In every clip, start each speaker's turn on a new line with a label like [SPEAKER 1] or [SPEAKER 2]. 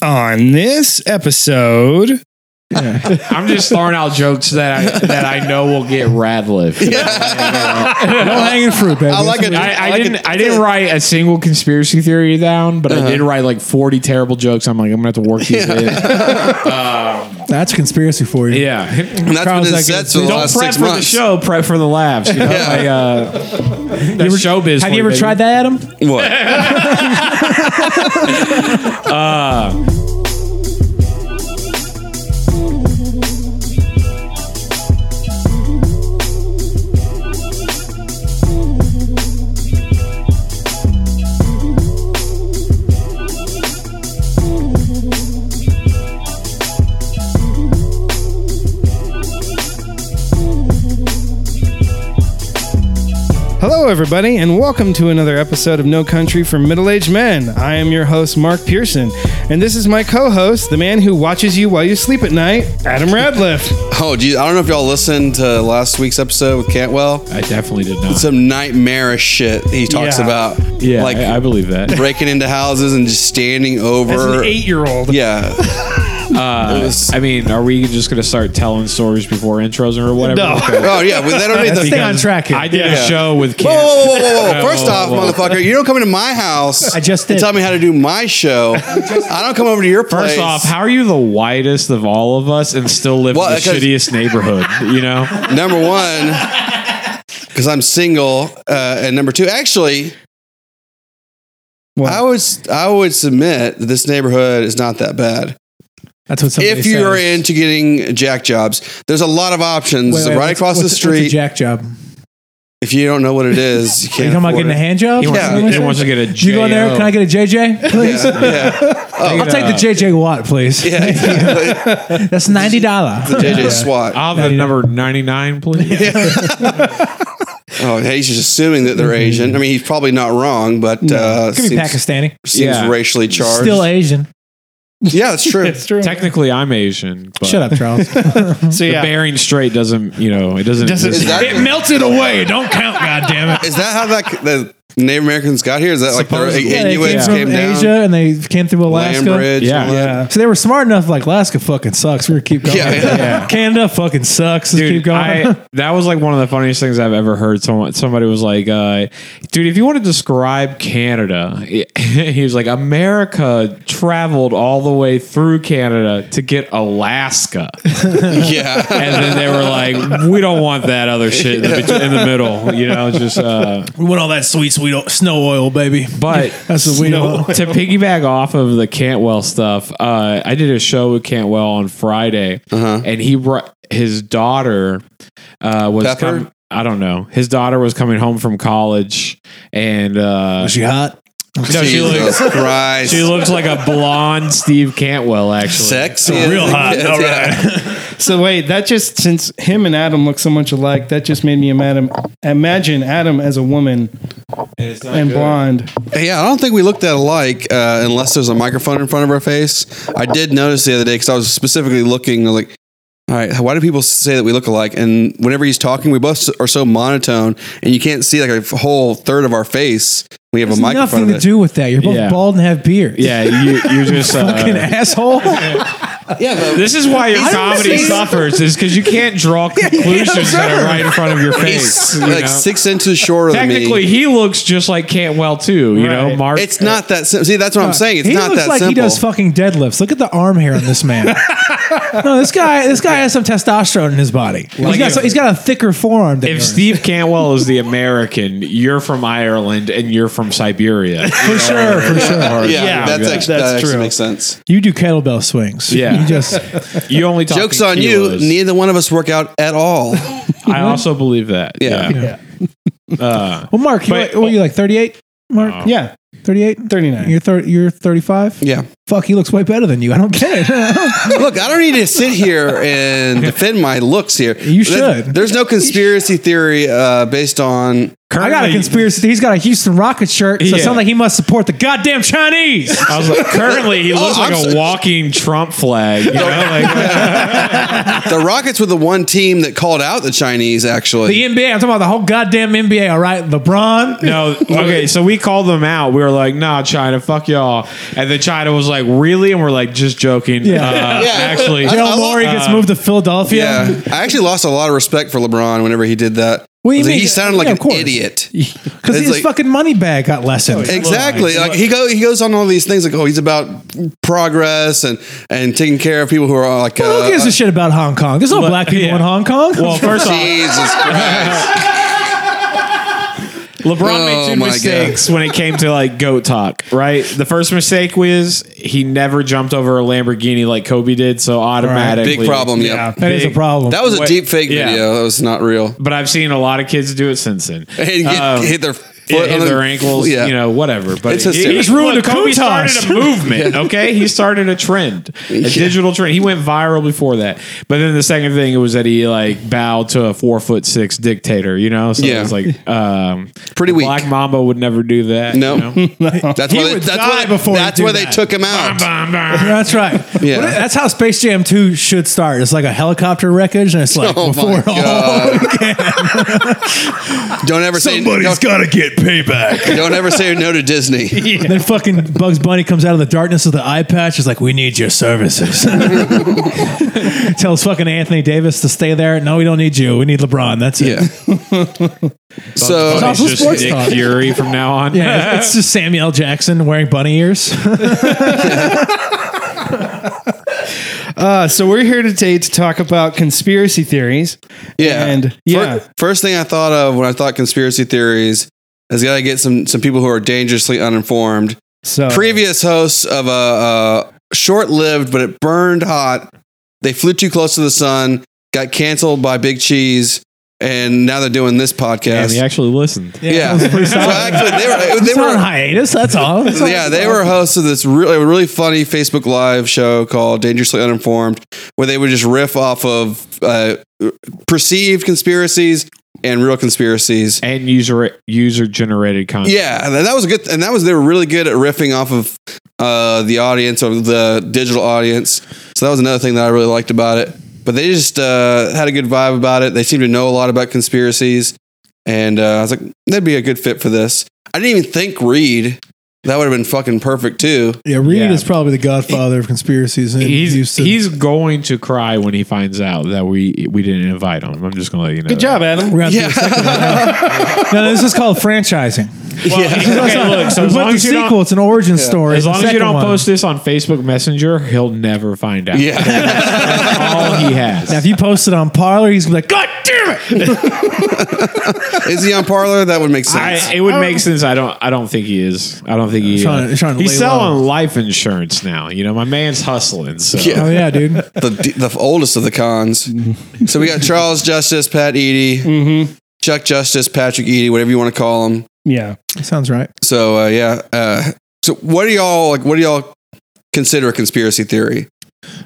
[SPEAKER 1] On this episode,
[SPEAKER 2] I'm just throwing out jokes that I, that I know will get rad lift.
[SPEAKER 3] No hanging fruit, baby.
[SPEAKER 4] I like it.
[SPEAKER 2] I, I,
[SPEAKER 4] like
[SPEAKER 2] didn't.
[SPEAKER 4] it. Uh-huh.
[SPEAKER 2] I didn't write a single conspiracy theory down, but I did write like forty terrible jokes. I'm like, I'm gonna have to work these in.
[SPEAKER 3] That's a conspiracy for you.
[SPEAKER 2] Yeah,
[SPEAKER 4] And that's
[SPEAKER 3] Kyle's
[SPEAKER 4] been in
[SPEAKER 3] like,
[SPEAKER 4] sets for the
[SPEAKER 3] don't
[SPEAKER 2] don't
[SPEAKER 4] last
[SPEAKER 2] prep
[SPEAKER 4] six
[SPEAKER 2] for the
[SPEAKER 4] months.
[SPEAKER 2] show. Prep for the laughs. You know, like, uh, the showbiz.
[SPEAKER 3] Have you ever tried that, Adam?
[SPEAKER 4] What?
[SPEAKER 1] hello everybody, and welcome to another episode of No Country for Middle Aged Men. I am your host, Mark Pearson, and this is my co-host, the man who watches you while you sleep at night, Adam Radliff.
[SPEAKER 4] Oh, geez. I don't know if y'all listened to last week's episode with Cantwell.
[SPEAKER 2] I definitely did not.
[SPEAKER 4] Some nightmarish shit he talks
[SPEAKER 1] Yeah.
[SPEAKER 4] about.
[SPEAKER 2] yeah,
[SPEAKER 4] Like
[SPEAKER 2] I, I believe that.
[SPEAKER 4] breaking into houses and just standing over.
[SPEAKER 1] As an eight-year-old,
[SPEAKER 4] yeah. It was-
[SPEAKER 2] Uh, I mean, are we just gonna start telling stories before intros or whatever?
[SPEAKER 1] No.
[SPEAKER 2] Okay.
[SPEAKER 4] oh, yeah. But they don't need
[SPEAKER 3] Let's
[SPEAKER 4] the.
[SPEAKER 3] stay on track here.
[SPEAKER 2] I did
[SPEAKER 1] Yeah.
[SPEAKER 2] a show with. Kim.
[SPEAKER 4] Whoa, whoa, whoa, whoa, whoa, whoa. First
[SPEAKER 2] whoa,
[SPEAKER 4] off,
[SPEAKER 2] whoa.
[SPEAKER 4] motherfucker, you don't come into my house.
[SPEAKER 3] I just
[SPEAKER 4] and
[SPEAKER 3] did.
[SPEAKER 4] tell me how to do my show. I don't come over to your place.
[SPEAKER 2] First off, how are you the whitest of all of us and still live
[SPEAKER 4] Well,
[SPEAKER 2] in the
[SPEAKER 4] because-
[SPEAKER 2] shittiest neighborhood? You know,
[SPEAKER 4] number one, because I'm single, uh, and number two, actually,
[SPEAKER 1] What?
[SPEAKER 4] I would I would submit that this neighborhood is not that bad.
[SPEAKER 3] That's what somebody
[SPEAKER 4] if you are
[SPEAKER 3] says.
[SPEAKER 4] into getting jack jobs, there's a lot of options
[SPEAKER 3] Wait, wait,
[SPEAKER 4] right
[SPEAKER 3] what's-
[SPEAKER 4] across the
[SPEAKER 3] what's- what's a
[SPEAKER 4] street.
[SPEAKER 3] jack job.
[SPEAKER 4] if you don't know what it is,
[SPEAKER 3] Are
[SPEAKER 4] you can't.
[SPEAKER 3] you talking about
[SPEAKER 4] afford
[SPEAKER 3] getting a
[SPEAKER 4] it.
[SPEAKER 3] hand job?
[SPEAKER 2] he wants,
[SPEAKER 4] Yeah.
[SPEAKER 2] he wants to get a.
[SPEAKER 3] Did you go in there? Can I get a JJ, please?
[SPEAKER 4] Yeah, yeah.
[SPEAKER 3] I'll take the JJ Watt, please.
[SPEAKER 4] Yeah, exactly.
[SPEAKER 3] That's ninety dollar.
[SPEAKER 4] The JJ SWAT.
[SPEAKER 2] Uh,
[SPEAKER 3] Uh,
[SPEAKER 2] I'll have the number ninety nine, please.
[SPEAKER 4] Oh, hey, he's just assuming that they're Asian. I mean, he's probably not wrong, but uh,
[SPEAKER 3] Mm-hmm. Could be
[SPEAKER 4] seems,
[SPEAKER 3] Pakistani.
[SPEAKER 4] seems
[SPEAKER 2] Yeah.
[SPEAKER 4] racially charged.
[SPEAKER 3] Still Asian.
[SPEAKER 4] yeah, that's true.
[SPEAKER 1] it's true.
[SPEAKER 2] Technically, I'm Asian. But
[SPEAKER 3] Shut up, Charles.
[SPEAKER 1] So
[SPEAKER 2] The
[SPEAKER 1] yeah,
[SPEAKER 2] Bering Strait doesn't, you know, it doesn't.
[SPEAKER 1] Doesn't-
[SPEAKER 2] exist.
[SPEAKER 4] Is that-
[SPEAKER 3] it melted away. Don't count, goddammit.
[SPEAKER 4] Is that how that the Native Americans got here? Is that like the
[SPEAKER 2] Supposedly.
[SPEAKER 3] Yeah, they came
[SPEAKER 4] Inuits
[SPEAKER 3] from
[SPEAKER 4] came, down?
[SPEAKER 3] Asia and they came through Alaska.
[SPEAKER 4] Land Bridge.
[SPEAKER 2] Yeah.
[SPEAKER 4] and all that?
[SPEAKER 3] Yeah. So they were smart enough. Like Alaska fucking sucks. We're gonna keep going.
[SPEAKER 4] Yeah, yeah.
[SPEAKER 2] Yeah.
[SPEAKER 3] Canada fucking sucks. Let's keep
[SPEAKER 2] Dude,
[SPEAKER 3] going.
[SPEAKER 2] I, that was like one of the funniest things I've ever heard. Someone, somebody was like, uh, "Dude, if you want to describe Canada, he was like, America traveled all the way through Canada to get Alaska,
[SPEAKER 4] Yeah.
[SPEAKER 2] and then they were like, we don't want that other shit in the, bet- in the middle, you know, just." Uh,
[SPEAKER 3] we want all that sweet, sweet o- snow oil, baby.
[SPEAKER 2] but
[SPEAKER 3] That's what we know.
[SPEAKER 2] to piggyback off of the Cantwell stuff, uh, I did a show with Cantwell on Friday, and he brought his daughter uh, was
[SPEAKER 4] Pepper?
[SPEAKER 2] com- I don't know. His daughter was coming home from college, and uh,
[SPEAKER 3] Is she hot?
[SPEAKER 2] no, she
[SPEAKER 4] Jesus
[SPEAKER 2] looks
[SPEAKER 4] Christ.
[SPEAKER 2] she looks like a blonde Steve Cantwell actually.
[SPEAKER 4] sexy.
[SPEAKER 3] Real hot. All right.
[SPEAKER 1] So wait, that just since him and Adam look so much alike, that just made me imagine imagine Adam as a woman and blonde.
[SPEAKER 4] Yeah, I don't think we look that alike uh, unless there's a microphone in front of our face. I did notice the other day because I was specifically looking I was like, all right, why do people say that we look alike? And whenever he's talking, we both are so monotone and you can't see like a whole third of our face. We have a mic in front
[SPEAKER 3] Nothing
[SPEAKER 4] of
[SPEAKER 3] to
[SPEAKER 4] it.
[SPEAKER 3] do with that. You're both
[SPEAKER 2] Yeah.
[SPEAKER 3] bald and have beards.
[SPEAKER 2] Yeah, you, you're just
[SPEAKER 3] Fucking
[SPEAKER 2] uh,
[SPEAKER 3] asshole.
[SPEAKER 4] Yeah, but
[SPEAKER 2] this is why your
[SPEAKER 3] don't
[SPEAKER 2] comedy
[SPEAKER 3] see-
[SPEAKER 2] suffers is because you can't draw conclusions that are right in front of your face.
[SPEAKER 4] he's
[SPEAKER 2] you
[SPEAKER 4] like
[SPEAKER 2] know?
[SPEAKER 4] six inches shorter than me.
[SPEAKER 2] Technically, he looks just like Cantwell too. You know,
[SPEAKER 1] Right.
[SPEAKER 2] Mark.
[SPEAKER 4] It's not that simple. See, that's what I'm saying. It's
[SPEAKER 3] uh, he
[SPEAKER 4] not
[SPEAKER 3] looks
[SPEAKER 4] that
[SPEAKER 3] like
[SPEAKER 4] simple.
[SPEAKER 3] he does fucking deadlifts. Look at the arm hair on this man. no, this guy, this guy has some testosterone in his body. he's
[SPEAKER 2] Like
[SPEAKER 3] got,
[SPEAKER 2] if-
[SPEAKER 3] some- he's got a thicker forearm. Than
[SPEAKER 2] If
[SPEAKER 3] yours.
[SPEAKER 2] Steve Cantwell is the American, you're from Ireland and you're from Siberia.
[SPEAKER 3] for sure, for sure.
[SPEAKER 4] yeah,
[SPEAKER 1] Yeah, yeah.
[SPEAKER 4] that's, actually,
[SPEAKER 1] That's
[SPEAKER 4] that actually
[SPEAKER 1] true.
[SPEAKER 4] makes sense.
[SPEAKER 3] You do kettlebell swings.
[SPEAKER 2] Yeah.
[SPEAKER 3] you just
[SPEAKER 2] You only talk
[SPEAKER 4] Joke's
[SPEAKER 2] in
[SPEAKER 4] on you.
[SPEAKER 2] kilos.
[SPEAKER 4] Neither one of us work out at all.
[SPEAKER 2] I also believe that.
[SPEAKER 4] Yeah.
[SPEAKER 2] Uh,
[SPEAKER 3] well, Mark, you
[SPEAKER 2] But-
[SPEAKER 3] like, what are you like? Thirty eight, Mark?
[SPEAKER 1] Yeah,
[SPEAKER 3] Thirty eight.
[SPEAKER 1] thirty nine.
[SPEAKER 3] You're thir- you're thirty five.
[SPEAKER 4] yeah.
[SPEAKER 3] Fuck, he looks way better than you. I don't get it.
[SPEAKER 4] Look, I don't need to sit here and defend my looks here.
[SPEAKER 3] You
[SPEAKER 4] There-
[SPEAKER 3] should.
[SPEAKER 4] There's no conspiracy theory uh, based on.
[SPEAKER 3] I got a
[SPEAKER 2] currently-
[SPEAKER 3] conspiracy. He's got a Houston Rocket shirt, so it
[SPEAKER 2] Yeah.
[SPEAKER 3] sounds like he must support the goddamn Chinese.
[SPEAKER 2] I was like, currently, he looks
[SPEAKER 4] Oh,
[SPEAKER 2] like
[SPEAKER 4] I'm
[SPEAKER 2] a
[SPEAKER 4] so-
[SPEAKER 2] walking Trump flag.
[SPEAKER 3] Oh
[SPEAKER 2] You know, like,
[SPEAKER 4] The Rockets were the one team that called out the Chinese, actually.
[SPEAKER 3] The NBA. I'm talking about the whole goddamn NBA. All right, LeBron.
[SPEAKER 2] no, okay, so we called them out. We were like, nah, China, fuck y'all. And then China was like, really? And we're like, just joking.
[SPEAKER 3] Yeah.
[SPEAKER 2] Uh,
[SPEAKER 4] Yeah.
[SPEAKER 2] Actually,
[SPEAKER 4] I- I
[SPEAKER 3] Daryl
[SPEAKER 4] lo-
[SPEAKER 3] Morey gets
[SPEAKER 2] Uh,
[SPEAKER 3] moved to Philadelphia.
[SPEAKER 4] Yeah. I actually lost a lot of respect for LeBron whenever he did that.
[SPEAKER 3] What do you
[SPEAKER 4] Like,
[SPEAKER 3] mean?
[SPEAKER 4] He sounded like
[SPEAKER 3] Yeah, of
[SPEAKER 4] an
[SPEAKER 3] course.
[SPEAKER 4] idiot.
[SPEAKER 3] Because
[SPEAKER 4] It's
[SPEAKER 3] his
[SPEAKER 4] like- Oh,
[SPEAKER 3] fucking money bag got lessened.
[SPEAKER 4] Exactly. Like he go he goes on all these things like oh he's about progress and and taking care of people who are like
[SPEAKER 3] Who
[SPEAKER 4] uh,
[SPEAKER 3] gives
[SPEAKER 4] uh,
[SPEAKER 3] a shit about Hong Kong? There's no
[SPEAKER 2] Well,
[SPEAKER 3] black people
[SPEAKER 2] yeah.
[SPEAKER 3] in Hong Kong.
[SPEAKER 2] well, first off,
[SPEAKER 4] Jesus Christ.
[SPEAKER 2] LeBron
[SPEAKER 4] Oh,
[SPEAKER 2] made two
[SPEAKER 4] my
[SPEAKER 2] mistakes when it came to like goat talk, right? The first mistake was he never jumped over a Lamborghini like Kobe did, so automatically
[SPEAKER 4] Big problem. Yeah.
[SPEAKER 3] that is a
[SPEAKER 2] big-
[SPEAKER 3] problem.
[SPEAKER 4] That was a
[SPEAKER 2] Wait,
[SPEAKER 4] deep fake
[SPEAKER 2] yeah.
[SPEAKER 4] video. That was not real.
[SPEAKER 2] But I've seen a lot of kids do it since then.
[SPEAKER 4] And get,
[SPEAKER 2] Um,
[SPEAKER 4] hit their
[SPEAKER 2] yeah,
[SPEAKER 4] foot
[SPEAKER 2] hit
[SPEAKER 4] on
[SPEAKER 2] their ankles,
[SPEAKER 4] Yeah.
[SPEAKER 2] you know, whatever. But
[SPEAKER 4] It's
[SPEAKER 2] he-
[SPEAKER 4] hysterical.
[SPEAKER 2] he's
[SPEAKER 3] ruined
[SPEAKER 2] look,
[SPEAKER 3] the
[SPEAKER 2] Kobe
[SPEAKER 3] Kutas.
[SPEAKER 2] started a movement. Okay, he started a trend, a digital trend. He went viral before that. But then the second thing was that he like bowed to a four foot six dictator. You know, so
[SPEAKER 4] Yeah.
[SPEAKER 2] it's like um,
[SPEAKER 4] Pretty
[SPEAKER 2] the
[SPEAKER 4] weak.
[SPEAKER 2] Black Mamba would never do that.
[SPEAKER 4] No.
[SPEAKER 2] you know?
[SPEAKER 4] That's why they,
[SPEAKER 3] would
[SPEAKER 4] that's
[SPEAKER 3] die
[SPEAKER 4] why they,
[SPEAKER 3] before he'd
[SPEAKER 4] that's
[SPEAKER 3] do
[SPEAKER 4] why they
[SPEAKER 3] that.
[SPEAKER 4] took him out.
[SPEAKER 2] Bum, bum, bum.
[SPEAKER 3] That's right.
[SPEAKER 4] Yeah.
[SPEAKER 3] What- that's how Space Jam 2 should start. It's like a helicopter wreckage, and it's like
[SPEAKER 4] Oh my
[SPEAKER 3] before it all
[SPEAKER 4] God.
[SPEAKER 3] began.
[SPEAKER 4] Don't ever say don't,
[SPEAKER 3] got to get payback.
[SPEAKER 4] don't ever say no to Disney.
[SPEAKER 3] And then fucking Bugs Bunny comes out of the darkness of the eye patch. It's like, we need your services. Tells fucking Anthony Davis to stay there. No, we don't need you. We need LeBron. That's it.
[SPEAKER 4] Yeah.
[SPEAKER 2] He's
[SPEAKER 4] so
[SPEAKER 3] also
[SPEAKER 2] just
[SPEAKER 3] sports
[SPEAKER 2] Nick
[SPEAKER 3] talk.
[SPEAKER 2] Fury from now on.
[SPEAKER 3] Yeah, it's just Samuel L. Jackson wearing bunny ears.
[SPEAKER 1] Uh, so we're here today to talk about conspiracy theories.
[SPEAKER 4] yeah.
[SPEAKER 1] And-
[SPEAKER 4] Fir-
[SPEAKER 1] yeah.
[SPEAKER 4] first thing I thought of when I thought conspiracy theories is got to get some some people who are dangerously uninformed.
[SPEAKER 1] So
[SPEAKER 4] Previous hosts of a, a short-lived but it burned hot. They flew too close to the sun, got canceled by Big Cheese, and now they're doing this
[SPEAKER 2] and
[SPEAKER 4] podcast.
[SPEAKER 2] he actually listened.
[SPEAKER 4] yeah. so actually, they were, they
[SPEAKER 3] It's
[SPEAKER 4] were
[SPEAKER 3] on hiatus. That's all. That's all.
[SPEAKER 4] yeah, they were hosts of this really really funny Facebook Live show called Dangerously Uninformed, where they would just riff off of uh, perceived conspiracies and real conspiracies.
[SPEAKER 2] And user user generated content.
[SPEAKER 4] Yeah, and that was a good, and that was they were really good at riffing off of uh, the audience or the digital audience. So that was another thing that I really liked about it. But they just uh, had a good vibe about it. They seemed to know a lot about conspiracies, and uh, I was like, that'd be a good fit for this. I didn't even think Reed. That would have been fucking perfect too.
[SPEAKER 5] Yeah, Reed
[SPEAKER 2] Yeah.
[SPEAKER 5] is probably the godfather of conspiracies. And
[SPEAKER 2] He's
[SPEAKER 5] used to-
[SPEAKER 2] he's going to cry when he finds out that we we didn't invite him. I'm just gonna let you know.
[SPEAKER 1] good job, Adam.
[SPEAKER 3] We're gonna have to do a second one. no, this is called franchising.
[SPEAKER 2] Okay, look. So
[SPEAKER 3] We
[SPEAKER 2] as
[SPEAKER 3] put
[SPEAKER 2] long
[SPEAKER 3] the
[SPEAKER 2] as you
[SPEAKER 3] sequel,
[SPEAKER 2] don't,
[SPEAKER 3] it's an origin story.
[SPEAKER 2] as
[SPEAKER 3] the
[SPEAKER 2] long as you
[SPEAKER 3] second
[SPEAKER 2] don't
[SPEAKER 3] one.
[SPEAKER 2] post this on Facebook Messenger, he'll never find out.
[SPEAKER 4] Yeah.
[SPEAKER 2] That's all he
[SPEAKER 3] Now, if
[SPEAKER 2] has.
[SPEAKER 3] you post it on Parlor, he's gonna be like, God damn it!
[SPEAKER 4] is he on Parlor? That would make sense.
[SPEAKER 2] I, it would make sense. I don't. I don't think he is. I don't think he.
[SPEAKER 3] Trying-
[SPEAKER 2] is.
[SPEAKER 3] trying to
[SPEAKER 2] he's
[SPEAKER 3] lay
[SPEAKER 2] selling
[SPEAKER 3] low.
[SPEAKER 2] life insurance now. You know, my man's hustling. So
[SPEAKER 4] Yeah.
[SPEAKER 3] Oh yeah, dude.
[SPEAKER 4] the, the oldest of the cons. so we got Charles Justice, Pat Eady, Chuck Justice, Patrick Eady, whatever you want to call him.
[SPEAKER 1] Yeah.
[SPEAKER 3] Sounds right.
[SPEAKER 4] So uh, yeah. Uh, so what do y'all like? What do y'all consider a conspiracy theory?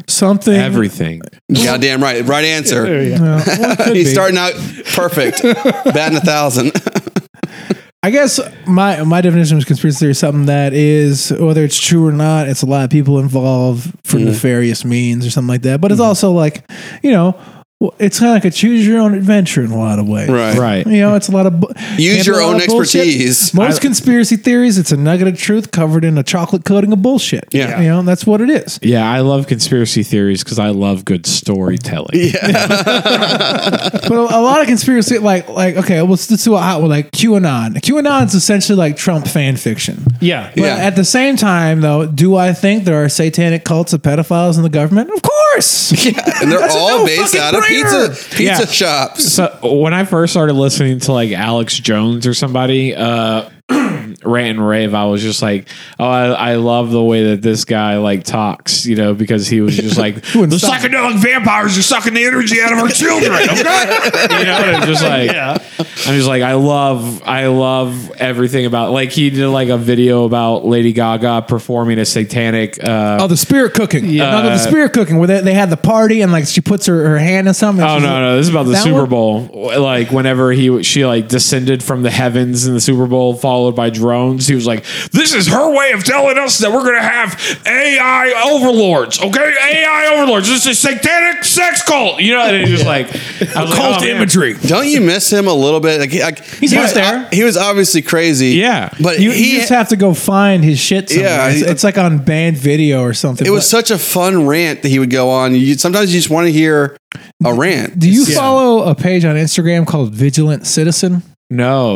[SPEAKER 3] Something.
[SPEAKER 2] everything.
[SPEAKER 4] Goddamn right, right answer.
[SPEAKER 1] There you go.
[SPEAKER 3] Well, it could
[SPEAKER 4] He's
[SPEAKER 3] be.
[SPEAKER 4] starting out perfect, batting a thousand.
[SPEAKER 3] I guess my my definition of conspiracy theory is something that is whether it's true or not, it's a lot of people involved for
[SPEAKER 4] Mm-hmm.
[SPEAKER 3] nefarious means or something like that. But it's also like, you know, well, it's kind of like a choose your own adventure in a lot of ways.
[SPEAKER 2] Right.
[SPEAKER 3] You know, it's a lot of bu-
[SPEAKER 4] Use
[SPEAKER 3] can't
[SPEAKER 4] your
[SPEAKER 3] be a lot
[SPEAKER 4] own
[SPEAKER 3] of bullshit.
[SPEAKER 4] expertise.
[SPEAKER 3] Most conspiracy theories, it's a nugget of truth covered in a chocolate coating of bullshit.
[SPEAKER 4] Yeah.
[SPEAKER 3] you know that's what it is.
[SPEAKER 2] Yeah, I love conspiracy theories because I love good storytelling.
[SPEAKER 3] But a, a lot of conspiracy, like like okay, well, let's, let's do a hot one, like QAnon. QAnon's essentially like Trump fan fiction.
[SPEAKER 1] Yeah.
[SPEAKER 3] But
[SPEAKER 4] Yeah.
[SPEAKER 3] at the same time, though, do I think there are satanic cults of pedophiles in the government? Of course.
[SPEAKER 4] And they're
[SPEAKER 3] That's a
[SPEAKER 4] all
[SPEAKER 3] no
[SPEAKER 4] based
[SPEAKER 3] fucking
[SPEAKER 4] out of
[SPEAKER 3] brainer.
[SPEAKER 4] pizza pizza
[SPEAKER 2] Yeah.
[SPEAKER 4] shops.
[SPEAKER 2] So when I first started listening to like Alex Jones or somebody, uh, rant and rave, I was just like, oh, I, I love the way that this guy like talks, you know, because he was just like, the
[SPEAKER 3] stop him?"
[SPEAKER 2] psychedelic vampires are sucking the energy out of our children. Okay, you know, and I'm just like, I'm just like, I love, I love everything about. Like he did like a video about Lady Gaga performing a satanic. Uh,
[SPEAKER 3] Oh, the spirit cooking. No, no, the spirit cooking where they, they had the party and like she puts her, her hand in something. and
[SPEAKER 2] Oh
[SPEAKER 3] she's
[SPEAKER 2] no,
[SPEAKER 3] like-
[SPEAKER 2] no, this is about the
[SPEAKER 3] That
[SPEAKER 2] Super
[SPEAKER 3] one?
[SPEAKER 2] Bowl. Like whenever he she like descended from the heavens in the Super Bowl, followed by drones. He was like, "This is her way of telling us that we're gonna have AI overlords, okay? AI overlords. This is satanic sex cult, you know?" And it's just like I was like,
[SPEAKER 6] Cult
[SPEAKER 2] "Oh, man."
[SPEAKER 6] imagery.
[SPEAKER 4] Don't you miss him a little bit? Like, he- like he's
[SPEAKER 3] out there.
[SPEAKER 4] he was obviously crazy.
[SPEAKER 2] Yeah.
[SPEAKER 4] but
[SPEAKER 3] you,
[SPEAKER 4] he
[SPEAKER 3] you just have to go find his shit. Somewhere.
[SPEAKER 4] Yeah,
[SPEAKER 3] it's,
[SPEAKER 4] he-
[SPEAKER 3] it's like on banned video or something.
[SPEAKER 4] it was
[SPEAKER 3] but-
[SPEAKER 4] such a fun rant that he would go on. You, sometimes you just want to hear a rant.
[SPEAKER 3] do you follow a page on Instagram called Vigilant Citizen?
[SPEAKER 2] No,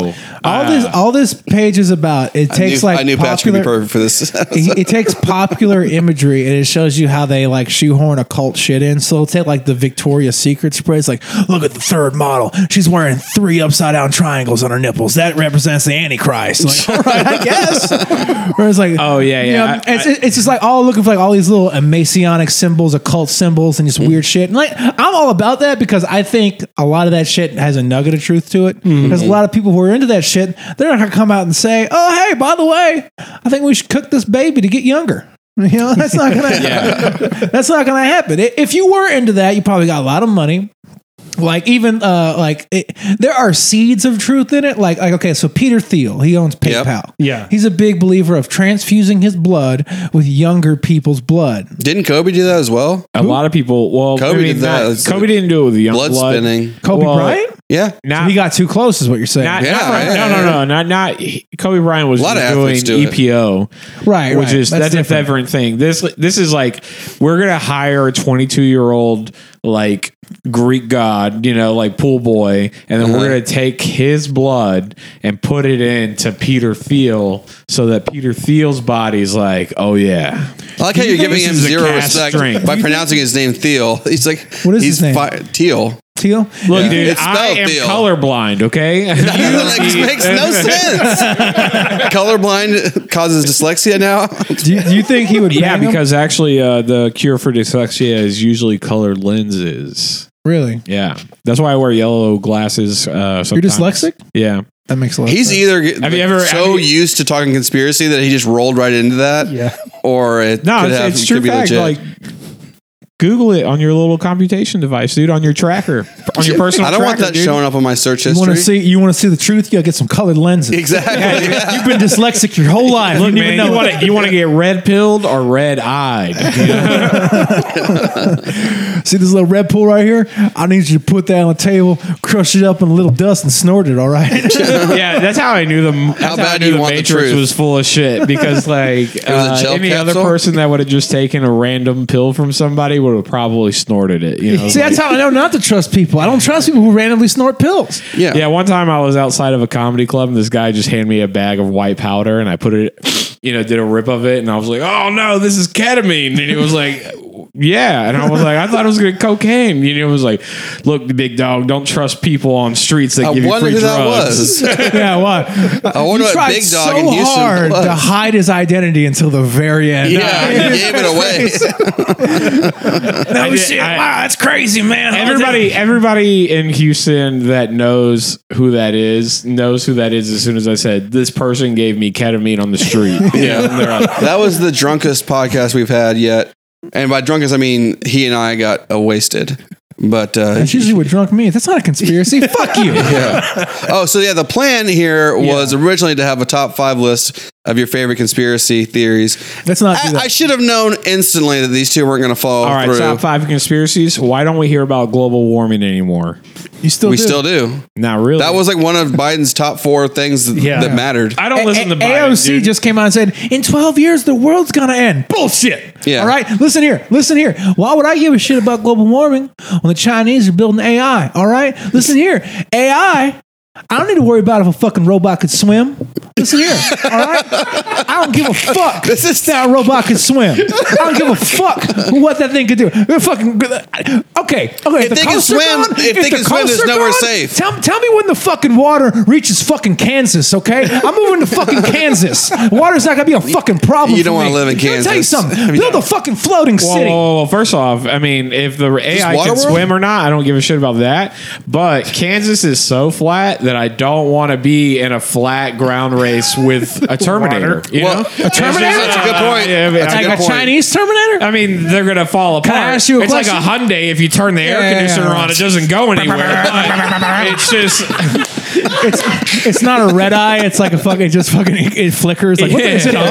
[SPEAKER 3] All
[SPEAKER 2] Uh,
[SPEAKER 3] this, all this page is about. It
[SPEAKER 4] I knew,
[SPEAKER 3] takes like
[SPEAKER 4] I knew Patch could be
[SPEAKER 3] popular.
[SPEAKER 4] perfect for this.
[SPEAKER 3] it, it takes popular imagery and it shows you how they like shoehorn occult shit in. So they'll take like the Victoria's Secret spray. It's like, look at the third model. She's wearing three upside down triangles on her nipples. That represents the Antichrist. Like, all right, I guess. Whereas like,
[SPEAKER 2] Oh, yeah,
[SPEAKER 3] you
[SPEAKER 2] yeah.
[SPEAKER 3] know,
[SPEAKER 2] I-
[SPEAKER 3] it's, it's just like all looking for like all these little Masonic symbols, occult symbols, and just
[SPEAKER 2] Mm.
[SPEAKER 3] weird shit. And like, I'm all about that because I think a lot of that shit has a nugget of truth to it.
[SPEAKER 2] Mm-hmm.
[SPEAKER 3] There's a lot of people who are into that shit. They're not gonna come out and say, "Oh, hey, by the way, I think we should cook this baby to get younger." You know, that's not gonna. That's not gonna happen. I- If you were into that, you probably got a lot of money like even uh like it, there are seeds of truth in it like like okay so peter thiel he owns
[SPEAKER 4] Yep.
[SPEAKER 3] paypal
[SPEAKER 1] Yeah.
[SPEAKER 3] he's a big believer of transfusing his blood with younger people's blood
[SPEAKER 4] Didn't Kobe do that as well?
[SPEAKER 2] a lot of people. Well,
[SPEAKER 4] Kobe
[SPEAKER 2] I mean,
[SPEAKER 4] did that.
[SPEAKER 2] not-
[SPEAKER 4] It's-
[SPEAKER 2] Kobe didn't do it with the young
[SPEAKER 4] Blood,
[SPEAKER 2] blood,
[SPEAKER 4] spinning.
[SPEAKER 3] kobe
[SPEAKER 2] Well,
[SPEAKER 3] bryant
[SPEAKER 4] Yeah,
[SPEAKER 2] Not,
[SPEAKER 3] he got too close is what you're saying
[SPEAKER 2] Not,
[SPEAKER 4] Yeah,
[SPEAKER 2] not from-
[SPEAKER 4] yeah,
[SPEAKER 2] no, no, no, not not Kobe Bryant was
[SPEAKER 4] A lot of athletes
[SPEAKER 2] doing
[SPEAKER 4] do it.
[SPEAKER 2] EPO,
[SPEAKER 3] right
[SPEAKER 2] which
[SPEAKER 3] right.
[SPEAKER 2] is that's, a
[SPEAKER 3] different.
[SPEAKER 2] different thing. This this is like we're gonna hire a 22 year old like Greek god, you know, like pool boy, and then we're gonna take his blood and put it into Peter Thiel, so that Peter Thiel's body's like, oh yeah,
[SPEAKER 4] I like how you're giving
[SPEAKER 2] this
[SPEAKER 4] him
[SPEAKER 2] is a
[SPEAKER 4] zero
[SPEAKER 2] cast
[SPEAKER 4] respect
[SPEAKER 2] strength?
[SPEAKER 4] by pronouncing his name Thiel. He's like,
[SPEAKER 3] What is
[SPEAKER 4] he's
[SPEAKER 3] his name?
[SPEAKER 4] Fi- Teal.
[SPEAKER 3] thiel
[SPEAKER 2] look,
[SPEAKER 4] Yeah.
[SPEAKER 2] dude,
[SPEAKER 4] It's
[SPEAKER 2] I
[SPEAKER 4] spelled
[SPEAKER 2] am
[SPEAKER 4] Thiel.
[SPEAKER 2] colorblind, okay?
[SPEAKER 4] That makes no sense. Colorblind causes dyslexia now.
[SPEAKER 3] do you, do you think he would
[SPEAKER 2] Yeah,
[SPEAKER 3] bang him?
[SPEAKER 2] because actually, uh, the cure for dyslexia is usually colored lenses.
[SPEAKER 3] really
[SPEAKER 2] Yeah, that's why I wear yellow glasses. Uh,
[SPEAKER 3] you're
[SPEAKER 2] sometimes.
[SPEAKER 3] dyslexic
[SPEAKER 2] Yeah,
[SPEAKER 3] that makes a lot
[SPEAKER 4] He's
[SPEAKER 3] of
[SPEAKER 4] either get-
[SPEAKER 2] Have you ever-
[SPEAKER 4] so
[SPEAKER 2] have you-
[SPEAKER 4] used to talking conspiracy that he just rolled right into that,
[SPEAKER 1] Yeah.
[SPEAKER 4] or it
[SPEAKER 2] no,
[SPEAKER 4] could,
[SPEAKER 2] it's,
[SPEAKER 4] have,
[SPEAKER 2] it's
[SPEAKER 4] could
[SPEAKER 2] true
[SPEAKER 4] be
[SPEAKER 2] fact.
[SPEAKER 4] legit.
[SPEAKER 2] Like, Google it on your little computation device, dude, on your tracker, on your personal.
[SPEAKER 4] I don't want that
[SPEAKER 2] tracker, dude.
[SPEAKER 4] showing up on my search
[SPEAKER 3] you want
[SPEAKER 4] history.
[SPEAKER 3] to see you want to see the truth you gotta get some colored lenses
[SPEAKER 4] exactly.
[SPEAKER 3] you've been dyslexic your whole life
[SPEAKER 2] Look,
[SPEAKER 3] you didn't even
[SPEAKER 2] man, you
[SPEAKER 3] know
[SPEAKER 2] want to you want to get red pilled or red eyed?
[SPEAKER 3] See this little red pool right here? I need you to put that on the table, crush it up in a little dust, and snort it. All right.
[SPEAKER 2] yeah, that's how I knew the. That's how
[SPEAKER 4] bad
[SPEAKER 2] I
[SPEAKER 4] do
[SPEAKER 2] knew
[SPEAKER 4] you
[SPEAKER 2] the
[SPEAKER 4] want the
[SPEAKER 2] Matrix
[SPEAKER 4] truth?
[SPEAKER 2] was full of shit because like uh,
[SPEAKER 4] gel
[SPEAKER 2] any other
[SPEAKER 4] capsule?
[SPEAKER 2] person that would have just taken a random pill from somebody would have probably snorted it. You know,
[SPEAKER 3] See,
[SPEAKER 2] like-
[SPEAKER 3] that's how I know not to trust people. I don't trust people who randomly snort pills.
[SPEAKER 4] yeah.
[SPEAKER 2] Yeah, one time I was outside of a comedy club and this guy just handed me a bag of white powder and I put it, you know, did a rip of it and I was like, oh no, this is ketamine. And he was like, yeah. And I was like, I thought it was going to cocaine. You know, it was like, look, big dog, don't trust people on streets that
[SPEAKER 4] I
[SPEAKER 2] give you
[SPEAKER 4] wonder
[SPEAKER 2] free
[SPEAKER 4] who
[SPEAKER 2] drugs.
[SPEAKER 4] that was.
[SPEAKER 3] yeah, what? I
[SPEAKER 4] wonder what Big Dog
[SPEAKER 3] so
[SPEAKER 4] in Houston
[SPEAKER 3] hard
[SPEAKER 4] was.
[SPEAKER 3] to hide his identity until the very end.
[SPEAKER 4] Yeah, you gave it away.
[SPEAKER 2] I did- I-
[SPEAKER 3] that's crazy, man.
[SPEAKER 2] Everybody, everybody in Houston that knows who that is knows who that is. As soon as I said this person gave me ketamine on the street, yeah,
[SPEAKER 4] that was the drunkest podcast we've had yet. And by drunkest, I mean he and I got uh, wasted. But uh,
[SPEAKER 3] That's usually what drunk means. That's not a conspiracy. Fuck you.
[SPEAKER 4] oh, so yeah, the plan here was originally to have a top five list of your favorite conspiracy theories.
[SPEAKER 3] Let's not do
[SPEAKER 4] I,
[SPEAKER 3] that.
[SPEAKER 4] I should have known instantly that these two weren't going to fall
[SPEAKER 2] All right,
[SPEAKER 4] through.
[SPEAKER 2] top five conspiracies. Why don't we hear about global warming anymore?
[SPEAKER 3] you still
[SPEAKER 4] we
[SPEAKER 3] do.
[SPEAKER 4] still do.
[SPEAKER 2] Not really.
[SPEAKER 4] That was like one of Biden's top four things that,
[SPEAKER 1] Yeah.
[SPEAKER 4] that mattered.
[SPEAKER 2] I don't listen to
[SPEAKER 3] A-
[SPEAKER 2] Biden,
[SPEAKER 3] AOC
[SPEAKER 2] dude.
[SPEAKER 3] just came out and said, in 12 years, the world's going to end. Bullshit.
[SPEAKER 4] Yeah.
[SPEAKER 3] All right. Listen here. Listen here. Why would I give a shit about global warming when the Chinese are building AI? All right. Listen here. AI. I don't need to worry about if a fucking robot could swim. Listen here, all right? I don't give a fuck
[SPEAKER 4] This is-
[SPEAKER 3] that a robot could swim. I don't give a fuck what that thing could do. They're fucking okay. Okay,
[SPEAKER 4] If they can
[SPEAKER 3] coasts are
[SPEAKER 4] swim- if they
[SPEAKER 3] the
[SPEAKER 4] can swim,
[SPEAKER 3] coasts
[SPEAKER 4] there's
[SPEAKER 3] are
[SPEAKER 4] nowhere safe.
[SPEAKER 3] Tell, tell me when the fucking water reaches fucking Kansas, okay? I'm moving to fucking Kansas. Water's not gonna be a fucking problem.
[SPEAKER 4] You don't
[SPEAKER 3] for
[SPEAKER 4] wanna
[SPEAKER 3] me.
[SPEAKER 4] live in
[SPEAKER 3] Let me tell you
[SPEAKER 4] Kansas.
[SPEAKER 3] something. Build a fucking floating
[SPEAKER 2] Whoa,
[SPEAKER 3] city.
[SPEAKER 2] whoa, whoa, whoa. First off, I mean, if the AI can
[SPEAKER 4] Waterworld?
[SPEAKER 2] swim or not, I don't give a shit about that. But Kansas is so flat that I don't want to be in a flat ground race with a Terminator. You
[SPEAKER 4] Well,
[SPEAKER 2] know? uh,
[SPEAKER 4] a Terminator? That's a good point.
[SPEAKER 2] yeah, I mean,
[SPEAKER 4] That's
[SPEAKER 2] I-
[SPEAKER 4] good
[SPEAKER 3] Like a
[SPEAKER 4] point.
[SPEAKER 3] Chinese Terminator.
[SPEAKER 2] I mean, they're gonna fall apart.
[SPEAKER 3] I ask you a
[SPEAKER 2] it's like a
[SPEAKER 3] question?
[SPEAKER 2] Hyundai. If you turn the air
[SPEAKER 3] Yeah, yeah,
[SPEAKER 2] conditioner
[SPEAKER 3] yeah.
[SPEAKER 2] on, it doesn't go anywhere. But it's just
[SPEAKER 3] it's it's not a red eye. It's like a fuck. It just fucking it flickers. Like what the- is it on?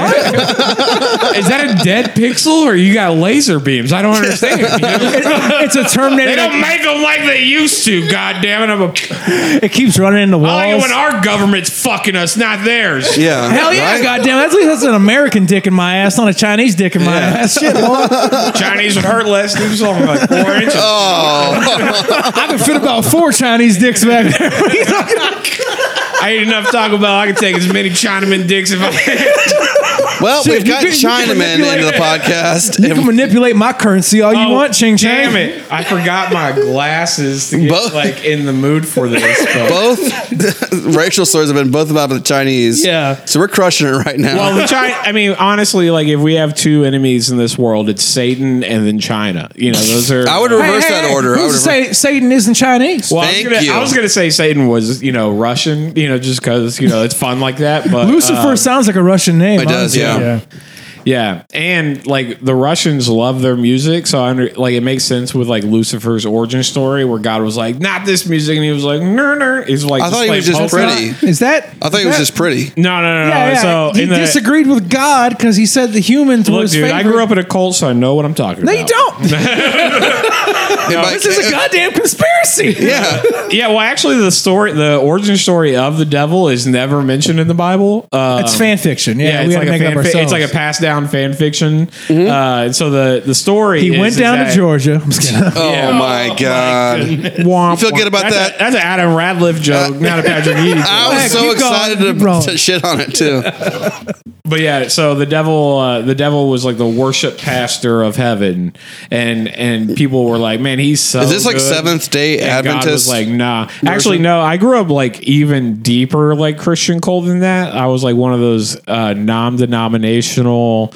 [SPEAKER 2] Is that a dead pixel or you got laser beams? I don't understand. you know?
[SPEAKER 3] It's a
[SPEAKER 2] They
[SPEAKER 3] Terminator.
[SPEAKER 2] don't
[SPEAKER 3] that-
[SPEAKER 2] make them like they used to. God damn it! I'm a.
[SPEAKER 3] It keeps running into walls.
[SPEAKER 2] I like it when our government's fucking us, not theirs.
[SPEAKER 4] Yeah.
[SPEAKER 3] Hell yeah,
[SPEAKER 4] right?
[SPEAKER 3] goddamn! That's at least that's an American dick in my ass, not a Chinese dick in my
[SPEAKER 4] Yeah.
[SPEAKER 3] ass. Shit, well,
[SPEAKER 2] Chinese would hurt less. He was only like four inches.
[SPEAKER 4] Oh.
[SPEAKER 3] I could fit about four Chinese dicks back there. What are you talking about?
[SPEAKER 2] I ain't enough Taco Bell. I can take as many Chinaman dicks if I
[SPEAKER 4] Well,
[SPEAKER 3] Shit,
[SPEAKER 4] we've
[SPEAKER 3] you
[SPEAKER 4] got
[SPEAKER 3] can- you can
[SPEAKER 4] Chinaman
[SPEAKER 3] manipulate-
[SPEAKER 4] into the podcast.
[SPEAKER 3] You can manipulate my currency all you
[SPEAKER 2] Oh,
[SPEAKER 3] want, Ching Chang.
[SPEAKER 2] Damn it! I forgot my glasses to get
[SPEAKER 4] Both-
[SPEAKER 2] like in the mood for this. But.
[SPEAKER 4] both racial stories have been both about the Chinese.
[SPEAKER 3] Yeah.
[SPEAKER 4] So we're crushing it right now.
[SPEAKER 2] Well, the China, I mean, honestly, like if we have two enemies in this world, it's Satan and then China. You know, those are.
[SPEAKER 4] I would reverse that order. I would
[SPEAKER 3] Who's to
[SPEAKER 4] reverse-
[SPEAKER 3] say Satan isn't Chinese?
[SPEAKER 2] Well, I was
[SPEAKER 4] Thank
[SPEAKER 2] gonna-
[SPEAKER 4] you.
[SPEAKER 2] I was going to say Satan was, you know, Russian, you know, just because, you know, it's fun like that. But
[SPEAKER 3] Lucifer
[SPEAKER 2] uh,
[SPEAKER 3] sounds like a Russian name.
[SPEAKER 4] It does,
[SPEAKER 3] honestly.
[SPEAKER 4] yeah.
[SPEAKER 1] Yeah.
[SPEAKER 2] yeah, and like the Russians love their music, so I under, like it makes sense with like Lucifer's origin story, where God was like, "Not this music," and he was like, "No, no." He's like,
[SPEAKER 4] I thought he was
[SPEAKER 2] played
[SPEAKER 4] just
[SPEAKER 2] polka.
[SPEAKER 4] pretty.
[SPEAKER 3] Is that?
[SPEAKER 4] I thought it was just pretty.
[SPEAKER 2] No, no, no, no.
[SPEAKER 3] Yeah, yeah.
[SPEAKER 2] Uh, So
[SPEAKER 3] he
[SPEAKER 2] in the,
[SPEAKER 3] disagreed with God because he said the humans were
[SPEAKER 2] look,
[SPEAKER 3] his
[SPEAKER 2] dude, I
[SPEAKER 3] favorite.
[SPEAKER 2] grew up in a cult, so I know what I'm talking
[SPEAKER 3] No,
[SPEAKER 2] about.
[SPEAKER 3] you don't.
[SPEAKER 4] And by-
[SPEAKER 3] this is a goddamn conspiracy.
[SPEAKER 4] Yeah.
[SPEAKER 2] Yeah, well, actually, the story, the origin story of the devil is never mentioned in the Bible. Uh,
[SPEAKER 3] It's fan fiction.
[SPEAKER 2] yeah,
[SPEAKER 3] Yeah, we
[SPEAKER 2] it's
[SPEAKER 3] had
[SPEAKER 2] like,
[SPEAKER 3] to
[SPEAKER 2] a
[SPEAKER 3] make it
[SPEAKER 2] fan
[SPEAKER 3] up
[SPEAKER 2] fi-
[SPEAKER 3] ourselves.
[SPEAKER 2] it's like a passed down fan fiction.
[SPEAKER 4] Mm-hmm.
[SPEAKER 2] Uh, and so the the story
[SPEAKER 3] he
[SPEAKER 2] is-
[SPEAKER 3] went
[SPEAKER 2] is
[SPEAKER 3] down to
[SPEAKER 2] that-
[SPEAKER 3] Georgia. I'm just kidding.
[SPEAKER 4] Oh
[SPEAKER 2] Yeah.
[SPEAKER 4] my god.
[SPEAKER 2] Womp,
[SPEAKER 4] feel good
[SPEAKER 2] womp.
[SPEAKER 4] about
[SPEAKER 2] that's
[SPEAKER 4] that? Uh,
[SPEAKER 2] A, that's an Adam Radcliffe joke, not a Patrick Eady.
[SPEAKER 4] I was
[SPEAKER 3] Heck,
[SPEAKER 4] so
[SPEAKER 3] keep going,
[SPEAKER 4] excited to,
[SPEAKER 3] keep rolling.
[SPEAKER 4] to shit on it too.
[SPEAKER 2] But yeah, so the devil, uh, the devil was like the worship pastor of heaven, and and people were like, "Man, he's so."
[SPEAKER 4] Is this like
[SPEAKER 2] good."
[SPEAKER 4] Seventh Day
[SPEAKER 2] And God was
[SPEAKER 4] Adventist?
[SPEAKER 2] like, "Nah." Actually, no. I grew up like even deeper, like Christian cult than that. I was like one of those uh, non-denominational.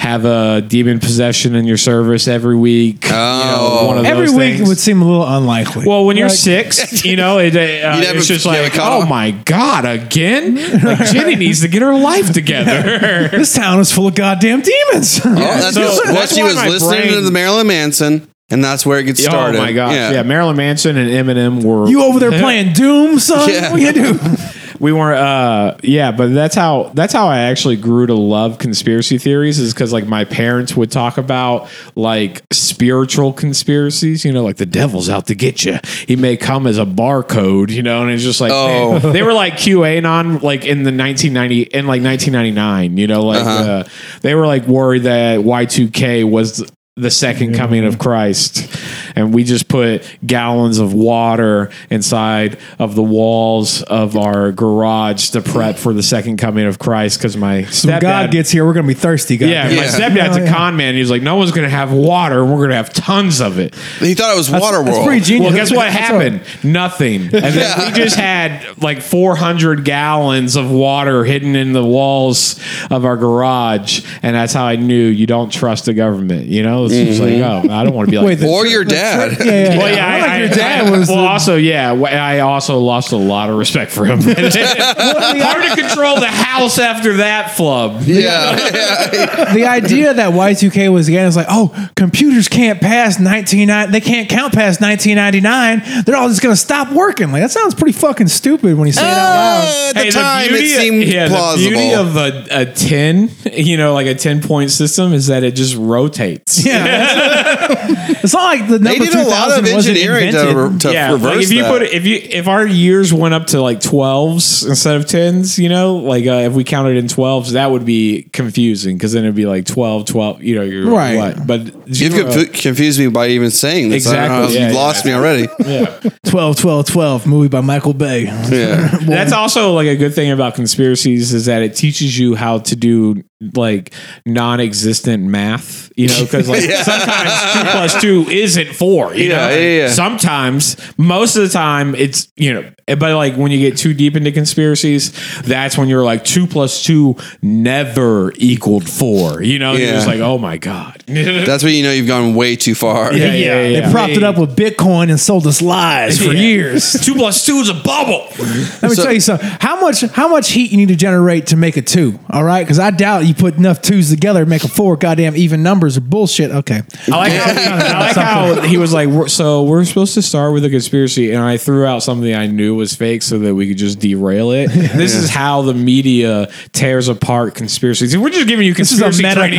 [SPEAKER 2] Have a demon possession in your service every week.
[SPEAKER 4] Oh.
[SPEAKER 2] one of
[SPEAKER 3] Every
[SPEAKER 2] those
[SPEAKER 3] week
[SPEAKER 2] things.
[SPEAKER 3] would seem a little unlikely.
[SPEAKER 2] Well, when you're
[SPEAKER 3] Like-
[SPEAKER 2] six, you know, it, uh,
[SPEAKER 4] never-
[SPEAKER 2] it's just
[SPEAKER 4] you never
[SPEAKER 2] like,
[SPEAKER 4] caught
[SPEAKER 2] oh
[SPEAKER 4] up."
[SPEAKER 2] my God, again? Like, Jenny needs to get her life together.
[SPEAKER 3] this town is full of goddamn demons.
[SPEAKER 4] Oh, that's
[SPEAKER 2] so-
[SPEAKER 4] what
[SPEAKER 2] that's
[SPEAKER 4] she
[SPEAKER 2] why
[SPEAKER 4] was
[SPEAKER 2] my
[SPEAKER 4] listening to
[SPEAKER 2] brain-
[SPEAKER 4] the Marilyn Manson, and that's where it gets started.
[SPEAKER 2] Oh my gosh. Yeah. Marilyn Manson and Eminem were.
[SPEAKER 3] you over there playing Doom, son?
[SPEAKER 4] Yeah.
[SPEAKER 3] What you do?
[SPEAKER 2] we weren't. Uh, yeah, but that's how that's how I actually grew to love conspiracy theories is because like my parents would talk about like spiritual conspiracies. You know, like the devil's out to get you. He may come as a barcode. You know, and it's just like
[SPEAKER 4] Oh.
[SPEAKER 2] man, they were like QAnon like in the 1990 in like 1999. You know, like uh, they were like worried that Y2K was the second coming of Christ. And we just put gallons of water inside of the walls of our garage to prep for the second coming of Christ because my
[SPEAKER 3] When
[SPEAKER 2] stepdad
[SPEAKER 3] God gets here, we're gonna be thirsty, guys.
[SPEAKER 2] yeah, my
[SPEAKER 4] Yeah.
[SPEAKER 2] stepdad's
[SPEAKER 3] Oh,
[SPEAKER 2] a
[SPEAKER 3] yeah.
[SPEAKER 2] con man. He was like, no one's going to have water, and we're going to have tons of it.
[SPEAKER 4] He thought it was Waterworld.
[SPEAKER 3] That's pretty genius.
[SPEAKER 2] Well, guess what
[SPEAKER 3] That's
[SPEAKER 2] happened? Nothing. And then we just had like 400 gallons of water hidden in the walls of our garage, and that's how I knew you don't trust the government. You know, it's just like, oh, I don't want to be like.
[SPEAKER 3] Wait,
[SPEAKER 2] this.
[SPEAKER 4] or your Mm-hmm. dad.
[SPEAKER 3] all- Yeah, yeah.
[SPEAKER 2] Well, yeah,
[SPEAKER 3] I like
[SPEAKER 2] I,
[SPEAKER 3] your
[SPEAKER 2] I-
[SPEAKER 3] dad
[SPEAKER 2] I-
[SPEAKER 3] was.
[SPEAKER 2] Well, also, yeah, wa- I also lost a lot of respect for him. Hard to control the house after that flub.
[SPEAKER 4] yeah. yeah.
[SPEAKER 3] the idea that Y2K was again is like, oh, computers can't pass 1990, they can't count past 1999. They're all just going to stop working. Like, that sounds pretty fucking stupid when you say it out loud.
[SPEAKER 4] At the time, it seemed
[SPEAKER 2] yeah, The
[SPEAKER 4] plausible.
[SPEAKER 2] beauty of a, a 10, you know, like a 10 point system is that it just rotates.
[SPEAKER 3] Yeah. it's not like the
[SPEAKER 4] they
[SPEAKER 3] number
[SPEAKER 4] did a lot of
[SPEAKER 3] 2000 wasn't
[SPEAKER 4] engineering to,
[SPEAKER 3] invented.
[SPEAKER 4] re- to reverse
[SPEAKER 2] like if you
[SPEAKER 4] that.
[SPEAKER 2] put if you if our years went up to like 12s instead of 10s, you know, like uh, if we counted in 12s, that would be confusing because then it'd be like 12, 12, you know, you're
[SPEAKER 3] Right.
[SPEAKER 2] what? But
[SPEAKER 4] You've
[SPEAKER 2] zero-
[SPEAKER 4] confu- confused me by even saying this. I don't know.
[SPEAKER 2] Exactly. Yeah,
[SPEAKER 4] You've
[SPEAKER 2] yeah.
[SPEAKER 4] lost me already.
[SPEAKER 3] 12, 12, 12, movie by Michael Bay.
[SPEAKER 4] Yeah.
[SPEAKER 2] That's also like a good thing about conspiracies is that it teaches you how to do like non-existent math. You know, because like sometimes two plus two isn't four. You
[SPEAKER 4] Yeah,
[SPEAKER 2] know,
[SPEAKER 4] yeah, yeah.
[SPEAKER 2] sometimes most of the time it's you know, but like when you get too deep into conspiracies, that's when you're like two plus two never equaled four. You know, you're
[SPEAKER 4] Yeah.
[SPEAKER 2] just like, oh my god.
[SPEAKER 4] That's when you know you've gone way too far.
[SPEAKER 2] yeah,
[SPEAKER 3] They propped it up with Bitcoin and sold us lies for
[SPEAKER 2] Yeah.
[SPEAKER 3] years.
[SPEAKER 2] Two plus two is a bubble.
[SPEAKER 3] Let me
[SPEAKER 4] So-
[SPEAKER 3] tell you something. How much how much heat you need to generate to make a two? All right, because I doubt you you put enough twos together, make a four. Goddamn, even numbers are bullshit. Okay,
[SPEAKER 2] I like how, he, I like how he was like, we're, so we're supposed to start with a conspiracy, and I threw out something I knew was fake so that we could just derail it. This is how the media tears apart conspiracies. We're just giving you
[SPEAKER 3] is a
[SPEAKER 2] conspiracy
[SPEAKER 3] meta
[SPEAKER 2] training.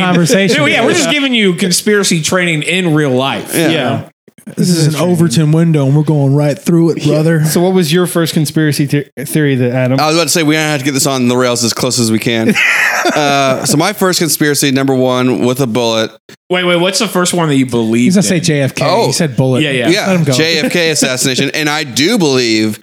[SPEAKER 3] conversation.
[SPEAKER 2] yeah, we're just giving you conspiracy training in real life.
[SPEAKER 4] Yeah.
[SPEAKER 1] yeah.
[SPEAKER 3] this is an Overton window, and we're going right through it, brother.
[SPEAKER 1] So, what was your first conspiracy the- theory, that Adam?
[SPEAKER 4] I was about to say we have to get this on the rails as close as we can. uh, so my first conspiracy, number one, with a bullet.
[SPEAKER 2] Wait, wait, what's the first one that you believe?
[SPEAKER 3] He's gonna say JFK.
[SPEAKER 4] Oh.
[SPEAKER 3] he said bullet.
[SPEAKER 2] Yeah, yeah.
[SPEAKER 4] Yeah,
[SPEAKER 3] Let him go.
[SPEAKER 4] JFK assassination, and I do believe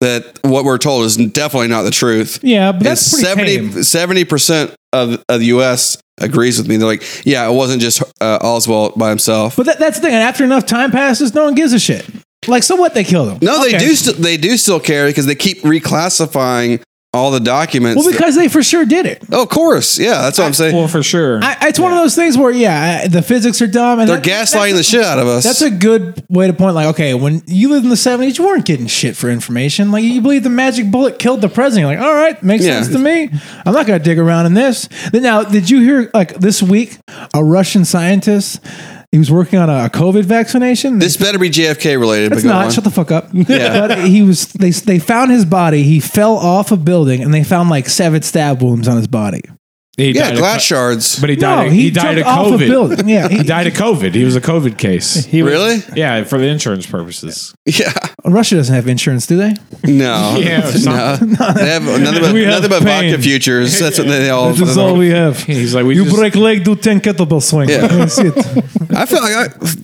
[SPEAKER 4] that what we're told is definitely not the truth.
[SPEAKER 3] yeah, but that's
[SPEAKER 4] and
[SPEAKER 3] pretty tame.
[SPEAKER 4] 70 percent of, of the U.S. agrees with me. They're like, yeah, it wasn't just uh, Oswald by himself.
[SPEAKER 3] But that, that's the thing. After enough time passes, no one gives a shit. Like, so what? They killed him.
[SPEAKER 4] no, they
[SPEAKER 3] Okay.
[SPEAKER 4] do. St- they do still care because they keep reclassifying all the documents.
[SPEAKER 3] Well, because they for sure did it.
[SPEAKER 4] oh, of course, yeah, that's what I'm saying.
[SPEAKER 2] well, for sure.
[SPEAKER 3] I, it's one of those things where, yeah, I- the physics are dumb. And
[SPEAKER 4] They're
[SPEAKER 3] that-
[SPEAKER 4] gaslighting the
[SPEAKER 3] that's-
[SPEAKER 4] shit out of us.
[SPEAKER 3] That's a good way to point. Like, okay, when you lived in the '70s, you weren't getting shit for information. Like, you believe the magic bullet killed the president. You're like, all right, makes
[SPEAKER 4] Yeah.
[SPEAKER 3] sense to me. I'm not gonna dig around in this. Then now, did you hear? Like this week, a Russian scientist, he was working on a COVID vaccination.
[SPEAKER 4] this better be JFK related.
[SPEAKER 3] It's
[SPEAKER 4] but go
[SPEAKER 3] not.
[SPEAKER 4] on.
[SPEAKER 3] Shut the fuck up.
[SPEAKER 4] Yeah.
[SPEAKER 3] But he was. They they found his body. He fell off a building, and they found like seven stab wounds on his body.
[SPEAKER 2] He
[SPEAKER 4] yeah,
[SPEAKER 2] died of-
[SPEAKER 4] glass shards.
[SPEAKER 2] But he died.
[SPEAKER 3] No,
[SPEAKER 2] of, he,
[SPEAKER 3] he
[SPEAKER 2] died of
[SPEAKER 3] jumped off a
[SPEAKER 2] COVID.
[SPEAKER 3] building. Yeah,
[SPEAKER 2] he
[SPEAKER 3] he-
[SPEAKER 2] died of COVID. He was a COVID case.
[SPEAKER 1] He was-
[SPEAKER 4] Really?
[SPEAKER 2] Yeah, for the insurance purposes.
[SPEAKER 4] Yeah.
[SPEAKER 3] Russia doesn't have insurance, do they?
[SPEAKER 4] No.
[SPEAKER 2] Yeah, or
[SPEAKER 4] no.
[SPEAKER 2] something.
[SPEAKER 4] They have nothing but,
[SPEAKER 3] We have
[SPEAKER 4] nothing but
[SPEAKER 3] pain.
[SPEAKER 4] vodka futures. That's what they all.
[SPEAKER 3] we have.
[SPEAKER 2] He's like, we just-
[SPEAKER 3] leg, do ten kettlebell swings.
[SPEAKER 4] Yeah.
[SPEAKER 3] That's it.
[SPEAKER 4] I feel like I.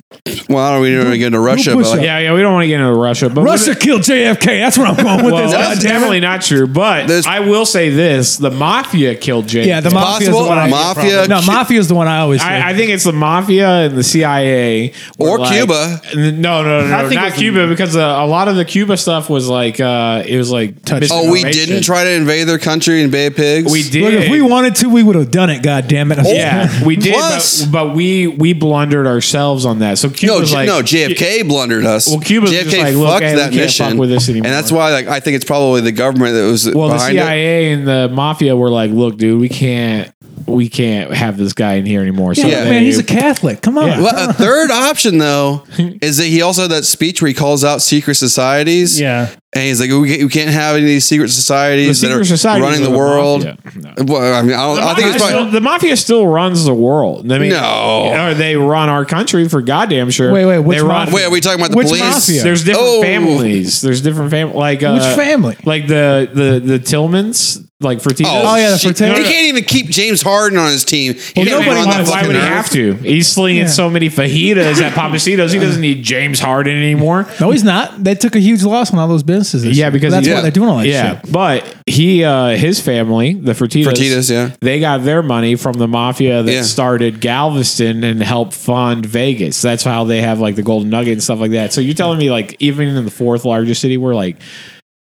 [SPEAKER 4] Well, I don't really want to get into Russia, but
[SPEAKER 3] push
[SPEAKER 4] like,
[SPEAKER 2] Yeah, yeah, we don't want to get into Russia, but
[SPEAKER 3] Russia killed JFK. That's where I'm going with
[SPEAKER 2] Well,
[SPEAKER 3] this.
[SPEAKER 2] that's
[SPEAKER 3] goddamn it.
[SPEAKER 2] definitely not true. But
[SPEAKER 4] There's-
[SPEAKER 2] I will say this: the mafia killed James.
[SPEAKER 3] Yeah, the
[SPEAKER 4] It's
[SPEAKER 3] mafia is the
[SPEAKER 4] possible.
[SPEAKER 3] one. I
[SPEAKER 4] Mafia
[SPEAKER 3] No,
[SPEAKER 4] ki-
[SPEAKER 3] mafia is the one I always. say.
[SPEAKER 2] I, I think it's the mafia and the CIA were
[SPEAKER 4] Or Cuba.
[SPEAKER 2] No, no, no,
[SPEAKER 1] I
[SPEAKER 2] no
[SPEAKER 1] think
[SPEAKER 2] not
[SPEAKER 1] it's-
[SPEAKER 2] Cuba because uh, a lot of the Cuba stuff was like uh, it was like
[SPEAKER 4] oh, we
[SPEAKER 2] misinformation.
[SPEAKER 4] didn't try to invade their country and bay of pigs.
[SPEAKER 2] We did.
[SPEAKER 3] Look, if we wanted to, we would have done it. God damn
[SPEAKER 4] Oh,
[SPEAKER 3] it!
[SPEAKER 2] yeah, we did,
[SPEAKER 4] Plus-
[SPEAKER 2] but, but we we blundered ourselves on that. So Cuba
[SPEAKER 4] No,
[SPEAKER 2] was
[SPEAKER 4] J-
[SPEAKER 2] like
[SPEAKER 4] no, JFK blundered us.
[SPEAKER 2] Well, Cuba's
[SPEAKER 4] JFK
[SPEAKER 2] just like, look,
[SPEAKER 4] fucked
[SPEAKER 2] hey, we
[SPEAKER 4] that
[SPEAKER 2] can't
[SPEAKER 4] mission,
[SPEAKER 2] fuck with this
[SPEAKER 4] and
[SPEAKER 2] anymore.
[SPEAKER 4] that's why, like, I think it's probably the government that was
[SPEAKER 2] Well, the
[SPEAKER 4] behind it.
[SPEAKER 2] CIA and the mafia were like, "Look, dude, we can't, we can't have this guy in here anymore." So
[SPEAKER 3] Yeah,
[SPEAKER 4] Yeah.
[SPEAKER 2] they-
[SPEAKER 3] man, he's a Catholic. Come on.
[SPEAKER 2] Yeah.
[SPEAKER 4] Well, a third option though is that he also had that speech where he calls out secret societies.
[SPEAKER 1] Yeah.
[SPEAKER 4] and he's like, we can't, we can't have any of these secret
[SPEAKER 2] the
[SPEAKER 4] societies that
[SPEAKER 2] secret
[SPEAKER 4] are
[SPEAKER 2] societies
[SPEAKER 4] running
[SPEAKER 2] are
[SPEAKER 4] the, world.
[SPEAKER 2] mafia. No.
[SPEAKER 4] Well, I mean, I, don't, I think
[SPEAKER 2] Mafia
[SPEAKER 4] it's probably
[SPEAKER 2] still- the mafia still runs the world. I mean,
[SPEAKER 4] No.
[SPEAKER 2] or they run our country for goddamn sure.
[SPEAKER 3] Wait, wait, which
[SPEAKER 2] they run,
[SPEAKER 4] Wait, are we talking about the
[SPEAKER 3] Which
[SPEAKER 4] police?
[SPEAKER 3] mafia?
[SPEAKER 2] There's different
[SPEAKER 4] Oh.
[SPEAKER 2] families. There's different families. Like uh,
[SPEAKER 3] Which family?
[SPEAKER 2] Like the the the Tillmans. Like for
[SPEAKER 3] Oh, yeah, the
[SPEAKER 4] shit.
[SPEAKER 3] Fertitta.
[SPEAKER 4] He can't even keep James Harden on his team. He
[SPEAKER 2] Well,
[SPEAKER 4] can't
[SPEAKER 2] nobody
[SPEAKER 4] run the
[SPEAKER 2] wants. Why
[SPEAKER 4] fucking
[SPEAKER 2] would he
[SPEAKER 4] earth.
[SPEAKER 2] have to? He's slinging
[SPEAKER 3] Yeah.
[SPEAKER 2] so many fajitas at Papasitos. He doesn't need James Harden anymore.
[SPEAKER 3] No, he's not. They took a huge loss on all those businesses. this
[SPEAKER 2] Yeah,
[SPEAKER 3] year.
[SPEAKER 2] because
[SPEAKER 3] that's
[SPEAKER 2] he-
[SPEAKER 3] why they're doing all that
[SPEAKER 2] yeah,
[SPEAKER 3] shit.
[SPEAKER 2] but he, uh, his family, the Fertitas,
[SPEAKER 4] Fertittas, yeah.
[SPEAKER 2] they got their money from the mafia that
[SPEAKER 4] Yeah.
[SPEAKER 2] started Galveston and helped fund Vegas. That's how they have like the Golden Nugget and stuff like that. So you're telling me, like, even in the fourth largest city, we're like.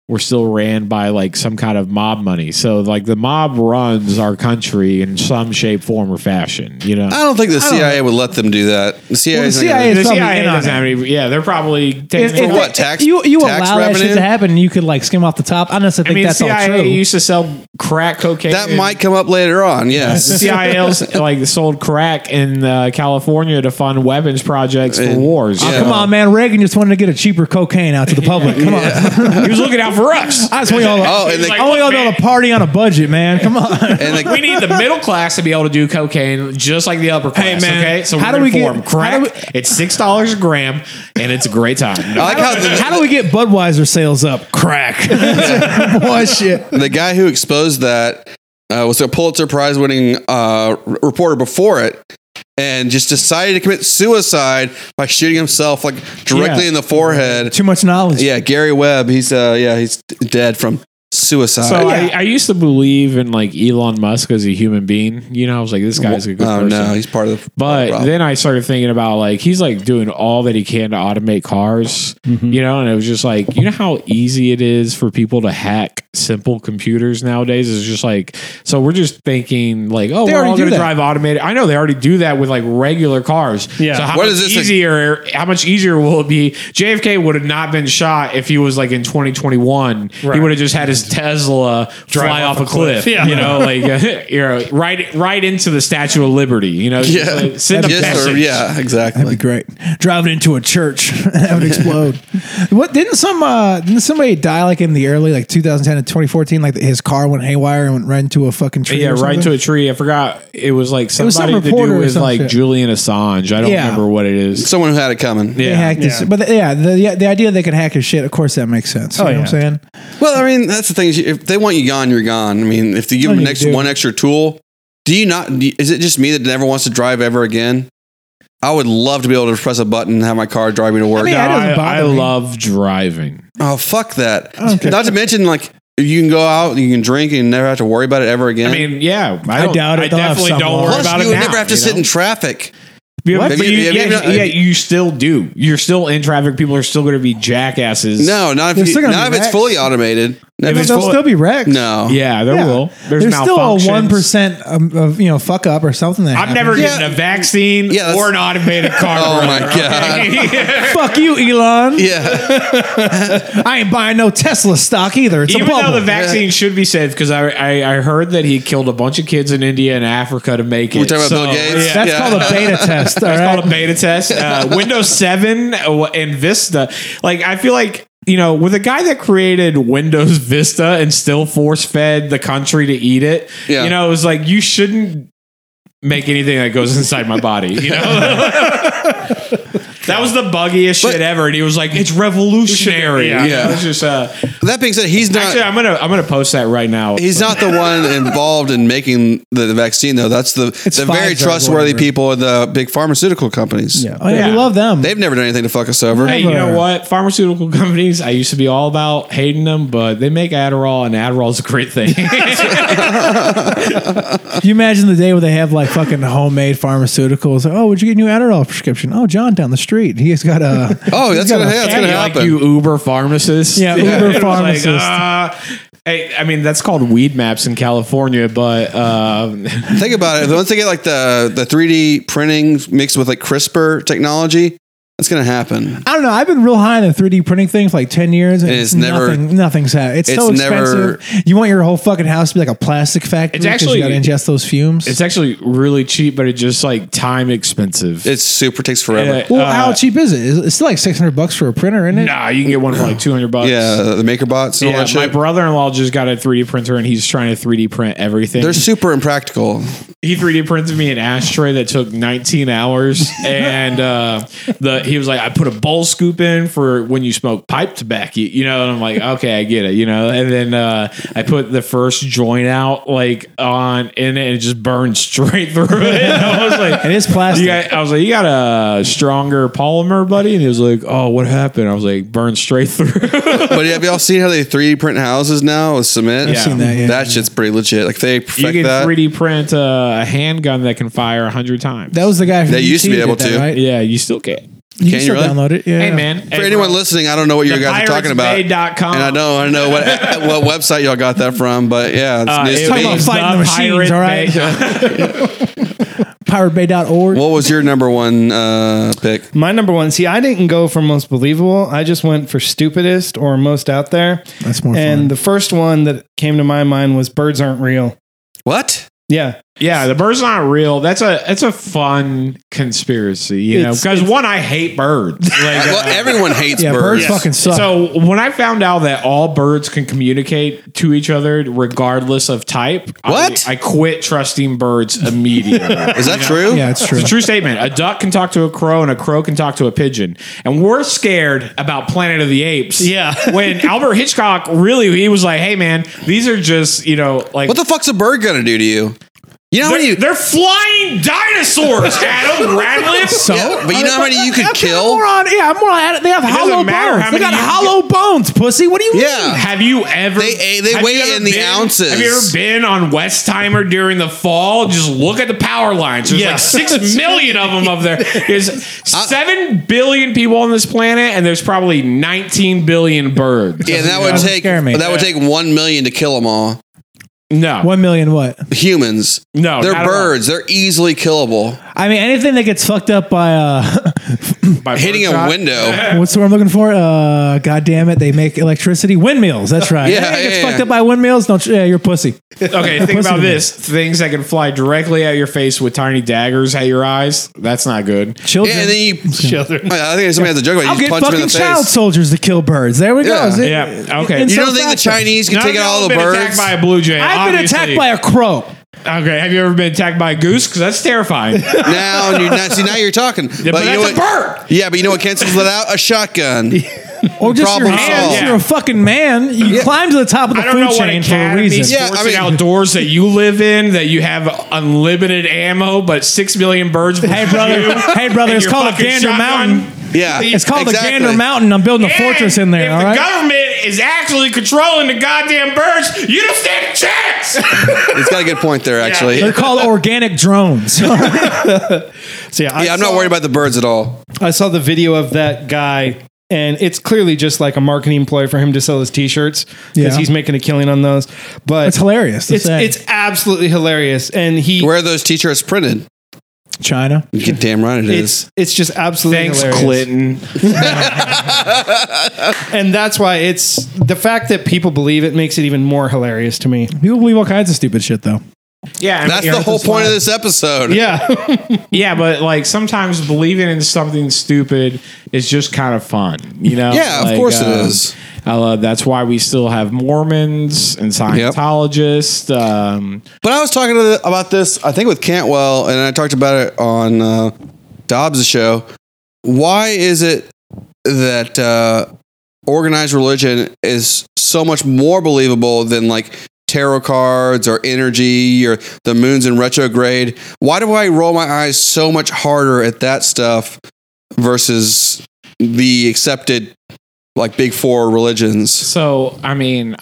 [SPEAKER 2] We're still ran by like some kind of mob money. So like the mob runs our country in some shape, form, or fashion. You know,
[SPEAKER 4] I don't think the CIA would let them do that. Uh, The CIA,
[SPEAKER 3] Well, the
[SPEAKER 4] is not gonna-
[SPEAKER 3] CIA
[SPEAKER 2] the
[SPEAKER 3] it's probably
[SPEAKER 2] CIA
[SPEAKER 3] in on
[SPEAKER 2] doesn't
[SPEAKER 3] it.
[SPEAKER 2] have any. Yeah, they're probably taking
[SPEAKER 3] If-
[SPEAKER 2] it
[SPEAKER 3] if
[SPEAKER 2] away.
[SPEAKER 4] what,
[SPEAKER 3] they-
[SPEAKER 4] tax-
[SPEAKER 3] you you
[SPEAKER 4] tax
[SPEAKER 3] allow that shit
[SPEAKER 4] revenue?
[SPEAKER 3] to happen, you could like skim off the top. I honestly
[SPEAKER 2] I
[SPEAKER 3] think
[SPEAKER 2] mean,
[SPEAKER 3] that's all
[SPEAKER 2] CIA
[SPEAKER 3] true.
[SPEAKER 2] used to sell crack cocaine.
[SPEAKER 4] that
[SPEAKER 2] and-
[SPEAKER 4] might come up later on. Yes.
[SPEAKER 2] CILs like sold crack in uh, California to fund weapons projects for wars.
[SPEAKER 4] yeah.
[SPEAKER 2] Uh,
[SPEAKER 3] Come on, man. Reagan just wanted to get a cheaper cocaine out to the public. Come on.
[SPEAKER 2] he was looking out for us.
[SPEAKER 3] That's what y'all.
[SPEAKER 4] Oh, and
[SPEAKER 3] Oh,
[SPEAKER 4] the-
[SPEAKER 3] like, all y'all know to party on a budget, man. Come on.
[SPEAKER 4] and the,
[SPEAKER 2] We need the middle class to be able to do cocaine just like the upper class.
[SPEAKER 3] man,
[SPEAKER 2] okay, so
[SPEAKER 3] how
[SPEAKER 2] how
[SPEAKER 3] do
[SPEAKER 2] do
[SPEAKER 3] we get-
[SPEAKER 2] form
[SPEAKER 3] how
[SPEAKER 2] crack?
[SPEAKER 3] do
[SPEAKER 2] it's six dollars a gram, and it's a great time.
[SPEAKER 4] I like how the,
[SPEAKER 3] How do we get Budweiser sales up? Crack. Boy, shit.
[SPEAKER 4] the guy who exposed that uh, was a Pulitzer Prize winning uh, r- reporter before it. And just decided to commit suicide by shooting himself like directly
[SPEAKER 2] Yeah.
[SPEAKER 4] in the forehead.
[SPEAKER 3] Too much knowledge.
[SPEAKER 4] Yeah, Gary Webb. He's uh, yeah, he's dead from suicide.
[SPEAKER 2] So
[SPEAKER 3] Yeah.
[SPEAKER 2] I, I used to believe in like Elon Musk as a human being. You know, I was like, this guy's a good
[SPEAKER 4] oh
[SPEAKER 2] person.
[SPEAKER 4] no, he's part of the
[SPEAKER 2] But
[SPEAKER 4] problem.
[SPEAKER 2] then I started thinking about like he's like doing all that he can to automate cars, you know, and it was just like you know how easy it is for people to hack simple computers nowadays. It's just like so we're just thinking like oh
[SPEAKER 3] They
[SPEAKER 2] we're
[SPEAKER 3] already
[SPEAKER 2] all
[SPEAKER 3] do
[SPEAKER 2] going to
[SPEAKER 3] that.
[SPEAKER 2] drive automated. I know they already do that with like regular cars.
[SPEAKER 1] Yeah.
[SPEAKER 2] So how
[SPEAKER 4] What
[SPEAKER 2] much
[SPEAKER 4] is this, like-
[SPEAKER 2] easier? how much easier will it be? JFK would have not been shot if he was like in 2021. He
[SPEAKER 1] Right.
[SPEAKER 2] would have just had his Tesla fly off, a cliff.
[SPEAKER 1] Yeah.
[SPEAKER 2] You know, like uh, you know, right right into the Statue of Liberty. You know, Just, like, send a
[SPEAKER 4] Yes, or-
[SPEAKER 2] message.
[SPEAKER 4] yeah, exactly.
[SPEAKER 3] That'd be great. Driving into a church, that would explode. what didn't some uh didn't somebody die like in the early like 2010 to 2014? Like his car went haywire and went right into a fucking tree.
[SPEAKER 2] Yeah,
[SPEAKER 3] or
[SPEAKER 2] right to
[SPEAKER 3] something?
[SPEAKER 2] a tree. I forgot it was like
[SPEAKER 3] was some
[SPEAKER 2] somebody to
[SPEAKER 3] reporter
[SPEAKER 2] do
[SPEAKER 3] or
[SPEAKER 2] with
[SPEAKER 3] some
[SPEAKER 2] like
[SPEAKER 3] shit.
[SPEAKER 2] Julian Assange. I don't
[SPEAKER 3] Yeah.
[SPEAKER 2] remember what it is.
[SPEAKER 4] Someone who had it coming.
[SPEAKER 3] They hacked his-
[SPEAKER 1] Yeah.
[SPEAKER 3] but the, yeah, the yeah, the idea they could hack his shit. Of course, that makes sense. You
[SPEAKER 1] Oh,
[SPEAKER 3] know
[SPEAKER 1] yeah.
[SPEAKER 3] what I'm saying?
[SPEAKER 4] Well, I mean, that's the thing. is you- If they want you gone, you're gone. I mean, if they give
[SPEAKER 3] Oh,
[SPEAKER 4] them an
[SPEAKER 3] you
[SPEAKER 4] extra,
[SPEAKER 3] do.
[SPEAKER 4] one extra tool, do you not? do you- Is it just me that never wants to drive ever again? I would love to be able to press a button and have my car drive me to work.
[SPEAKER 3] mean, Yeah, it
[SPEAKER 2] No,
[SPEAKER 3] doesn't
[SPEAKER 2] I,
[SPEAKER 3] bother
[SPEAKER 2] I
[SPEAKER 3] me.
[SPEAKER 2] love driving.
[SPEAKER 4] oh, fuck that.
[SPEAKER 3] Okay.
[SPEAKER 4] Not to mention, like, you can go out, you can drink, and never have to worry about it ever again.
[SPEAKER 2] I mean, yeah, I, don't,
[SPEAKER 3] doubt it.
[SPEAKER 2] I
[SPEAKER 3] They'll have
[SPEAKER 2] definitely
[SPEAKER 3] some
[SPEAKER 2] don't
[SPEAKER 3] law.
[SPEAKER 2] worry
[SPEAKER 4] Plus,
[SPEAKER 2] about
[SPEAKER 4] you
[SPEAKER 2] it
[SPEAKER 4] would
[SPEAKER 2] now,
[SPEAKER 4] never have to
[SPEAKER 2] you
[SPEAKER 4] sit
[SPEAKER 2] know?
[SPEAKER 4] in traffic.
[SPEAKER 2] Yeah,
[SPEAKER 4] What?
[SPEAKER 2] but
[SPEAKER 4] Have
[SPEAKER 2] you,
[SPEAKER 4] you- have you
[SPEAKER 2] yeah,
[SPEAKER 4] not-
[SPEAKER 2] yeah, you still do. You're still in traffic. People are still going to be jackasses.
[SPEAKER 4] No, not
[SPEAKER 3] They're
[SPEAKER 4] if, you,
[SPEAKER 3] still gonna
[SPEAKER 4] not
[SPEAKER 3] be
[SPEAKER 4] if it's
[SPEAKER 3] wrecked.
[SPEAKER 4] fully automated.
[SPEAKER 2] If
[SPEAKER 4] Not If
[SPEAKER 2] it's
[SPEAKER 4] it's
[SPEAKER 3] They'll
[SPEAKER 2] full-
[SPEAKER 3] still be wrecked.
[SPEAKER 4] no.
[SPEAKER 2] Yeah, there
[SPEAKER 3] Yeah.
[SPEAKER 2] will. There's,
[SPEAKER 3] There's still a
[SPEAKER 2] malfunctions.
[SPEAKER 3] one percent of, of, you know fuck up or something. That
[SPEAKER 2] I'm
[SPEAKER 3] happens.
[SPEAKER 2] never
[SPEAKER 4] Yeah.
[SPEAKER 2] getting a vaccine
[SPEAKER 4] Yeah, that's-
[SPEAKER 2] or an automated car.
[SPEAKER 4] Oh my
[SPEAKER 2] god!
[SPEAKER 3] Fuck you, Elon.
[SPEAKER 4] Yeah.
[SPEAKER 3] I ain't buying no Tesla stock either. It's
[SPEAKER 2] Even
[SPEAKER 3] a bubble.
[SPEAKER 2] though the vaccine should be safe, because I, I I heard that he killed a bunch of kids in India and Africa to make it.
[SPEAKER 4] We're talking about Bill Gates?
[SPEAKER 2] yeah.
[SPEAKER 3] That's
[SPEAKER 4] Yeah.
[SPEAKER 3] called a beta test. All
[SPEAKER 2] It's
[SPEAKER 3] right.
[SPEAKER 2] called a beta test. Uh, Windows 7 uh, and Vista. Like, I feel like, you know, with a guy that created Windows Vista and still force fed the country to eat it,
[SPEAKER 4] Yeah.
[SPEAKER 2] you know, it was like, you shouldn't make anything that goes inside my body, you know? That was the buggiest shit
[SPEAKER 4] But-
[SPEAKER 2] ever, and he was like, "It's revolutionary."
[SPEAKER 1] Yeah.
[SPEAKER 2] You know, it's just, uh,
[SPEAKER 4] That being said, he's not.
[SPEAKER 2] actually, I'm gonna I'm gonna post that right now.
[SPEAKER 4] He's not the one involved in making the, the vaccine, though. That's the the very
[SPEAKER 3] Pfizer,
[SPEAKER 4] trustworthy
[SPEAKER 3] whatever.
[SPEAKER 4] people at the big pharmaceutical companies.
[SPEAKER 3] Oh, yeah,
[SPEAKER 2] Yeah.
[SPEAKER 3] we love them.
[SPEAKER 4] They've never done anything to fuck us over.
[SPEAKER 2] Hey, you know what? Pharmaceutical companies, I used to be all about hating them, but they make Adderall, and Adderall's a great thing.
[SPEAKER 3] Can you imagine the day where they have like fucking homemade pharmaceuticals? Like, oh, would you get a new Adderall prescription? Oh, John down the street, he's got a.
[SPEAKER 4] Oh, that's gonna, yeah, that's gonna
[SPEAKER 2] Yeah, like
[SPEAKER 4] happen.
[SPEAKER 2] you Uber pharmacists.
[SPEAKER 3] Yeah, Uber
[SPEAKER 2] It was
[SPEAKER 3] pharmacist.
[SPEAKER 2] uh, hey, I mean, that's called weed maps in California, but um,
[SPEAKER 4] Think about it. Once they get like the the three D printing mixed with like CRISPR technology, that's gonna happen.
[SPEAKER 3] I don't know. I've been real high on the 3D printing thing for like 10 years, and
[SPEAKER 4] And
[SPEAKER 3] it's,
[SPEAKER 4] it's never-
[SPEAKER 3] nothing, nothing's happened. It's, so
[SPEAKER 4] it's never-
[SPEAKER 3] expensive. you want your whole fucking house to be like a plastic factory?
[SPEAKER 2] It's
[SPEAKER 3] 'cause
[SPEAKER 2] actually-
[SPEAKER 3] you got to ingest those fumes.
[SPEAKER 2] it's actually really cheap, but it's just like time expensive.
[SPEAKER 4] It's super takes forever.
[SPEAKER 3] well,
[SPEAKER 2] uh,
[SPEAKER 3] how cheap is it? It's- It's still like 600 bucks for a printer, isn't it?
[SPEAKER 2] nah, you can get one for like two hundred bucks.
[SPEAKER 4] Yeah, the maker bots and all
[SPEAKER 2] Yeah,
[SPEAKER 4] that
[SPEAKER 2] my
[SPEAKER 4] shit.
[SPEAKER 2] brother-in-law just got a 3D printer and he's trying to 3D print everything.
[SPEAKER 4] They're super impractical.
[SPEAKER 2] he 3D printed me an ashtray that took 19 hours, and uh, the he was like, I put a bowl scoop in for when you smoke pipe tobacco, you know. And I'm like, okay, I get it, you know. And then uh, I put the first joint out like on, and it just burned straight through it. And I was like,
[SPEAKER 3] It is plastic.
[SPEAKER 2] you got, I was like, you got a stronger polymer, buddy. And he was like, oh, what happened? I was like, burned straight through.
[SPEAKER 4] But have y'all seen how they 3D print houses now with cement?
[SPEAKER 2] I've seen
[SPEAKER 3] that, yeah.
[SPEAKER 4] shit's pretty legit. Like if they
[SPEAKER 2] you
[SPEAKER 4] perfect
[SPEAKER 2] can
[SPEAKER 4] that.
[SPEAKER 2] 3D print uh, a handgun that can fire 100 times.
[SPEAKER 3] That was the guy from
[SPEAKER 4] They
[SPEAKER 3] ET
[SPEAKER 4] used to be
[SPEAKER 3] did
[SPEAKER 4] able
[SPEAKER 3] that,
[SPEAKER 4] to.
[SPEAKER 3] right?
[SPEAKER 2] yeah, you still can.
[SPEAKER 3] You
[SPEAKER 4] Can
[SPEAKER 3] can
[SPEAKER 4] you
[SPEAKER 3] still
[SPEAKER 4] really?
[SPEAKER 3] download it. Yeah.
[SPEAKER 2] Hey man,
[SPEAKER 4] For anyone listening, I don't know what you
[SPEAKER 2] The
[SPEAKER 4] guys are talking about. And
[SPEAKER 2] piratesbay.com.
[SPEAKER 4] I know, I know what what website y'all got that from, but yeah, it's
[SPEAKER 2] Uh,
[SPEAKER 4] news
[SPEAKER 2] it
[SPEAKER 4] to
[SPEAKER 2] was
[SPEAKER 4] me.
[SPEAKER 3] about fighting the machines,
[SPEAKER 2] Pirate
[SPEAKER 3] all right?
[SPEAKER 2] Bay.
[SPEAKER 3] PirateBay.org.
[SPEAKER 4] What was your number one uh, pick?
[SPEAKER 1] My number one. See, I didn't go for most believable. I just went for stupidest or most out there.
[SPEAKER 3] That's more
[SPEAKER 1] and
[SPEAKER 3] fun.
[SPEAKER 1] the first one that came to my mind was birds aren't real.
[SPEAKER 4] What?
[SPEAKER 1] Yeah,
[SPEAKER 2] yeah, the bird's not real. That's a that's a fun conspiracy, you know.
[SPEAKER 3] It's-
[SPEAKER 2] Because one, I hate birds. Like,
[SPEAKER 4] Well,
[SPEAKER 2] uh,
[SPEAKER 4] everyone hates
[SPEAKER 3] yeah, birds
[SPEAKER 4] birds.
[SPEAKER 3] fucking suck.
[SPEAKER 2] so when I found out that all birds can communicate to each other regardless of type, I-
[SPEAKER 4] What?
[SPEAKER 2] I, quit trusting birds immediately.
[SPEAKER 4] Is that true?
[SPEAKER 3] yeah, it's true.
[SPEAKER 2] It's a true statement. A duck can talk to a crow, and a crow can talk to a pigeon. And we're scared about Planet of the Apes.
[SPEAKER 1] Yeah.
[SPEAKER 2] when Albert Hitchcock really, he was like, "Hey, man, these are just you know like
[SPEAKER 4] What the fuck's a bird gonna do to you? You know how
[SPEAKER 2] they're,
[SPEAKER 4] many?
[SPEAKER 2] they're flying dinosaurs, Adam Radcliffe."
[SPEAKER 3] So,
[SPEAKER 4] Yeah, but you know how many you could
[SPEAKER 3] Okay,
[SPEAKER 4] kill?
[SPEAKER 3] I'm more on- yeah, I'm more on Adam- They have hollow
[SPEAKER 2] matter how
[SPEAKER 3] bones. They
[SPEAKER 2] many
[SPEAKER 3] got
[SPEAKER 2] you-
[SPEAKER 3] hollow bones, pussy. What do you mean?
[SPEAKER 4] yeah.
[SPEAKER 2] Have you ever?
[SPEAKER 4] They- they
[SPEAKER 2] have
[SPEAKER 4] weigh
[SPEAKER 2] you ever
[SPEAKER 4] in the
[SPEAKER 2] been-
[SPEAKER 4] ounces.
[SPEAKER 2] Have you ever been on Westheimer during the fall? Just look at the power lines. There's
[SPEAKER 1] Yeah.
[SPEAKER 2] like six million of them up there. There's seven billion people on this planet, and there's probably nineteen billion birds.
[SPEAKER 4] Yeah, that
[SPEAKER 3] Doesn't
[SPEAKER 4] would take
[SPEAKER 3] scare me.
[SPEAKER 4] that would take one million to kill them all.
[SPEAKER 2] No,
[SPEAKER 3] One million what?
[SPEAKER 4] Humans,
[SPEAKER 2] no,
[SPEAKER 4] they're
[SPEAKER 2] Oh, not at all.
[SPEAKER 4] birds. They're easily killable.
[SPEAKER 3] I mean, anything that gets fucked up by uh,
[SPEAKER 2] By
[SPEAKER 4] hitting a
[SPEAKER 2] birdshot?
[SPEAKER 4] window.
[SPEAKER 3] What's the word I'm looking for? Uh, God damn it! They make electricity windmills. That's right.
[SPEAKER 4] Yeah,
[SPEAKER 3] Hey,
[SPEAKER 4] yeah,
[SPEAKER 3] gets
[SPEAKER 4] yeah.
[SPEAKER 3] fucked up by windmills. Don't. you- Yeah, you're a pussy.
[SPEAKER 2] Okay, think
[SPEAKER 3] Pussy
[SPEAKER 2] about
[SPEAKER 3] to me.
[SPEAKER 2] this: things that can fly directly at your face with tiny daggers at your eyes. That's not good.
[SPEAKER 3] Children.
[SPEAKER 4] Yeah, and then you.
[SPEAKER 1] Children.
[SPEAKER 4] I think somebody has a joke about it.
[SPEAKER 3] I'll
[SPEAKER 4] You
[SPEAKER 3] get
[SPEAKER 4] just punch him in the
[SPEAKER 3] fucking child
[SPEAKER 4] face.
[SPEAKER 3] soldiers to kill birds. There we
[SPEAKER 4] Yeah.
[SPEAKER 3] go. Is it-
[SPEAKER 2] Yeah, okay.
[SPEAKER 3] in
[SPEAKER 4] You
[SPEAKER 3] some
[SPEAKER 4] don't think the
[SPEAKER 3] fashion.
[SPEAKER 4] Chinese can
[SPEAKER 2] None
[SPEAKER 4] take
[SPEAKER 2] of
[SPEAKER 4] out
[SPEAKER 2] y'all
[SPEAKER 4] all the
[SPEAKER 2] have been attacked
[SPEAKER 4] birds?
[SPEAKER 2] by a blue jay.
[SPEAKER 3] I've been attacked by a crow.
[SPEAKER 2] by a. Okay, have you ever been attacked by a goose? Because that's terrifying. yeah,
[SPEAKER 4] Now and you're not. See, now you're talking.
[SPEAKER 2] but,
[SPEAKER 4] you know
[SPEAKER 2] that's a
[SPEAKER 4] what-
[SPEAKER 2] bird.
[SPEAKER 4] Yeah, but you know what cancels that out? A shotgun.
[SPEAKER 3] Or just your
[SPEAKER 4] Problem
[SPEAKER 3] hands.
[SPEAKER 2] solved.
[SPEAKER 3] You're a fucking man. You climb to the top of the
[SPEAKER 2] I don't know
[SPEAKER 3] food
[SPEAKER 2] what
[SPEAKER 3] chain for a
[SPEAKER 2] academy
[SPEAKER 3] reason.
[SPEAKER 2] sports
[SPEAKER 4] Yeah, I mean-
[SPEAKER 2] and outdoors that you live in that you have unlimited ammo, but six million birds.
[SPEAKER 3] Hey brother. hey brother. It's called a Gander Mountain.
[SPEAKER 4] Yeah,
[SPEAKER 3] It's called
[SPEAKER 4] exactly.
[SPEAKER 3] a Gander Mountain. I'm building a fortress in there.
[SPEAKER 2] If
[SPEAKER 3] all
[SPEAKER 2] the
[SPEAKER 3] right.
[SPEAKER 2] government is actually controlling the goddamn birds, you don't stand a chance.
[SPEAKER 4] It's got a good point there, actually.
[SPEAKER 3] They're
[SPEAKER 4] Yeah,
[SPEAKER 3] called organic drones.
[SPEAKER 1] So yeah, I
[SPEAKER 4] I'm not
[SPEAKER 1] saw-
[SPEAKER 4] worried about the birds at all.
[SPEAKER 1] I saw the video of that guy, and it's clearly just like a marketing ploy for him to sell his T-shirts because
[SPEAKER 3] Yeah.
[SPEAKER 1] he's making a killing on those. But
[SPEAKER 3] It's hilarious to
[SPEAKER 1] It's
[SPEAKER 3] say.
[SPEAKER 1] it's absolutely hilarious, and he
[SPEAKER 4] Where are those t-shirts printed?
[SPEAKER 3] China.
[SPEAKER 4] You get damn right it is.
[SPEAKER 1] it's it's just absolutely
[SPEAKER 2] Thanks,
[SPEAKER 1] hilarious.
[SPEAKER 2] Clinton.
[SPEAKER 1] and that's why it's the fact that people believe it makes it even more hilarious to me.
[SPEAKER 3] People believe all kinds of stupid shit though.
[SPEAKER 2] Yeah, I mean,
[SPEAKER 4] That's
[SPEAKER 2] you know,
[SPEAKER 4] the whole point of this episode.
[SPEAKER 1] Yeah,
[SPEAKER 2] Yeah, but like sometimes believing in something stupid is just kind of fun, you know?
[SPEAKER 4] Yeah, of
[SPEAKER 2] Like,
[SPEAKER 4] course it
[SPEAKER 2] um,
[SPEAKER 4] is.
[SPEAKER 2] I love that's why we still have Mormons and Scientologists. Um,
[SPEAKER 4] But I was talking to the, about this, I think, with Cantwell, and I talked about it on uh, Dobbs' show. Why is it that uh, organized religion is so much more believable than like tarot cards or energy or the moon's in retrograde? Why do I roll my eyes so much harder at that stuff versus the accepted like big four religions?
[SPEAKER 2] so I mean,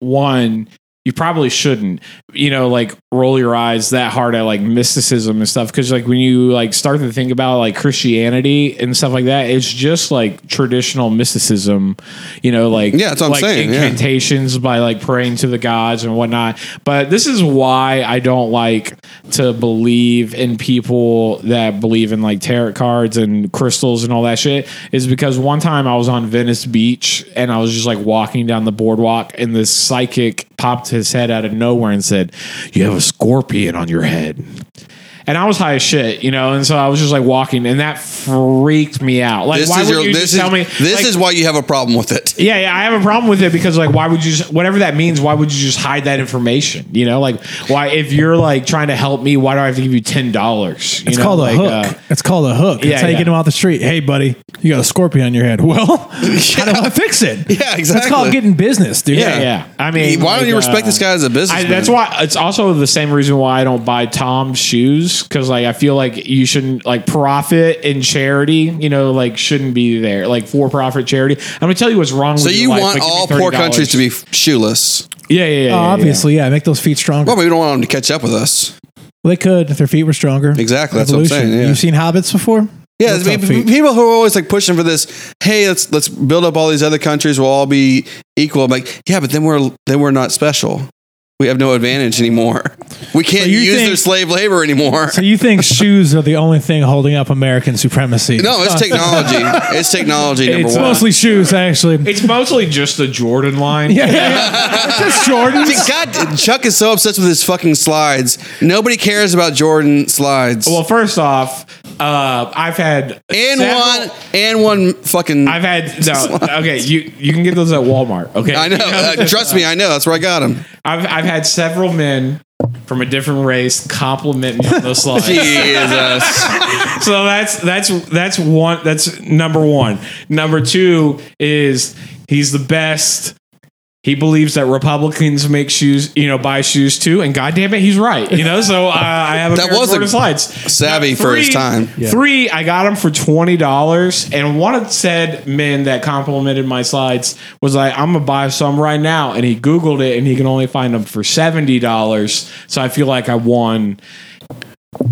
[SPEAKER 2] one, you probably shouldn't, you know, like roll your eyes that hard at like mysticism and stuff. Cause like when you like start to think about like Christianity and stuff like that, it's just like traditional mysticism, you know, like
[SPEAKER 4] Yeah, that's what I'm
[SPEAKER 2] like
[SPEAKER 4] saying, yeah.
[SPEAKER 2] incantations by like praying to the gods and whatnot. But this is why I don't like to believe in people that believe in like tarot cards and crystals and all that shit. Is because one time I was on Venice Beach and I was just like walking down the boardwalk and this psychic popped his head out of nowhere and said, "You have a scorpion on your head." And I was high as shit, you know, and so I was just like walking, and that freaked me out. Like,
[SPEAKER 4] This
[SPEAKER 2] why
[SPEAKER 4] is
[SPEAKER 2] would
[SPEAKER 4] your.
[SPEAKER 2] you
[SPEAKER 4] This
[SPEAKER 2] just
[SPEAKER 4] is
[SPEAKER 2] tell me?
[SPEAKER 4] this
[SPEAKER 2] like,
[SPEAKER 4] is why you have a problem with it.
[SPEAKER 2] yeah, yeah, I have a problem with it because like, why would you just whatever that means? Why would you just hide that information? You know, like why if you're like trying to help me, why do I have to give you ten dollars?
[SPEAKER 3] It's called
[SPEAKER 2] like,
[SPEAKER 3] a hook.
[SPEAKER 2] uh,
[SPEAKER 3] it's called a hook. That's
[SPEAKER 2] yeah,
[SPEAKER 3] how you
[SPEAKER 2] yeah.
[SPEAKER 3] get them off the street. Hey, buddy, you got a scorpion on your head. Well, how do I fix it?
[SPEAKER 4] Yeah,
[SPEAKER 3] It's called
[SPEAKER 4] exactly.
[SPEAKER 3] getting business, dude.
[SPEAKER 2] yeah, yeah. I mean,
[SPEAKER 4] why don't
[SPEAKER 2] like,
[SPEAKER 4] you respect
[SPEAKER 2] uh,
[SPEAKER 4] this guy as a
[SPEAKER 2] I,
[SPEAKER 4] businessman?
[SPEAKER 2] that's why it's also the same reason why I don't buy Tom's shoes because like I feel like you shouldn't like profit and charity, you know, like shouldn't be there like for profit charity. I'm gonna tell you what's wrong.
[SPEAKER 4] So
[SPEAKER 2] with your
[SPEAKER 4] you
[SPEAKER 2] life,
[SPEAKER 4] want
[SPEAKER 2] but give me
[SPEAKER 4] all poor
[SPEAKER 2] $30.
[SPEAKER 4] countries to be f- shoeless?
[SPEAKER 2] yeah, yeah, yeah, yeah,
[SPEAKER 3] Oh,
[SPEAKER 2] yeah.
[SPEAKER 3] obviously, yeah. Make those feet stronger.
[SPEAKER 4] Well, we don't want them to catch up with us.
[SPEAKER 3] Well, they could if their feet were stronger.
[SPEAKER 4] Exactly, that's what I'm saying, yeah.
[SPEAKER 3] You've seen hobbits before?
[SPEAKER 4] Yeah,
[SPEAKER 3] That's
[SPEAKER 4] I mean,
[SPEAKER 3] tough feet.
[SPEAKER 4] people who are always like pushing for this. Hey, let's let's build up all these other countries. We'll all be equal. I'm like, yeah, but then we're then we're not special. We have no advantage anymore. We can't
[SPEAKER 3] you
[SPEAKER 4] use
[SPEAKER 3] think-
[SPEAKER 4] their slave labor anymore.
[SPEAKER 3] So you think shoes are the only thing holding up American supremacy?
[SPEAKER 4] no, it's technology. it's technology number
[SPEAKER 3] It's
[SPEAKER 4] one.
[SPEAKER 3] mostly shoes, actually.
[SPEAKER 2] It's mostly just the Jordan line.
[SPEAKER 3] Yeah, yeah, yeah. It's just Jordans.
[SPEAKER 4] See, God, Chuck is so obsessed with his fucking slides. Nobody cares about Jordan slides.
[SPEAKER 2] Well, first off, uh, I've had
[SPEAKER 4] and
[SPEAKER 2] several-
[SPEAKER 4] one and one fucking.
[SPEAKER 2] I've had no. Okay, you you can get those at Walmart. Okay,
[SPEAKER 4] I know. Uh, trust me, I know. That's where I got him.
[SPEAKER 2] I've I've had several men from a different race compliment me on those slides.
[SPEAKER 4] Jesus.
[SPEAKER 2] so that's that's that's one. That's number one. Number two is he's the best. He believes that Republicans make shoes, you know, buy shoes too, and goddamn it, he's right. You know, so uh, I have a
[SPEAKER 4] That
[SPEAKER 2] pair of
[SPEAKER 4] was a
[SPEAKER 2] Jordan slides.
[SPEAKER 4] savvy
[SPEAKER 2] Now,
[SPEAKER 4] for his time.
[SPEAKER 2] Three, I got them for twenty dollars, and one of said men that complimented my slides was like, "I'm gonna buy some right now," and he Googled it, and he can only find them for seventy dollars. So I feel like I won.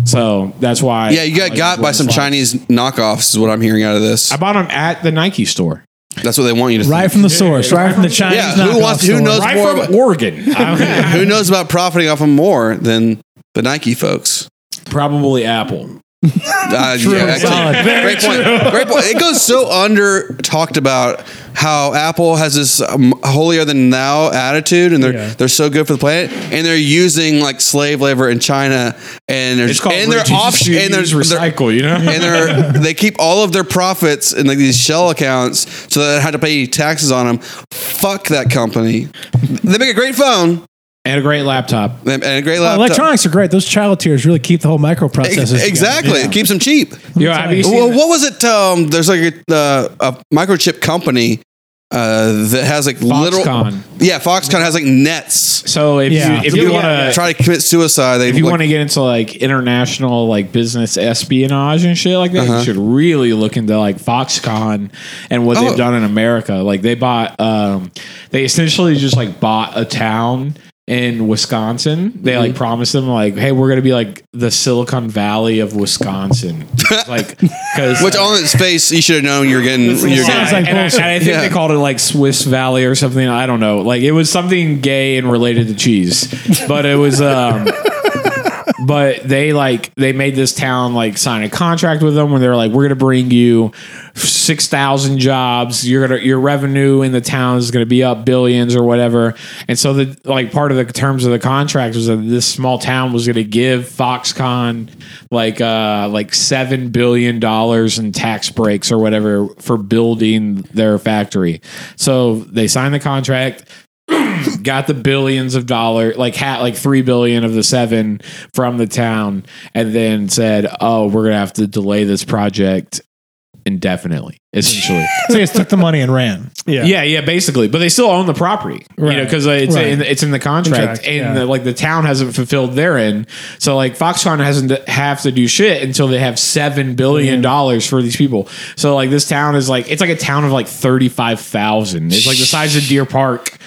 [SPEAKER 2] So that's why.
[SPEAKER 4] Yeah, you
[SPEAKER 2] I
[SPEAKER 4] got
[SPEAKER 2] like
[SPEAKER 4] got by
[SPEAKER 2] Jordan
[SPEAKER 4] some
[SPEAKER 2] slides.
[SPEAKER 4] Chinese knockoffs, is what I'm hearing out of this.
[SPEAKER 2] I bought them at the Nike store.
[SPEAKER 4] That's what they want you to
[SPEAKER 3] Right
[SPEAKER 4] think.
[SPEAKER 3] from the source, right from the Chinese.
[SPEAKER 4] Yeah, who
[SPEAKER 3] knockoff
[SPEAKER 4] wants- who
[SPEAKER 3] store.
[SPEAKER 4] knows-
[SPEAKER 2] Right
[SPEAKER 4] more
[SPEAKER 2] from
[SPEAKER 4] of a-
[SPEAKER 2] Oregon. I-
[SPEAKER 4] Who knows about profiting off them more than the Nike folks?
[SPEAKER 2] Probably Apple.
[SPEAKER 4] Uh, yeah, actually,
[SPEAKER 3] Solid.
[SPEAKER 4] great point. Great point. It goes so under talked about how Apple has this um, holier than thou attitude, and they're
[SPEAKER 1] Yeah.
[SPEAKER 4] they're so good for the planet, and they're using like slave labor in China, and they're
[SPEAKER 2] It's called
[SPEAKER 4] and they're
[SPEAKER 2] reduce,
[SPEAKER 4] off and they're,
[SPEAKER 2] reuse,
[SPEAKER 4] they're-
[SPEAKER 2] recycle, you know?
[SPEAKER 4] and they're they keep all of their profits in like these shell accounts, so they don't have to pay taxes on them. Fuck that company. They make a great phone
[SPEAKER 2] and a great laptop.
[SPEAKER 4] and and a great laptop.
[SPEAKER 3] Electronics are great. Those child tiers really keep the whole microprocessors.
[SPEAKER 4] Ex-
[SPEAKER 3] together.
[SPEAKER 4] Exactly, it keeps them cheap.
[SPEAKER 2] Yo, have you
[SPEAKER 4] Well,
[SPEAKER 2] seen
[SPEAKER 4] what was it? Um, there's like a, uh, a microchip company uh, that has like
[SPEAKER 2] Foxconn.
[SPEAKER 4] little. Yeah, Foxconn has like nets.
[SPEAKER 2] So if
[SPEAKER 3] Yeah.
[SPEAKER 2] you if you
[SPEAKER 1] Yeah,
[SPEAKER 2] want
[SPEAKER 1] yeah,
[SPEAKER 2] to
[SPEAKER 4] Try to commit suicide. They
[SPEAKER 2] Uh, if you
[SPEAKER 4] like,
[SPEAKER 2] want to get into like international like business espionage and shit like that, you should really look into like Foxconn and what
[SPEAKER 4] Oh.
[SPEAKER 2] they've done in America. Like they bought, um, they essentially just like bought a town in Wisconsin. They like promised them like, hey, we're gonna be like the Silicon Valley of Wisconsin, like because
[SPEAKER 4] which on its face, you should have known you're getting. You're
[SPEAKER 3] sounds
[SPEAKER 4] getting
[SPEAKER 3] like
[SPEAKER 2] and, I,
[SPEAKER 3] bullshit.
[SPEAKER 2] and I think
[SPEAKER 4] Yeah.
[SPEAKER 2] they called it like Swiss Valley or something. I don't know. Like it was something gay and related to cheese, but it was. um But they like they made this town like sign a contract with them where they're like, we're gonna bring you six thousand jobs. You're gonna your revenue in the town is gonna be up billions or whatever. And so the like part of the terms of the contract was that this small town was gonna give Foxconn like uh like seven billion dollars in tax breaks or whatever for building their factory. So they signed the contract got the billions of dollar like hat like three billion of the seven from the town and then said oh we're gonna have to delay this project indefinitely essentially
[SPEAKER 3] So they just took the money and ran.
[SPEAKER 1] Yeah.
[SPEAKER 2] yeah yeah basically but they still own the property you know
[SPEAKER 1] Right.
[SPEAKER 2] because it's,
[SPEAKER 3] Right.
[SPEAKER 2] in, it's in the contract,
[SPEAKER 1] Contract,
[SPEAKER 2] and
[SPEAKER 1] yeah.
[SPEAKER 2] the, like the town hasn't fulfilled their end so like foxconn hasn't d- have to do shit until they have seven billion dollars for these people so like this town is like it's like a town of like 35000 it's like the size of deer park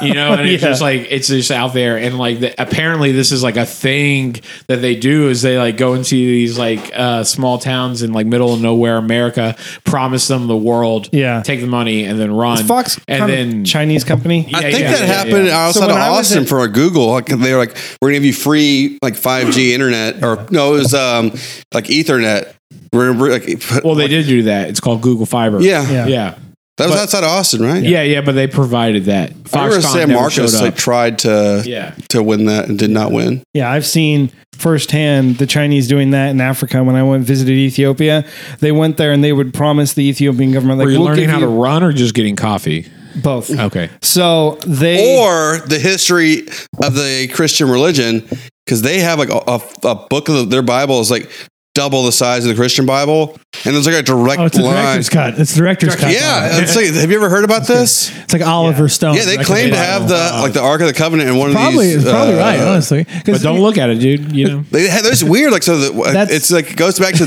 [SPEAKER 2] you know and it's
[SPEAKER 1] Yeah.
[SPEAKER 2] just like it's just out there and like the, apparently this is like a thing that they do is they like go into these like uh, small towns in like middle of nowhere america promise them the world
[SPEAKER 1] Yeah.
[SPEAKER 2] take the money and then run
[SPEAKER 1] It's Fox
[SPEAKER 2] and then
[SPEAKER 1] Chinese company.
[SPEAKER 4] I
[SPEAKER 2] Yeah,
[SPEAKER 4] think
[SPEAKER 2] yeah,
[SPEAKER 4] that
[SPEAKER 2] yeah,
[SPEAKER 4] happened
[SPEAKER 2] yeah.
[SPEAKER 4] outside
[SPEAKER 1] So
[SPEAKER 4] of
[SPEAKER 1] when I was
[SPEAKER 4] Austin
[SPEAKER 1] at-
[SPEAKER 4] for a Google. Like, they were like, "We're gonna give you free like 5G internet, or no, it was um like Ethernet." Remember, like, put-
[SPEAKER 2] well they did do that it's called google fiber
[SPEAKER 4] yeah,
[SPEAKER 1] Yeah.
[SPEAKER 2] yeah
[SPEAKER 4] that was
[SPEAKER 2] But-
[SPEAKER 4] outside of Austin, right?
[SPEAKER 2] yeah yeah, but they provided that
[SPEAKER 4] I remember
[SPEAKER 2] Foxconn
[SPEAKER 4] Sam
[SPEAKER 2] never showed
[SPEAKER 4] Marcos
[SPEAKER 2] up
[SPEAKER 4] like tried to
[SPEAKER 2] yeah
[SPEAKER 4] to win that and did not win.
[SPEAKER 1] Yeah, I've seen firsthand the Chinese doing that in Africa. When I went visited Ethiopia, they went there and they would promise the Ethiopian government like
[SPEAKER 2] were you
[SPEAKER 1] we'll
[SPEAKER 2] learning
[SPEAKER 1] give
[SPEAKER 2] how to
[SPEAKER 1] you
[SPEAKER 2] run or just getting coffee
[SPEAKER 1] both.
[SPEAKER 2] okay
[SPEAKER 1] So they
[SPEAKER 4] or the history of the Christian religion because they have like a, a, a book of the, their Bible is like double the size of the Christian Bible, and there's like a direct
[SPEAKER 3] Oh, it's the
[SPEAKER 4] line.
[SPEAKER 3] director's cut. It's the director's cut.
[SPEAKER 4] Yeah, it's like, have you ever heard about this?
[SPEAKER 3] It's like Oliver Stone.
[SPEAKER 4] Yeah, they claim to have the like the Ark of the Covenant in one
[SPEAKER 3] Probably,
[SPEAKER 4] of these.
[SPEAKER 3] it's probably
[SPEAKER 4] uh,
[SPEAKER 3] right, honestly. 'Cause
[SPEAKER 2] but don't
[SPEAKER 3] you-
[SPEAKER 2] look at it dude you know
[SPEAKER 4] They had, there's weird like so the, uh,
[SPEAKER 3] That's-
[SPEAKER 4] it's like it goes back to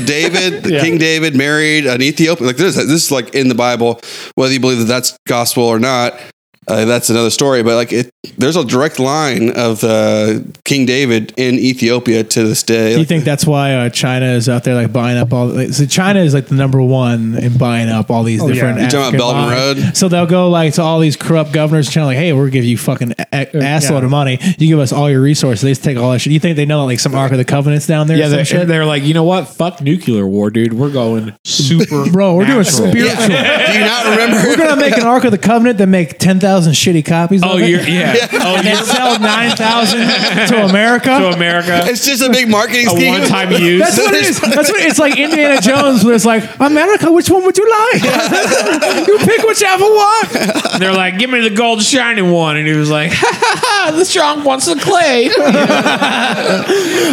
[SPEAKER 4] David,
[SPEAKER 1] Yeah.
[SPEAKER 4] King David married an Ethiopian. Like there's this is like in the Bible, whether you believe that that's gospel or not, uh, that's another story. But like it, there's a direct line of uh, King David in Ethiopia to this day.
[SPEAKER 3] Do you think that's why uh, China is out there like buying up all? Like, so China is like the number one in buying up all these different.
[SPEAKER 1] yeah.
[SPEAKER 4] You
[SPEAKER 3] African
[SPEAKER 4] talking about Belt and
[SPEAKER 3] lines.
[SPEAKER 4] Road?
[SPEAKER 3] So they'll go like to all these corrupt governors, in China, like, "Hey, we'll give you fucking a- a- assload
[SPEAKER 1] yeah.
[SPEAKER 3] of money. You give us all your resources. They just take all that shit. You think they know like some Ark of the Covenants down there?
[SPEAKER 2] yeah
[SPEAKER 3] or some
[SPEAKER 2] they're,
[SPEAKER 3] shit?
[SPEAKER 2] they're like you know what fuck nuclear war dude we're going super
[SPEAKER 3] bro. We're
[SPEAKER 2] natural.
[SPEAKER 3] doing spiritual.
[SPEAKER 4] Do you not remember?
[SPEAKER 3] We're gonna make an Ark of the Covenant that make ten thousand shitty copies.
[SPEAKER 2] oh
[SPEAKER 3] of it,
[SPEAKER 2] you're yeah, oh
[SPEAKER 3] and
[SPEAKER 2] you're
[SPEAKER 3] then sell nine thousand to America.
[SPEAKER 2] to america
[SPEAKER 4] it's just a big marketing
[SPEAKER 2] a
[SPEAKER 4] scheme.
[SPEAKER 2] one-time use
[SPEAKER 3] That's what it is. That's what it's like Indiana Jones where it's like, America, which one would you like? you pick whichever one.
[SPEAKER 2] And they're like, give me the gold shining one. And he was like, ha ha ha, the strong wants the clay.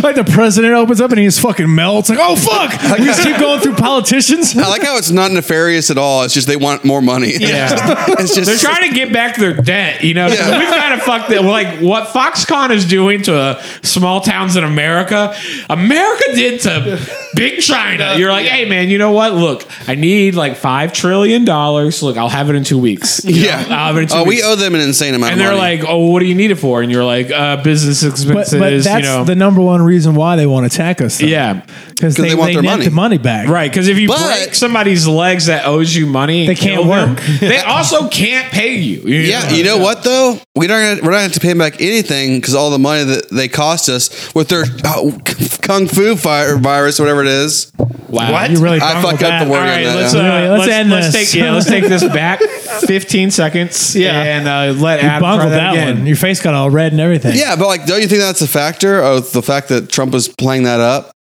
[SPEAKER 3] Like the president opens up and he just fucking melts. Like, oh fuck. We just keep going through politicians.
[SPEAKER 4] I like how it's not nefarious at all. It's just they want more money.
[SPEAKER 2] Yeah.
[SPEAKER 4] it's just
[SPEAKER 2] They're trying to get back their debt, you know.
[SPEAKER 4] Yeah.
[SPEAKER 2] We've got to fuck that. Like what Foxconn is doing to uh, small towns in America, America did to big China. You're like, hey man, you know what? Look, I need like five trillion dollars. Look, I'll have it in two weeks. You know,
[SPEAKER 4] yeah.
[SPEAKER 2] I'll have it in two
[SPEAKER 4] Oh, we
[SPEAKER 2] weeks.
[SPEAKER 4] owe them an insane amount.
[SPEAKER 2] and
[SPEAKER 4] of
[SPEAKER 2] they're
[SPEAKER 4] money.
[SPEAKER 2] like, oh, what do you need it for? And you're like, uh, business
[SPEAKER 3] But,
[SPEAKER 2] expenses.
[SPEAKER 3] but that's
[SPEAKER 2] you know,
[SPEAKER 3] the number one reason why they want to attack us. though.
[SPEAKER 2] yeah.
[SPEAKER 3] because
[SPEAKER 4] they want their
[SPEAKER 3] net
[SPEAKER 4] money.
[SPEAKER 3] the money back.
[SPEAKER 2] Right, because if you
[SPEAKER 4] But-
[SPEAKER 2] break somebody's legs that owes you money, and
[SPEAKER 3] They can't
[SPEAKER 2] kill them,
[SPEAKER 3] work.
[SPEAKER 2] they also can't pay you. you
[SPEAKER 4] Yeah,
[SPEAKER 2] know?
[SPEAKER 4] you know what though? We don't. Gonna, we're not gonna have to pay them back anything because all the money that they cost us with their oh, kung fu fire virus, whatever it is.
[SPEAKER 2] Wow.
[SPEAKER 1] What?
[SPEAKER 3] You really
[SPEAKER 4] I
[SPEAKER 3] wrong
[SPEAKER 4] fuck
[SPEAKER 3] with
[SPEAKER 4] up
[SPEAKER 3] that.
[SPEAKER 4] the word.
[SPEAKER 2] All right,
[SPEAKER 4] Yeah,
[SPEAKER 2] let's, uh,
[SPEAKER 4] yeah.
[SPEAKER 3] Anyway,
[SPEAKER 2] let's,
[SPEAKER 3] let's end
[SPEAKER 2] let's
[SPEAKER 3] this.
[SPEAKER 2] Take, yeah, let's take this back 15 seconds.
[SPEAKER 1] Yeah.
[SPEAKER 2] and uh, let
[SPEAKER 3] You
[SPEAKER 2] Adam try
[SPEAKER 3] bungled that
[SPEAKER 2] again.
[SPEAKER 3] one. Your face got all red and everything.
[SPEAKER 4] Yeah, but like, don't you think that's a factor of the fact that Trump is playing that up?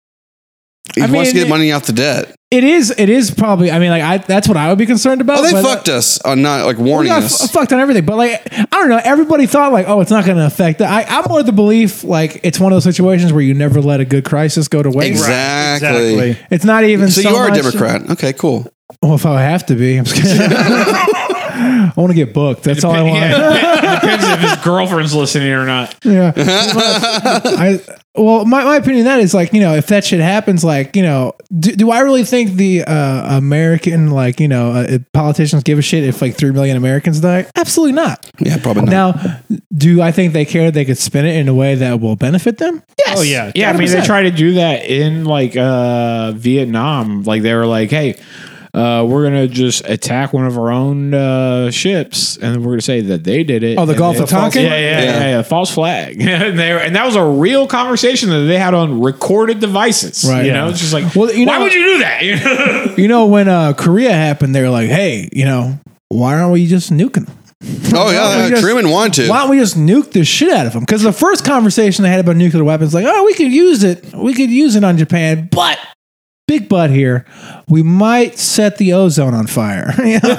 [SPEAKER 4] He
[SPEAKER 3] I
[SPEAKER 4] wants to
[SPEAKER 3] mean,
[SPEAKER 4] get money off the debt.
[SPEAKER 3] It is. It is probably. I mean, like I. That's what I would be concerned about.
[SPEAKER 4] Oh, they
[SPEAKER 3] but- uh,
[SPEAKER 4] fucked us on not like warning
[SPEAKER 3] Yeah,
[SPEAKER 4] us.
[SPEAKER 3] f- fucked on everything. But like, I don't know. Everybody thought like, oh, it's not going to affect. I, I'm more the belief like it's one of those situations where you never let a good crisis go to waste.
[SPEAKER 4] exactly.
[SPEAKER 3] It's not even.
[SPEAKER 4] So,
[SPEAKER 3] So,
[SPEAKER 4] you are
[SPEAKER 3] much-
[SPEAKER 4] a Democrat. Okay, cool.
[SPEAKER 3] Well, if I have to be, I'm just kidding. I want to get booked. That's all I want.
[SPEAKER 2] Yeah, depends if his girlfriend's listening or not.
[SPEAKER 3] Yeah. I, well, my, my opinion of that is like, you know, if that shit happens, like, you know, do, do I really think the uh, American, like, you know, uh, if politicians give a shit if like 3 million Americans die? Absolutely not.
[SPEAKER 4] Yeah, probably not.
[SPEAKER 3] Now, do I think they care they could spin it in a way that will benefit them? Yes.
[SPEAKER 1] Oh, yeah.
[SPEAKER 2] Yeah, I mean, they
[SPEAKER 3] 100%.
[SPEAKER 2] tried to do that in like uh, Vietnam. Like they were like, "Hey, uh, we're gonna just attack one of our own uh, ships, and we're gonna say that they did it."
[SPEAKER 3] Oh, the
[SPEAKER 2] And
[SPEAKER 3] Gulf
[SPEAKER 2] they-
[SPEAKER 3] of Tonkin?
[SPEAKER 2] Yeah, yeah, yeah,
[SPEAKER 4] Yeah.
[SPEAKER 2] yeah, false flag. and they were, and that was a real conversation that they had on recorded devices.
[SPEAKER 3] Right.
[SPEAKER 2] You
[SPEAKER 3] Yeah.
[SPEAKER 2] know, it's just like,
[SPEAKER 3] Well, you
[SPEAKER 2] why
[SPEAKER 3] know-
[SPEAKER 2] would you do that?
[SPEAKER 3] You know, when uh, Korea happened, they were like, hey, you know, why aren't we just nuking them?
[SPEAKER 4] Oh
[SPEAKER 3] don't
[SPEAKER 4] yeah,
[SPEAKER 3] we just-
[SPEAKER 4] Truman wanted to.
[SPEAKER 3] Why don't we just nuke the shit out of them? Because the first conversation they had about nuclear weapons, like, oh, we could use it. We could use it on Japan, but big but here, we might set the ozone on fire. You know?
[SPEAKER 4] Yeah, Isn't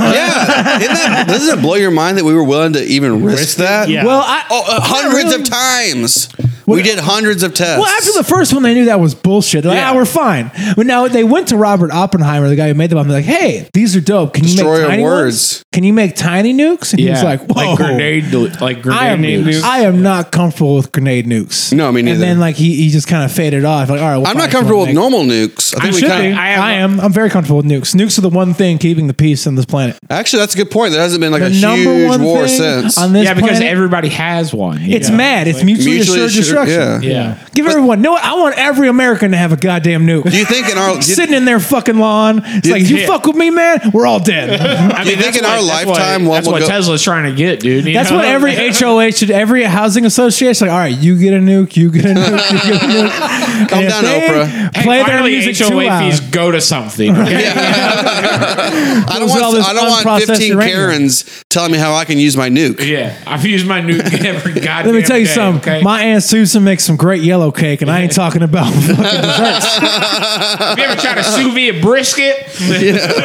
[SPEAKER 4] that, doesn't it blow your mind that we were willing to even risk, that?
[SPEAKER 1] Yeah.
[SPEAKER 3] Well, I,
[SPEAKER 4] Oh, uh,
[SPEAKER 3] not
[SPEAKER 4] hundreds
[SPEAKER 3] really.
[SPEAKER 4] of times.
[SPEAKER 3] Well-
[SPEAKER 4] we did hundreds of tests.
[SPEAKER 3] Well, after the first one, they knew that was bullshit. They're like,
[SPEAKER 2] Yeah.
[SPEAKER 3] ah, we're fine. But now they went to Robert Oppenheimer, the guy who made the bomb. They're like, hey, these are dope. Can you
[SPEAKER 4] Destroyer
[SPEAKER 3] make
[SPEAKER 4] of
[SPEAKER 3] tiny
[SPEAKER 4] words.
[SPEAKER 3] ones? Can you make tiny nukes? And he was like, whoa.
[SPEAKER 2] like grenade, like grenade
[SPEAKER 3] I am,
[SPEAKER 2] nukes.
[SPEAKER 3] I am not comfortable with grenade nukes.
[SPEAKER 4] No, me
[SPEAKER 3] And
[SPEAKER 4] neither.
[SPEAKER 3] then like he, he just kind of faded off. Like all right, we'll
[SPEAKER 4] I'm
[SPEAKER 3] find
[SPEAKER 4] not comfortable with
[SPEAKER 3] someone
[SPEAKER 4] normal nukes. I think we
[SPEAKER 2] should
[SPEAKER 4] kinda-
[SPEAKER 2] be.
[SPEAKER 3] to make-
[SPEAKER 2] I
[SPEAKER 3] I
[SPEAKER 2] am-
[SPEAKER 3] am, I am. I'm very comfortable with nukes. Nukes are the one thing keeping the peace on this planet.
[SPEAKER 4] Actually, that's a good point. There hasn't been like
[SPEAKER 3] The
[SPEAKER 4] a
[SPEAKER 3] number
[SPEAKER 4] huge
[SPEAKER 3] one
[SPEAKER 4] war
[SPEAKER 3] thing
[SPEAKER 4] since.
[SPEAKER 3] on this
[SPEAKER 2] yeah, because
[SPEAKER 3] planet,
[SPEAKER 2] everybody has one. you
[SPEAKER 3] it's
[SPEAKER 2] know?
[SPEAKER 3] mad. It's mutually,
[SPEAKER 4] mutually
[SPEAKER 3] assured
[SPEAKER 4] assured-
[SPEAKER 3] destruction.
[SPEAKER 4] yeah.
[SPEAKER 2] Yeah.
[SPEAKER 3] Give everyone. No, I want every American to have a goddamn nuke.
[SPEAKER 4] do you think in our do you,
[SPEAKER 3] Sitting in their fucking lawn. It's like, you
[SPEAKER 2] yeah.
[SPEAKER 3] fuck with me, man, we're all dead.
[SPEAKER 2] I
[SPEAKER 4] do you think
[SPEAKER 2] that's
[SPEAKER 4] in our
[SPEAKER 2] that's
[SPEAKER 4] lifetime
[SPEAKER 2] what,
[SPEAKER 4] what
[SPEAKER 2] that's
[SPEAKER 4] will
[SPEAKER 2] what
[SPEAKER 4] go-
[SPEAKER 2] Tesla's trying to get, dude. you
[SPEAKER 3] That's
[SPEAKER 2] know?
[SPEAKER 3] what every HOH should, every housing association, like, all right, you get a nuke, you get a nuke, you get a nuke.
[SPEAKER 4] Calm
[SPEAKER 3] And if
[SPEAKER 4] down,
[SPEAKER 3] they
[SPEAKER 4] Oprah.
[SPEAKER 2] Hey,
[SPEAKER 3] Play their
[SPEAKER 2] finally,
[SPEAKER 3] music too
[SPEAKER 2] HOA
[SPEAKER 3] loud.
[SPEAKER 2] fees go to something. okay?
[SPEAKER 4] I don't
[SPEAKER 3] was all
[SPEAKER 4] want
[SPEAKER 3] this
[SPEAKER 4] I don't want
[SPEAKER 3] unprocessed
[SPEAKER 4] 15
[SPEAKER 3] uranium?
[SPEAKER 4] Karens telling me how I can use my nuke.
[SPEAKER 2] Yeah, I've used my nuke every goddamn.
[SPEAKER 3] Let me tell you
[SPEAKER 2] day,
[SPEAKER 3] something.
[SPEAKER 2] Okay?
[SPEAKER 3] My aunt Susan makes some great yellow cake, and I ain't talking about fucking desserts.
[SPEAKER 2] Have you ever tried to sous vide brisket?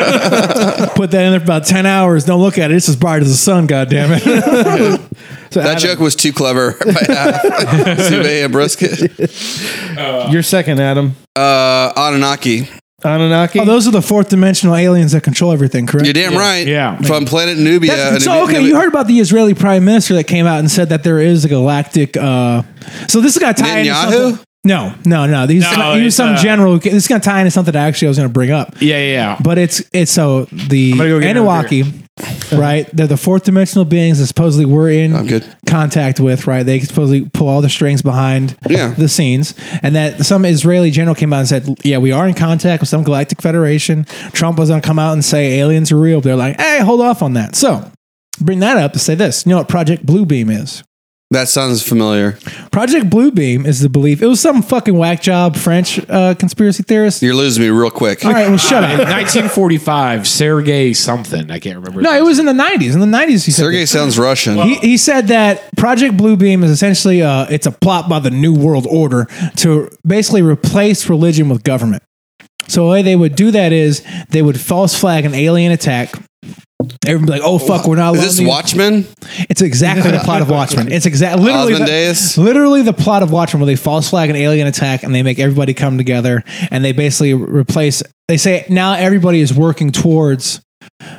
[SPEAKER 3] Put that in there for about ten hours. Don't look at it. It's as bright as the sun. God damn it. So
[SPEAKER 4] That
[SPEAKER 3] Adam,
[SPEAKER 4] joke was too clever. by half. Souvlaki and brisket.
[SPEAKER 1] Your second, Adam.
[SPEAKER 4] Uh, Anunnaki.
[SPEAKER 1] Anunnaki.
[SPEAKER 3] Oh, those are the fourth dimensional aliens that control everything, correct?
[SPEAKER 4] You're damn right.
[SPEAKER 2] Yeah.
[SPEAKER 4] From planet Nubia.
[SPEAKER 3] That's-
[SPEAKER 4] and
[SPEAKER 3] so
[SPEAKER 4] Nubi-
[SPEAKER 3] okay,
[SPEAKER 4] Nubi-
[SPEAKER 3] you heard about the Israeli prime minister that came out and said that there is a galactic. Uh, so this is gonna tie into
[SPEAKER 4] Netanyahu?
[SPEAKER 3] something. No, no, no. These
[SPEAKER 2] No,
[SPEAKER 3] he
[SPEAKER 2] it's,
[SPEAKER 3] was some
[SPEAKER 2] uh,
[SPEAKER 3] general. who ca- This is gonna tie into something that actually I was gonna bring up.
[SPEAKER 2] Yeah, yeah.
[SPEAKER 3] But it's it's so the
[SPEAKER 2] gonna go get another
[SPEAKER 3] Anunnaki, right? They're the fourth dimensional beings that supposedly we're
[SPEAKER 4] I'm
[SPEAKER 3] in
[SPEAKER 4] good.
[SPEAKER 3] contact with, right? They supposedly pull all the strings behind
[SPEAKER 4] Yeah.
[SPEAKER 3] the scenes, and that some Israeli general came out and said, "Yeah, we are in contact with some galactic federation." Trump was going to come out and say aliens are real. They're like, "Hey, hold off on that." So bring that up to say this. You know what Project Bluebeam is?
[SPEAKER 4] That sounds familiar.
[SPEAKER 3] Project Bluebeam is the belief. It was some fucking whack job French uh, conspiracy theorist.
[SPEAKER 4] You're losing me real quick.
[SPEAKER 3] All right, well, shut
[SPEAKER 2] In
[SPEAKER 3] up.
[SPEAKER 2] 1945, Sergei something I can't remember.
[SPEAKER 3] No, it was in the '90s. In the '90s, he said
[SPEAKER 4] Sergey
[SPEAKER 3] this.
[SPEAKER 4] sounds Russian.
[SPEAKER 3] He, he said that Project Bluebeam is essentially uh, it's a plot by the New World Order to basically replace religion with government. So the way they would do that is they would false flag an alien attack. Everybody like, oh fuck, we're not.
[SPEAKER 4] Is
[SPEAKER 3] allowed
[SPEAKER 4] this
[SPEAKER 3] to use-"
[SPEAKER 4] Watchmen?
[SPEAKER 3] It's exactly the plot of Watchmen. It's exactly literally
[SPEAKER 4] Osmond
[SPEAKER 3] the,
[SPEAKER 4] Days?
[SPEAKER 3] literally the plot of Watchmen, where they false flag an alien attack and they make everybody come together and they basically replace. They say now everybody is working towards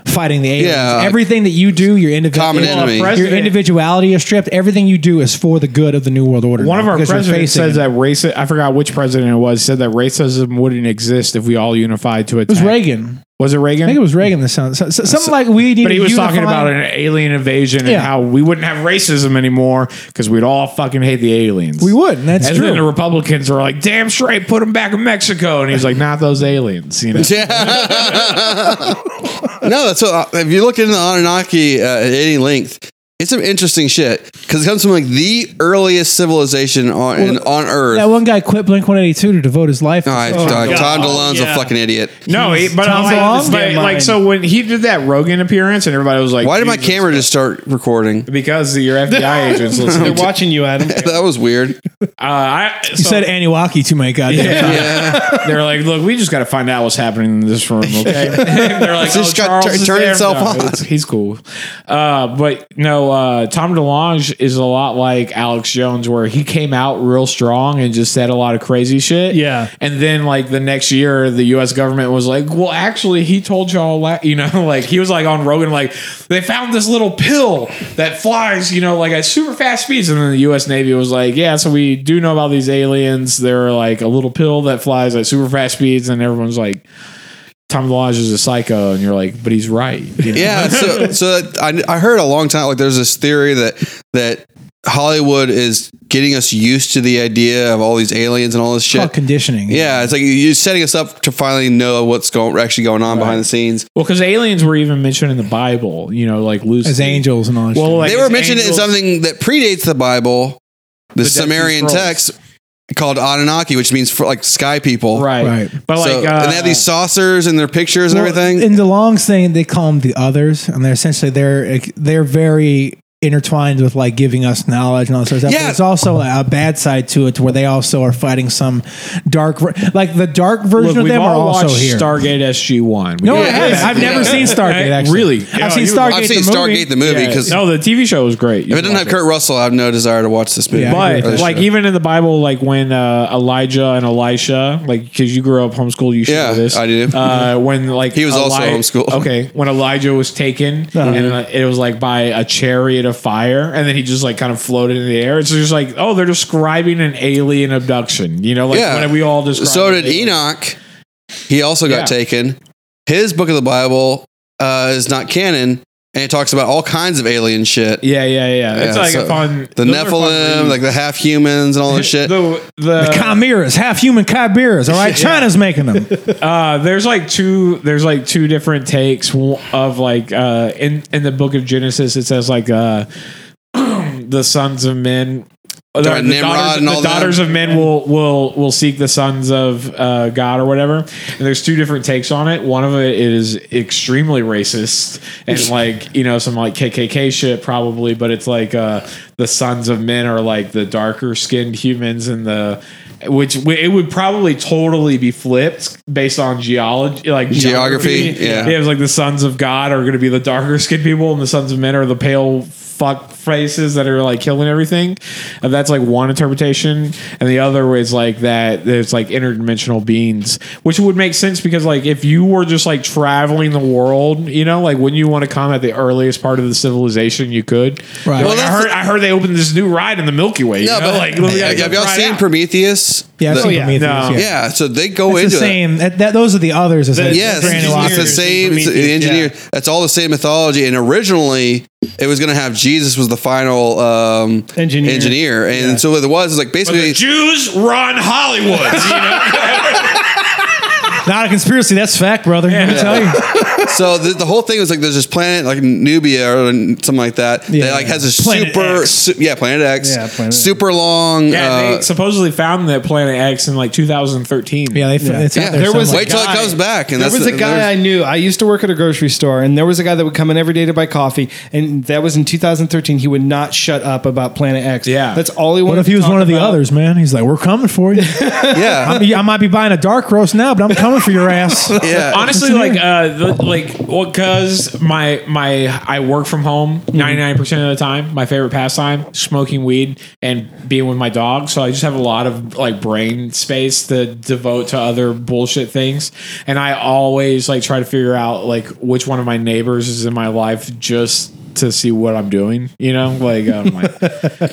[SPEAKER 3] fighting the aliens.
[SPEAKER 4] Yeah.
[SPEAKER 3] Everything that you do, your individual
[SPEAKER 4] Common enemy.
[SPEAKER 2] president-
[SPEAKER 3] your individuality is stripped. Everything you do is for the good of the New World Order.
[SPEAKER 2] One
[SPEAKER 3] now,
[SPEAKER 2] of our
[SPEAKER 3] because you're
[SPEAKER 2] presidents
[SPEAKER 3] facing
[SPEAKER 2] says
[SPEAKER 3] it.
[SPEAKER 2] that racism. I forgot which president it was. Said that racism wouldn't exist if we all unified to
[SPEAKER 3] It was
[SPEAKER 2] attack.
[SPEAKER 3] Reagan.
[SPEAKER 2] Was it Reagan?
[SPEAKER 3] I think it was Reagan. The sound, so, so- something like we need.
[SPEAKER 2] But he
[SPEAKER 3] to
[SPEAKER 2] was
[SPEAKER 3] unify-
[SPEAKER 2] talking about an alien invasion
[SPEAKER 3] Yeah.
[SPEAKER 2] and how we wouldn't have racism anymore because we'd all fucking hate the aliens.
[SPEAKER 3] We would. And that's
[SPEAKER 2] and
[SPEAKER 3] true.
[SPEAKER 2] then the Republicans were like, "Damn straight, put them back in Mexico." And he's like, "Not those aliens." You know,
[SPEAKER 4] no, that's what, uh, if you look into the Anunnaki uh, at any length, it's some interesting shit because it comes from like the earliest civilization on in, on Earth.
[SPEAKER 3] that one guy quit Blink 182 to devote his life.
[SPEAKER 4] All right,
[SPEAKER 3] Oh,
[SPEAKER 4] dog,
[SPEAKER 6] God.
[SPEAKER 4] Tom DeLonge's
[SPEAKER 6] Yeah.
[SPEAKER 4] a fucking idiot.
[SPEAKER 2] no, he, but
[SPEAKER 3] Tom's
[SPEAKER 2] like,
[SPEAKER 3] wrong?
[SPEAKER 2] but,
[SPEAKER 6] Damn
[SPEAKER 2] like,
[SPEAKER 6] mine.
[SPEAKER 2] so when he did that Rogan appearance, and everybody was like,
[SPEAKER 4] Why did my
[SPEAKER 2] "Jesus."
[SPEAKER 4] camera just start recording?
[SPEAKER 2] Because your FBI agents listening.
[SPEAKER 1] They're watching you, Adam.
[SPEAKER 4] That was weird.
[SPEAKER 2] Uh, I, so
[SPEAKER 3] You said Aniwaki too many goddamn times.
[SPEAKER 2] they're like, "Look, we just got to find out what's happening in this room." Okay, they're like,
[SPEAKER 4] It's just
[SPEAKER 2] "Oh,
[SPEAKER 4] got-
[SPEAKER 2] Charles
[SPEAKER 4] tur-
[SPEAKER 2] is
[SPEAKER 4] turn
[SPEAKER 2] there."
[SPEAKER 4] itself on.
[SPEAKER 2] it's- He's cool, uh, but no. Uh, Tom DeLonge is a lot like Alex Jones, where he came out real strong and just said a lot of crazy shit.
[SPEAKER 1] Yeah.
[SPEAKER 2] and then like the next year, the U.S. government was like, "Well, actually, he told y'all, la-, you know, like he was like on Rogan, like they found this little pill that flies, you know, like at super fast speeds." And then the U.S. Navy was like, "Yeah, so we do know about these aliens. They're like a little pill that flies at super fast speeds," and everyone's like. Tom DeLonge is a psycho, and you're like, but he's right. you know?
[SPEAKER 4] yeah so so that- I, I heard a long time like there's this theory that that hollywood is getting us used to the idea of all these aliens and all this shit
[SPEAKER 3] Called conditioning.
[SPEAKER 4] yeah it's like you're setting us up to finally know what's going actually going on behind the scenes
[SPEAKER 2] Well, because aliens were even mentioned in the Bible, you know, like Lucifer.
[SPEAKER 3] As angels and all that
[SPEAKER 2] Well,
[SPEAKER 3] shit.
[SPEAKER 2] like
[SPEAKER 4] they
[SPEAKER 2] as
[SPEAKER 4] were mentioned
[SPEAKER 2] angels-
[SPEAKER 4] in something that predates the bible the,
[SPEAKER 2] Dead Sea
[SPEAKER 4] sumerian
[SPEAKER 2] Scrolls.
[SPEAKER 4] text called anunnaki which means for like sky people
[SPEAKER 2] right?
[SPEAKER 3] Right.
[SPEAKER 2] But like,
[SPEAKER 4] so,
[SPEAKER 2] uh,
[SPEAKER 4] and they have these saucers and their pictures and
[SPEAKER 3] Well,
[SPEAKER 4] everything
[SPEAKER 3] In DeLong's thing, they call them the others, and they're essentially they're they're very intertwined with like giving us knowledge and all that sort of stuff.
[SPEAKER 4] Yeah.
[SPEAKER 3] But it's also a bad side to it, to where they also are fighting some dark, ver- like the dark version
[SPEAKER 2] look,
[SPEAKER 3] of
[SPEAKER 2] we've
[SPEAKER 3] them are
[SPEAKER 2] all
[SPEAKER 3] also
[SPEAKER 2] watched
[SPEAKER 3] here.
[SPEAKER 2] Stargate SG One.
[SPEAKER 3] no, I haven't. I've never seen Stargate. Actually,
[SPEAKER 2] Really?
[SPEAKER 3] I've
[SPEAKER 2] Yeah,
[SPEAKER 3] seen
[SPEAKER 2] you-
[SPEAKER 3] Stargate.
[SPEAKER 4] i've seen
[SPEAKER 3] the movie.
[SPEAKER 4] stargate the movie because
[SPEAKER 2] no, the TV show was great.
[SPEAKER 4] if it didn't have kurt russell i have no desire to watch this movie
[SPEAKER 3] Yeah, I
[SPEAKER 2] But
[SPEAKER 4] Or this
[SPEAKER 2] like
[SPEAKER 4] show.
[SPEAKER 2] even in the Bible, like when uh, Elijah and Elisha, like because you grew up homeschooled, you should
[SPEAKER 4] Yeah,
[SPEAKER 2] know this.
[SPEAKER 4] I do.
[SPEAKER 2] Uh, when like
[SPEAKER 4] He was also homeschooled.
[SPEAKER 2] Okay, when Elijah was taken, and uh, it was like by a chariot of fire, and then he just like kind of floated in the air. It's just like oh, they're describing an alien abduction. You know, like
[SPEAKER 4] Yeah.
[SPEAKER 2] when we all describe.
[SPEAKER 4] So
[SPEAKER 2] an
[SPEAKER 4] did
[SPEAKER 2] alien-
[SPEAKER 4] Enoch. He also got
[SPEAKER 2] Yeah.
[SPEAKER 4] taken. His book of the Bible uh, is not canon, and it talks about all kinds of alien shit.
[SPEAKER 2] Yeah, yeah, yeah. It's
[SPEAKER 4] Yeah,
[SPEAKER 2] like
[SPEAKER 4] so
[SPEAKER 2] a fun.
[SPEAKER 4] The
[SPEAKER 2] those are fun
[SPEAKER 4] Nephilim,
[SPEAKER 2] reads.
[SPEAKER 4] like the half humans, and all this shit.
[SPEAKER 2] the the,
[SPEAKER 3] Chimeras, half human chimeras. All right, China's making them.
[SPEAKER 2] Uh, there's like two there's like two different takes of like uh in in the book of genesis it says like uh the sons of men uh, the, the
[SPEAKER 4] Nimrod
[SPEAKER 2] daughters,
[SPEAKER 4] and
[SPEAKER 2] the
[SPEAKER 4] all
[SPEAKER 2] daughters of men will will will seek the sons of uh, God or whatever. And there's two different takes on it. One of it is extremely racist and like you know some like KKK shit probably, but it's like uh, the sons of men are like the darker skinned humans and the which w- it would probably totally be flipped based on geology like
[SPEAKER 4] Geography, yeah.
[SPEAKER 2] it was like the sons of God are going to be the darker skinned people, and the sons of men are the pale fuck faces that are like killing everything. And that's like one interpretation, and the other is like that there's like interdimensional beings, which would make sense because like if you were just like traveling the world, you know, like wouldn't you want to come at the earliest part of the civilization you could?
[SPEAKER 3] Right.
[SPEAKER 2] You're
[SPEAKER 3] Well,
[SPEAKER 2] like, I
[SPEAKER 4] that's
[SPEAKER 2] heard I heard they opened this new ride in the Milky Way.
[SPEAKER 4] no,
[SPEAKER 2] you know?
[SPEAKER 4] but
[SPEAKER 2] like we gotta
[SPEAKER 4] have
[SPEAKER 2] go
[SPEAKER 4] y'all
[SPEAKER 2] try it
[SPEAKER 4] seen
[SPEAKER 2] out.
[SPEAKER 4] Prometheus?
[SPEAKER 3] Yeah, I've
[SPEAKER 4] The-
[SPEAKER 3] seen
[SPEAKER 1] yeah,
[SPEAKER 3] Prometheus,
[SPEAKER 2] Oh, no.
[SPEAKER 3] yeah.
[SPEAKER 4] yeah. So they go
[SPEAKER 3] It's
[SPEAKER 4] into
[SPEAKER 3] the
[SPEAKER 4] it.
[SPEAKER 3] same. That, that, those are the others. essentially.
[SPEAKER 4] Yes,
[SPEAKER 1] It's the
[SPEAKER 4] it's the same. It's the engineer. That's all the same mythology. And originally, it was going to have Jesus was the final um,
[SPEAKER 1] Engineer.
[SPEAKER 4] engineer. And so what it was is like
[SPEAKER 2] But the
[SPEAKER 4] basically
[SPEAKER 2] Jews run Hollywood. you know?
[SPEAKER 3] Not a conspiracy. That's fact, brother. Let me tell you.
[SPEAKER 4] So the, the whole thing was like there's this planet like Nubia or something like that.
[SPEAKER 3] Yeah.
[SPEAKER 4] That like has this
[SPEAKER 3] Planet
[SPEAKER 4] super
[SPEAKER 3] X.
[SPEAKER 4] su- yeah Planet X
[SPEAKER 1] Yeah, Planet
[SPEAKER 4] super long.
[SPEAKER 2] Yeah,
[SPEAKER 4] uh,
[SPEAKER 2] they supposedly found that Planet X in like 2013.
[SPEAKER 3] Yeah, they, It's
[SPEAKER 4] yeah,
[SPEAKER 3] out there.
[SPEAKER 1] there was
[SPEAKER 3] somewhere.
[SPEAKER 4] wait till it
[SPEAKER 1] guy-
[SPEAKER 4] comes back and
[SPEAKER 1] There
[SPEAKER 4] that's
[SPEAKER 1] was a
[SPEAKER 4] the-
[SPEAKER 1] guy I
[SPEAKER 4] there's-
[SPEAKER 1] knew. I used to work at a grocery store, and there was a guy that would come in every day to buy coffee. And that was in 2013. He would not shut up about Planet X.
[SPEAKER 2] Yeah.
[SPEAKER 1] that's all he wanted.
[SPEAKER 3] What if he
[SPEAKER 1] to
[SPEAKER 3] was
[SPEAKER 1] talk
[SPEAKER 3] one of the
[SPEAKER 1] about.
[SPEAKER 3] others, man? He's like, we're coming for you.
[SPEAKER 4] yeah
[SPEAKER 3] I might be buying a dark roast now, but I'm coming for your ass.
[SPEAKER 4] yeah
[SPEAKER 2] Honestly, like, uh, the, like, well, cause my my I work from home 99 percent of the time. My favorite pastime: smoking weed and being with my dog. So I just have a lot of like brain space to devote to other bullshit things. And I always like try to figure out like which one of my neighbors is in my life just to see what I'm doing. You know, like, I'm like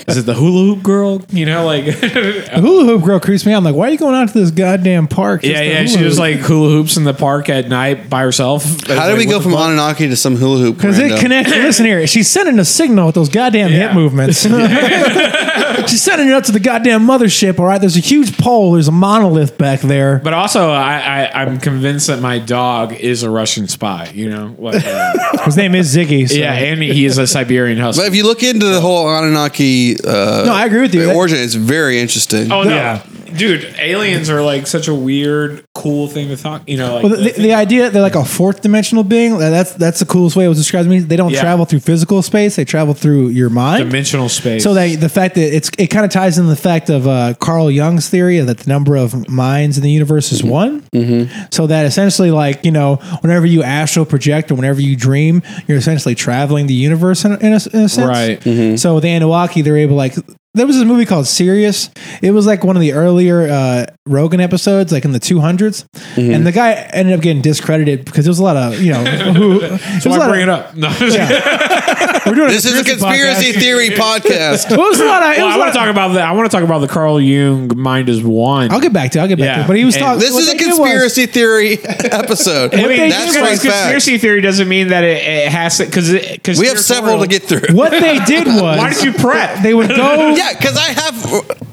[SPEAKER 2] is it the hula hoop girl? You know, like
[SPEAKER 3] The hula hoop girl creeps me out. I'm like, why are you going out to this goddamn park?
[SPEAKER 2] yeah,
[SPEAKER 3] Just
[SPEAKER 2] yeah.
[SPEAKER 3] to hula
[SPEAKER 2] She was
[SPEAKER 3] hoop?
[SPEAKER 2] like hula hoops in the park at night by herself.
[SPEAKER 4] How did we go from Anunnaki to some hula hoop?
[SPEAKER 3] Because it
[SPEAKER 4] rando?
[SPEAKER 3] connects. Listen here, she's sending a signal with those goddamn
[SPEAKER 2] Yeah.
[SPEAKER 3] hip movements. she's sending it up to the goddamn mothership. All right, there's a huge pole. There's a monolith back there.
[SPEAKER 2] But also, I, I I'm convinced that my dog is a Russian spy. You know, like, uh,
[SPEAKER 3] His name is Ziggy. So.
[SPEAKER 2] yeah, and he is a Siberian husky.
[SPEAKER 4] But if you look into the whole Anunnaki, uh,
[SPEAKER 3] No, I agree with you. That-
[SPEAKER 4] Origin, it's very interesting.
[SPEAKER 2] oh no,
[SPEAKER 3] Yeah.
[SPEAKER 2] dude, aliens are like such a weird, cool thing to talk. You know, like
[SPEAKER 3] Well, the, the, the idea they're like a fourth dimensional being. that- That's that's the coolest way it was described to me. They don't
[SPEAKER 2] Yeah.
[SPEAKER 3] travel through physical space. They travel through your mind.
[SPEAKER 2] dimensional space.
[SPEAKER 3] So that the fact that it's it kind of ties in the fact of uh, Carl Jung's theory that the number of minds in the universe is one. Mm-hmm. So that essentially, like you know, whenever you astral project or whenever you dream, you're essentially traveling the universe in, a- in, a, in a sense.
[SPEAKER 2] Right. Mm-hmm.
[SPEAKER 3] So with Anunnaki, they're able like. There was this movie called Sirius. It was like one of the earlier uh, Rogan episodes, like in the 200s.
[SPEAKER 2] Mm-hmm.
[SPEAKER 3] And the guy ended up getting discredited because there was a lot of, you know, who, it was a
[SPEAKER 2] why
[SPEAKER 3] lot
[SPEAKER 2] bring
[SPEAKER 3] of-
[SPEAKER 2] it up? No,
[SPEAKER 3] We're doing
[SPEAKER 4] This is a conspiracy theory podcast.
[SPEAKER 3] It was a lot of.
[SPEAKER 2] well,
[SPEAKER 3] it
[SPEAKER 2] I
[SPEAKER 3] was a lot
[SPEAKER 2] want
[SPEAKER 3] of-
[SPEAKER 2] to talk about that. I want to talk about the Carl Jung mind is one.
[SPEAKER 3] I'll get back to. it, I'll get back to.
[SPEAKER 2] Yeah.
[SPEAKER 3] it. But he was
[SPEAKER 2] And-
[SPEAKER 3] talking.
[SPEAKER 4] This
[SPEAKER 3] what
[SPEAKER 4] is a
[SPEAKER 3] they did was-
[SPEAKER 4] conspiracy theory episode.
[SPEAKER 2] I mean,
[SPEAKER 4] That's
[SPEAKER 2] just 'cause
[SPEAKER 4] right
[SPEAKER 2] it's conspiracy
[SPEAKER 4] fact.
[SPEAKER 2] theory doesn't mean that it, it has to because because
[SPEAKER 4] We have several to get through.
[SPEAKER 3] What they did was.
[SPEAKER 2] Why did you prep?
[SPEAKER 3] They would go.
[SPEAKER 4] Yeah, because I have.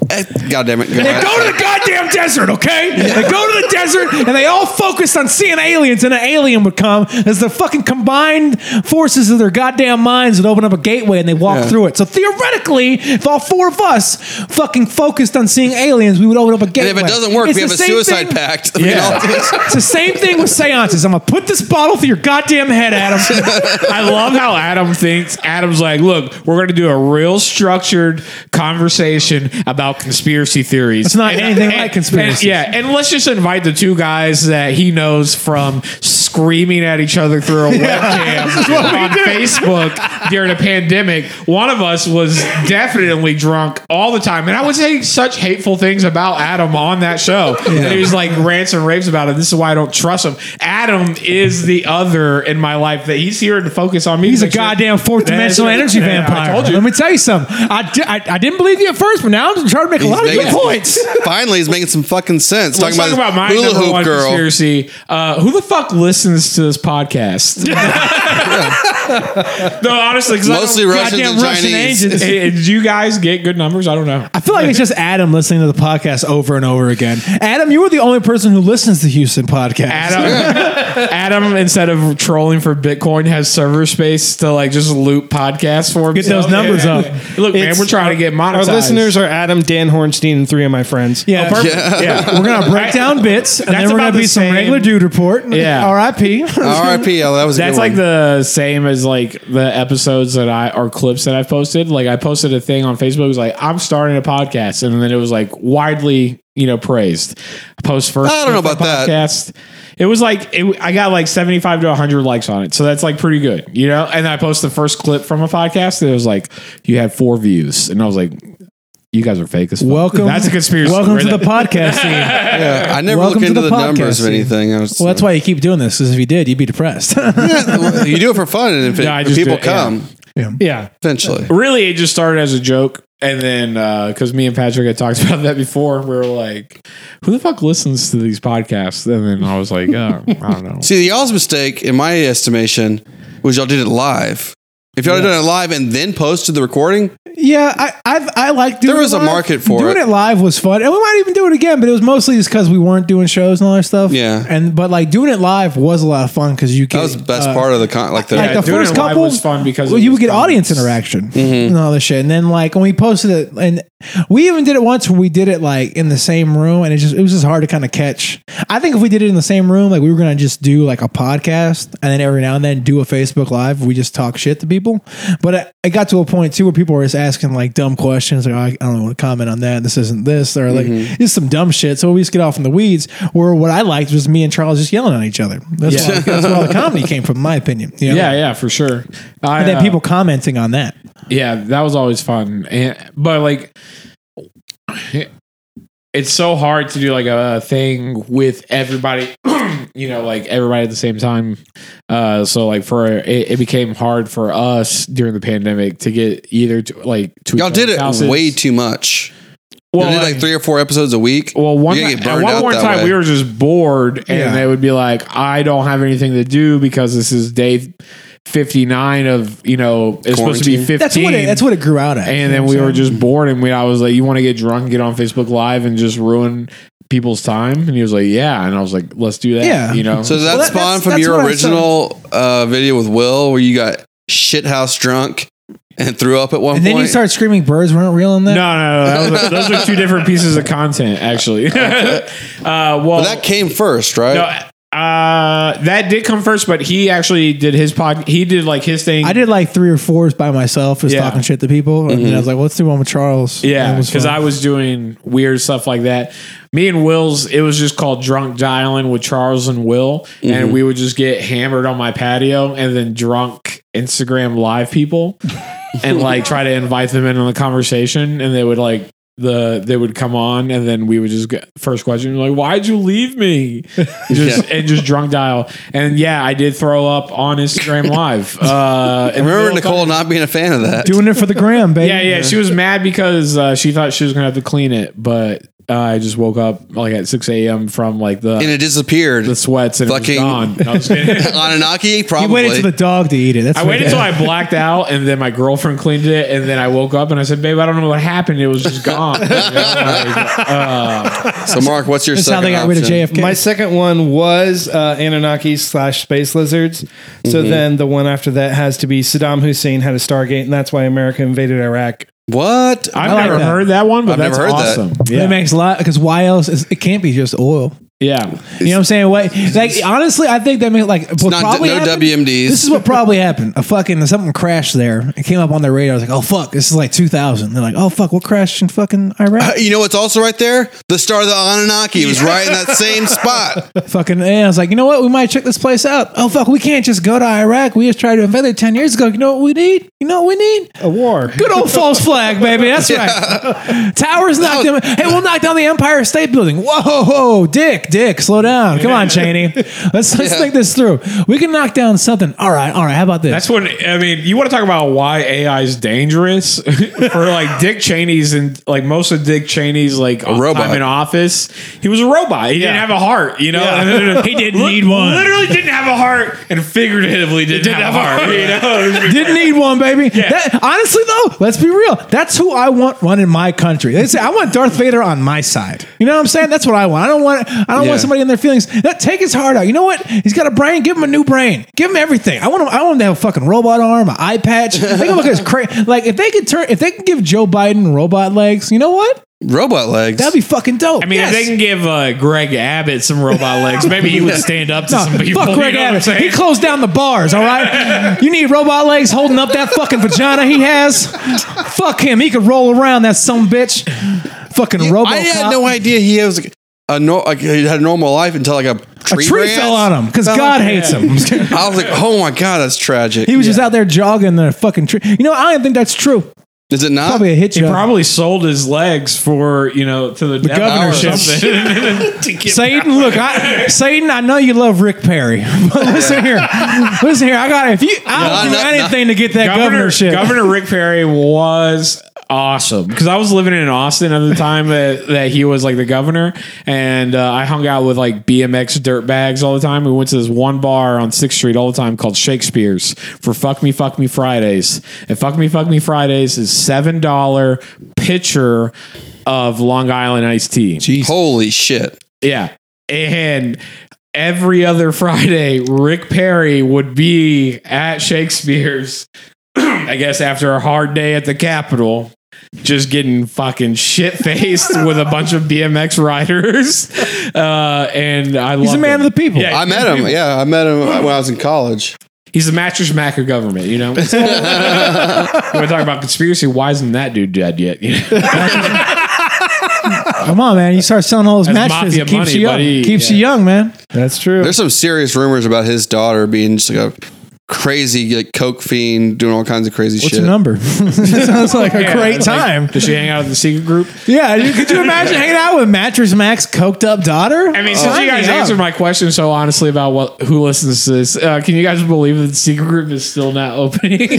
[SPEAKER 4] eh, God damn it.
[SPEAKER 3] They go to the goddamn desert, okay? They go to the desert and they all focused on seeing aliens, and an alien would come as the fucking combined forces of their goddamn minds would open up a gateway and they walk
[SPEAKER 4] Yeah.
[SPEAKER 3] through it. So theoretically, if all four of us fucking focused on seeing aliens, we would open up a
[SPEAKER 4] and
[SPEAKER 3] gateway.
[SPEAKER 4] if it doesn't work,
[SPEAKER 3] It's
[SPEAKER 4] we
[SPEAKER 3] the
[SPEAKER 4] have a
[SPEAKER 3] same
[SPEAKER 4] suicide
[SPEAKER 3] thing-
[SPEAKER 4] pact.
[SPEAKER 2] Yeah.
[SPEAKER 4] You know?
[SPEAKER 3] It's the same thing with seances. I'm gonna put this bottle through your goddamn head, Adam.
[SPEAKER 2] I love how Adam thinks. Adam's like, look, we're going to do a real structured conversation about conspiracy theories.
[SPEAKER 3] It's not anything like conspiracies.
[SPEAKER 2] conspiracy. yeah, and let's just invite the two guys that he knows from screaming at each other through a webcam on Facebook during a pandemic. One of us was definitely drunk all the time, and I would say such hateful things about Adam on that show. And he was like rants and raves about it. This is why I don't trust him. Adam is the other in my life that he's here to focus on me.
[SPEAKER 3] He's a
[SPEAKER 2] Make sure-
[SPEAKER 3] goddamn fourth
[SPEAKER 2] Yeah,
[SPEAKER 3] dimensional
[SPEAKER 2] that's-
[SPEAKER 3] energy
[SPEAKER 2] yeah,
[SPEAKER 3] vampire.
[SPEAKER 2] I told you.
[SPEAKER 3] Let me tell you something. I, di- I, I didn't believe you at first, but now I'm trying to make a lot of good
[SPEAKER 4] making-
[SPEAKER 3] points.
[SPEAKER 4] Finally, he's making some fucking sense.
[SPEAKER 2] Let's
[SPEAKER 4] talking
[SPEAKER 2] talk
[SPEAKER 4] about,
[SPEAKER 2] about my
[SPEAKER 4] this
[SPEAKER 2] number
[SPEAKER 4] hula
[SPEAKER 2] one
[SPEAKER 4] hoop girl.
[SPEAKER 2] conspiracy. Uh, who the fuck listens to this podcast? no, honestly, 'cause I don't-
[SPEAKER 4] Mostly Russians
[SPEAKER 3] goddamn
[SPEAKER 4] and
[SPEAKER 3] Russian
[SPEAKER 4] Chinese.
[SPEAKER 3] agents.
[SPEAKER 2] Eh, eh, Do you guys get good numbers? I don't know.
[SPEAKER 3] I feel like it's just Adam listening to the podcast over and over again. Adam, you were the only person who listens to Houston podcast.
[SPEAKER 2] Adam, Adam, instead of trolling for Bitcoin, has server space to like just loop podcasts for
[SPEAKER 3] Get those
[SPEAKER 2] himself.
[SPEAKER 3] numbers up.
[SPEAKER 2] Look, man,
[SPEAKER 1] It's-
[SPEAKER 2] we're trying to get
[SPEAKER 1] Our
[SPEAKER 2] monetized.
[SPEAKER 1] listeners are Adam, Dan Hornstein, and three of my friends.
[SPEAKER 3] Yeah.
[SPEAKER 2] Perfect.
[SPEAKER 4] Yeah.
[SPEAKER 2] yeah.
[SPEAKER 3] We're gonna break down bits, and
[SPEAKER 2] That's
[SPEAKER 3] then we're gonna
[SPEAKER 2] about the
[SPEAKER 3] be some
[SPEAKER 2] same-
[SPEAKER 3] regular dude report.
[SPEAKER 2] Yeah.
[SPEAKER 3] R.I.P.
[SPEAKER 4] RIP. Oh, that was a
[SPEAKER 2] That's
[SPEAKER 4] good
[SPEAKER 2] like
[SPEAKER 4] one.
[SPEAKER 2] the same as like the episodes that I or clips that I've posted. Like I posted a thing on Facebook. It was like I'm starting a podcast, and then it was like widely you know praised. Post first.
[SPEAKER 4] I don't know about that.
[SPEAKER 2] podcast. It was like it, I got like 75 to 100 likes on it, so that's like pretty good, you know. And I posted the first clip from a podcast. And it was like you had four views, and I was like, "You guys are fake as fuck."
[SPEAKER 3] Welcome.
[SPEAKER 2] That's a conspiracy.
[SPEAKER 3] Welcome
[SPEAKER 2] We're
[SPEAKER 3] to the
[SPEAKER 2] the-
[SPEAKER 3] podcast. Scene.
[SPEAKER 4] Yeah, I never
[SPEAKER 3] Welcome
[SPEAKER 4] look
[SPEAKER 3] to
[SPEAKER 4] into
[SPEAKER 3] the
[SPEAKER 4] the, numbers
[SPEAKER 3] podcast.
[SPEAKER 4] of anything. I was,
[SPEAKER 3] Well, that's why you keep doing this, because if you did, you'd be depressed.
[SPEAKER 4] you do it for fun, and if, it-
[SPEAKER 2] Yeah, I
[SPEAKER 4] if
[SPEAKER 2] just do
[SPEAKER 4] people
[SPEAKER 2] it, yeah.
[SPEAKER 4] come,
[SPEAKER 1] Yeah.
[SPEAKER 4] eventually.
[SPEAKER 2] really it just started as a joke and then because me and patrick had talked about that before we were like who the fuck listens to these podcasts and then i was like oh, i don't know
[SPEAKER 4] See, y'all's mistake, in my estimation, was y'all did it live. If y'all had done it live and then posted the recording,
[SPEAKER 3] Yeah, I I've, I like doing
[SPEAKER 4] There was
[SPEAKER 3] it
[SPEAKER 4] a
[SPEAKER 3] live.
[SPEAKER 4] market for
[SPEAKER 3] doing
[SPEAKER 4] it.
[SPEAKER 3] it. live was fun, and we might even do it again. But it was mostly just because we weren't doing shows and all that stuff.
[SPEAKER 4] Yeah.
[SPEAKER 3] and but like doing it live was a lot of fun because you could,
[SPEAKER 4] that was the best
[SPEAKER 3] uh,
[SPEAKER 4] part of the con- like the,
[SPEAKER 3] Like the
[SPEAKER 2] doing
[SPEAKER 3] first
[SPEAKER 2] it live
[SPEAKER 3] couple
[SPEAKER 2] was fun because
[SPEAKER 3] well,
[SPEAKER 2] it
[SPEAKER 3] you
[SPEAKER 2] was
[SPEAKER 3] would get
[SPEAKER 2] fun.
[SPEAKER 3] audience interaction and all this shit. And then like when we posted it, and we even did it once where we did it like in the same room, and it just it was just hard to kind of catch. I think if we did it in the same room, like we were gonna just do like a podcast, and then every now and then do a Facebook live. We just talk shit to people. But it, it got to a point too where people were just asking like dumb questions, like "Oh, I don't want to comment on that. This isn't this, or like just some dumb shit. So we just get off in the weeds. Where what I liked was me and Charles just yelling at each other. That's, where, that's where all the comedy came from, in my opinion. You know?
[SPEAKER 2] yeah yeah for sure I,
[SPEAKER 3] And then
[SPEAKER 2] uh,
[SPEAKER 3] people commenting on that.
[SPEAKER 2] yeah that was always fun and, but like it's so hard to do like a thing with everybody you know, like everybody at the same time. Uh, so like for it, it became hard for us during the pandemic to get either to like to
[SPEAKER 4] Y'all
[SPEAKER 2] each other's
[SPEAKER 4] did it
[SPEAKER 2] houses.
[SPEAKER 4] way too much.
[SPEAKER 2] well.
[SPEAKER 4] you did like three or four episodes a week.
[SPEAKER 2] well, one
[SPEAKER 4] You
[SPEAKER 2] at
[SPEAKER 4] get burned
[SPEAKER 2] one
[SPEAKER 4] out
[SPEAKER 2] more
[SPEAKER 4] that
[SPEAKER 2] time
[SPEAKER 4] way.
[SPEAKER 2] we were just bored, and
[SPEAKER 3] Yeah.
[SPEAKER 2] they would be like, "I don't have anything to do because this is day fifty nine of you know it's supposed to be fifteen.
[SPEAKER 3] That's what it, that's what it Mm-hmm. grew out at.
[SPEAKER 2] and then we were just bored and we I was like, You want to get drunk, get on Facebook Live and just ruin people's time? And he was like, Yeah. And I was like, Let's do that.
[SPEAKER 3] Yeah.
[SPEAKER 2] You know?
[SPEAKER 4] So does that
[SPEAKER 3] Well, that-
[SPEAKER 4] spawn
[SPEAKER 3] that's-
[SPEAKER 4] from
[SPEAKER 3] that's
[SPEAKER 4] your
[SPEAKER 3] what I
[SPEAKER 4] original uh, video with Will, where you got shithouse drunk and threw up at one
[SPEAKER 3] And
[SPEAKER 4] point?
[SPEAKER 3] then you start screaming, "Birds weren't real in
[SPEAKER 2] no,
[SPEAKER 3] that."
[SPEAKER 2] no, no. That was, those are two different pieces of content, actually. uh, well,
[SPEAKER 4] but that came first, right?
[SPEAKER 2] no, uh, that did come first, but he actually did his pod. He did like his thing.
[SPEAKER 3] I did like three or fours by myself, just
[SPEAKER 2] Yeah.
[SPEAKER 3] talking shit to people. And then I was like, "Let's do one with Charles." And
[SPEAKER 2] Yeah,
[SPEAKER 3] it was
[SPEAKER 2] because
[SPEAKER 3] fun.
[SPEAKER 2] I was doing weird stuff like that. Me and Will's, it was just called drunk dialing with Charles and Will,
[SPEAKER 3] Mm-hmm.
[SPEAKER 2] and we would just get hammered on my patio and then drunk Instagram live people, and like try to invite them in on the conversation, and they would like the they would come on, and then we would just get first question like, "Why'd you leave me?" Just and just drunk dial, and yeah, I did throw up on Instagram live. Uh,
[SPEAKER 4] I
[SPEAKER 2] and
[SPEAKER 4] remember
[SPEAKER 2] Will
[SPEAKER 4] Nicole not being a fan of that.
[SPEAKER 3] doing it for the gram, baby.
[SPEAKER 2] yeah, yeah. She was mad because uh, she thought she was gonna have to clean it, but uh, I just woke up like at six a.m. from like the
[SPEAKER 4] and it disappeared.
[SPEAKER 2] the sweats and
[SPEAKER 4] fucking-
[SPEAKER 2] it was gone. No, I'm just kidding.
[SPEAKER 4] Anunnaki,
[SPEAKER 3] You
[SPEAKER 4] probably.
[SPEAKER 3] waited till the dog to eat it. That's
[SPEAKER 2] I
[SPEAKER 3] what
[SPEAKER 2] waited
[SPEAKER 3] it
[SPEAKER 2] until
[SPEAKER 3] is.
[SPEAKER 2] I blacked out, and then my girlfriend cleaned it, and then I woke up and I said, "Babe, I don't know what happened. It was just gone." You know, like, uh,
[SPEAKER 4] so, Mark, what's your
[SPEAKER 3] That's how
[SPEAKER 4] second
[SPEAKER 3] they got rid of
[SPEAKER 4] option?
[SPEAKER 3] JFK.
[SPEAKER 1] My second one was uh, Anunnaki slash space lizards. So
[SPEAKER 4] Mm-hmm.
[SPEAKER 1] then the one after that has to be Saddam Hussein had a Stargate, and that's why America invaded Iraq.
[SPEAKER 4] What?
[SPEAKER 2] I've
[SPEAKER 3] I like
[SPEAKER 2] never
[SPEAKER 3] that.
[SPEAKER 2] heard that one, but
[SPEAKER 4] I've
[SPEAKER 2] that's
[SPEAKER 4] never heard that.
[SPEAKER 2] awesome.
[SPEAKER 3] It
[SPEAKER 2] Yeah,
[SPEAKER 3] makes a lot because why else? Is, it can't be just oil.
[SPEAKER 2] yeah.
[SPEAKER 3] You know what I'm saying? What, like honestly, I think that means like what
[SPEAKER 4] not-
[SPEAKER 3] probably
[SPEAKER 4] no
[SPEAKER 3] happened-
[SPEAKER 4] WMDs.
[SPEAKER 3] This is what probably happened. A fucking something crashed there. It came up on their radar. I was like, oh fuck, this is like 2000. They're like, oh fuck, what crashed in fucking
[SPEAKER 2] Uh,
[SPEAKER 3] Iraq?
[SPEAKER 4] You know what's also right there? The star of the Anunnaki was right in that same spot.
[SPEAKER 3] fucking and I was like, you know what? We might check this place out. Oh fuck, we can't just go to Iraq. We just tried to invade it ten years ago. You know what we need? You know what we need?
[SPEAKER 1] A war.
[SPEAKER 3] Good old false flag, baby. That's right. Towers knocked down. Hey, we'll knock down the Empire State Building. Whoa, whoa, whoa, Dick, Dick, slow down. Come on, Cheney. Let's let's think this through. We can knock down something. All right, all right. How about this?
[SPEAKER 2] That's when I mean, you want to talk about why AI is dangerous for like Dick Cheney's and like most of Dick Cheney's like a
[SPEAKER 4] robot.
[SPEAKER 2] time in office. He was a robot. He didn't have a heart, you know. he didn't
[SPEAKER 3] need one.
[SPEAKER 2] Literally didn't have a heart, and figuratively didn't, have, a heart. you know?
[SPEAKER 3] Didn't need one, baby. That, honestly, though, let's be real. That's who I want running my country. They say I want Darth Vader on my side. You know what I'm saying? That's what I want. I don't want. I don't
[SPEAKER 4] Yeah.
[SPEAKER 3] want somebody in their feelings. That take his heart out. You know what? He's got a brain. Give him a new brain. Give him everything. I want him. I want him to have a fucking robot arm, an eye patch. They can look at his cra- Like if they could turn, if they could give Joe Biden robot legs, you know what?
[SPEAKER 4] Robot legs.
[SPEAKER 3] That'd be fucking dope.
[SPEAKER 2] I mean, if they can give uh, Greg Abbott some robot legs, maybe he would stand up to some people.
[SPEAKER 3] Fuck Greg
[SPEAKER 2] you know
[SPEAKER 3] Abbott.
[SPEAKER 2] What I'm saying?
[SPEAKER 3] He closed down the bars, all right? you need robot legs holding up that fucking vagina he has? Fuck him. He could roll around, that some bitch. Fucking robot.
[SPEAKER 4] I had no idea he was like, a nor- like, he had a normal life until like a
[SPEAKER 3] A
[SPEAKER 4] tree,
[SPEAKER 3] tree
[SPEAKER 4] branch
[SPEAKER 3] fell on him because
[SPEAKER 4] fell
[SPEAKER 3] God
[SPEAKER 4] on
[SPEAKER 3] hates him.
[SPEAKER 4] I was like, oh my god, that's tragic.
[SPEAKER 3] He was just out there jogging the fucking tree. You know, I don't think that's true.
[SPEAKER 4] Is it not?
[SPEAKER 3] Probably a hit
[SPEAKER 2] He
[SPEAKER 3] job.
[SPEAKER 2] probably sold his legs for you know to the, devil or
[SPEAKER 3] governorship.
[SPEAKER 2] something. To get-
[SPEAKER 3] Satan, look, I, Satan, I know you love Rick Perry, but listen here, listen here. I got if you, I don't
[SPEAKER 4] No,
[SPEAKER 3] do
[SPEAKER 4] no, no.
[SPEAKER 3] anything to get that governorship.
[SPEAKER 2] Governor Rick Perry was awesome because I was living in Austin at the time that, that he was like the governor, and uh, I hung out with like BMX dirt bags all the time. We went to this one bar on Sixth Street all the time called Shakespeare's for Fuck Me Fuck Me Fridays, and Fuck Me Fuck Me Fridays is seven dollar pitcher of Long Island iced tea.
[SPEAKER 4] Holy shit.
[SPEAKER 2] Yeah. And every other Friday, Rick Perry would be at Shakespeare's, I guess, after a hard day at the Capitol. Just getting fucking shit faced with a bunch of BMX riders, uh, and I love.
[SPEAKER 3] He's a man of the people.
[SPEAKER 4] I met him. Yeah, I met him when I was in college.
[SPEAKER 2] He's the mattress macker government. You know, we're talking about conspiracy. Why isn't that dude dead yet? You know?
[SPEAKER 3] Come on, man. You start selling all those
[SPEAKER 2] That's
[SPEAKER 3] matches.
[SPEAKER 2] mafia
[SPEAKER 3] It keeps
[SPEAKER 2] money,
[SPEAKER 3] you young.
[SPEAKER 2] buddy.
[SPEAKER 3] Keeps
[SPEAKER 2] Yeah.
[SPEAKER 3] you young, man.
[SPEAKER 1] That's true.
[SPEAKER 4] There's some serious rumors about his daughter being just like a crazy like coke fiend doing all kinds of crazy
[SPEAKER 3] What's
[SPEAKER 4] shit.
[SPEAKER 3] your number? That sounds like a
[SPEAKER 2] Yeah,
[SPEAKER 3] great
[SPEAKER 2] like,
[SPEAKER 3] time.
[SPEAKER 2] Does she hang out with the secret group?
[SPEAKER 3] yeah, you- could you imagine hanging out with Mattress Max coked up daughter? Oh,
[SPEAKER 2] I mean, since
[SPEAKER 3] Sign
[SPEAKER 2] you guys
[SPEAKER 3] me up.
[SPEAKER 2] answered my question so honestly about what who listens to this, uh, can you guys believe that the secret group is still not opening?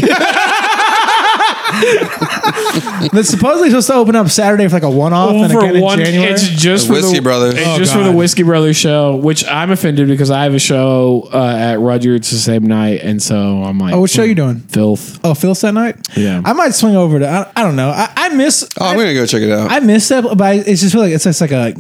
[SPEAKER 3] That's supposedly supposed to open up Saturday for like a one off and again
[SPEAKER 2] for
[SPEAKER 3] in
[SPEAKER 2] one,
[SPEAKER 3] January.
[SPEAKER 2] it's just
[SPEAKER 4] The
[SPEAKER 2] for
[SPEAKER 4] Whiskey
[SPEAKER 2] the,
[SPEAKER 4] Brothers.
[SPEAKER 2] It's
[SPEAKER 4] Oh,
[SPEAKER 2] just for the
[SPEAKER 3] God.
[SPEAKER 2] Whiskey Brothers show, which I'm offended because I have a show uh, at Rudyard's the same night, and so I'm like, hmm,
[SPEAKER 3] oh, what show you doing?
[SPEAKER 2] filth?
[SPEAKER 3] Oh, Phil's that night?
[SPEAKER 2] Yeah.
[SPEAKER 3] I might swing over to, I, I don't know. I, I miss,
[SPEAKER 4] oh, I'm gonna go check it out.
[SPEAKER 3] I miss that, but I- it's just really, it's just like a,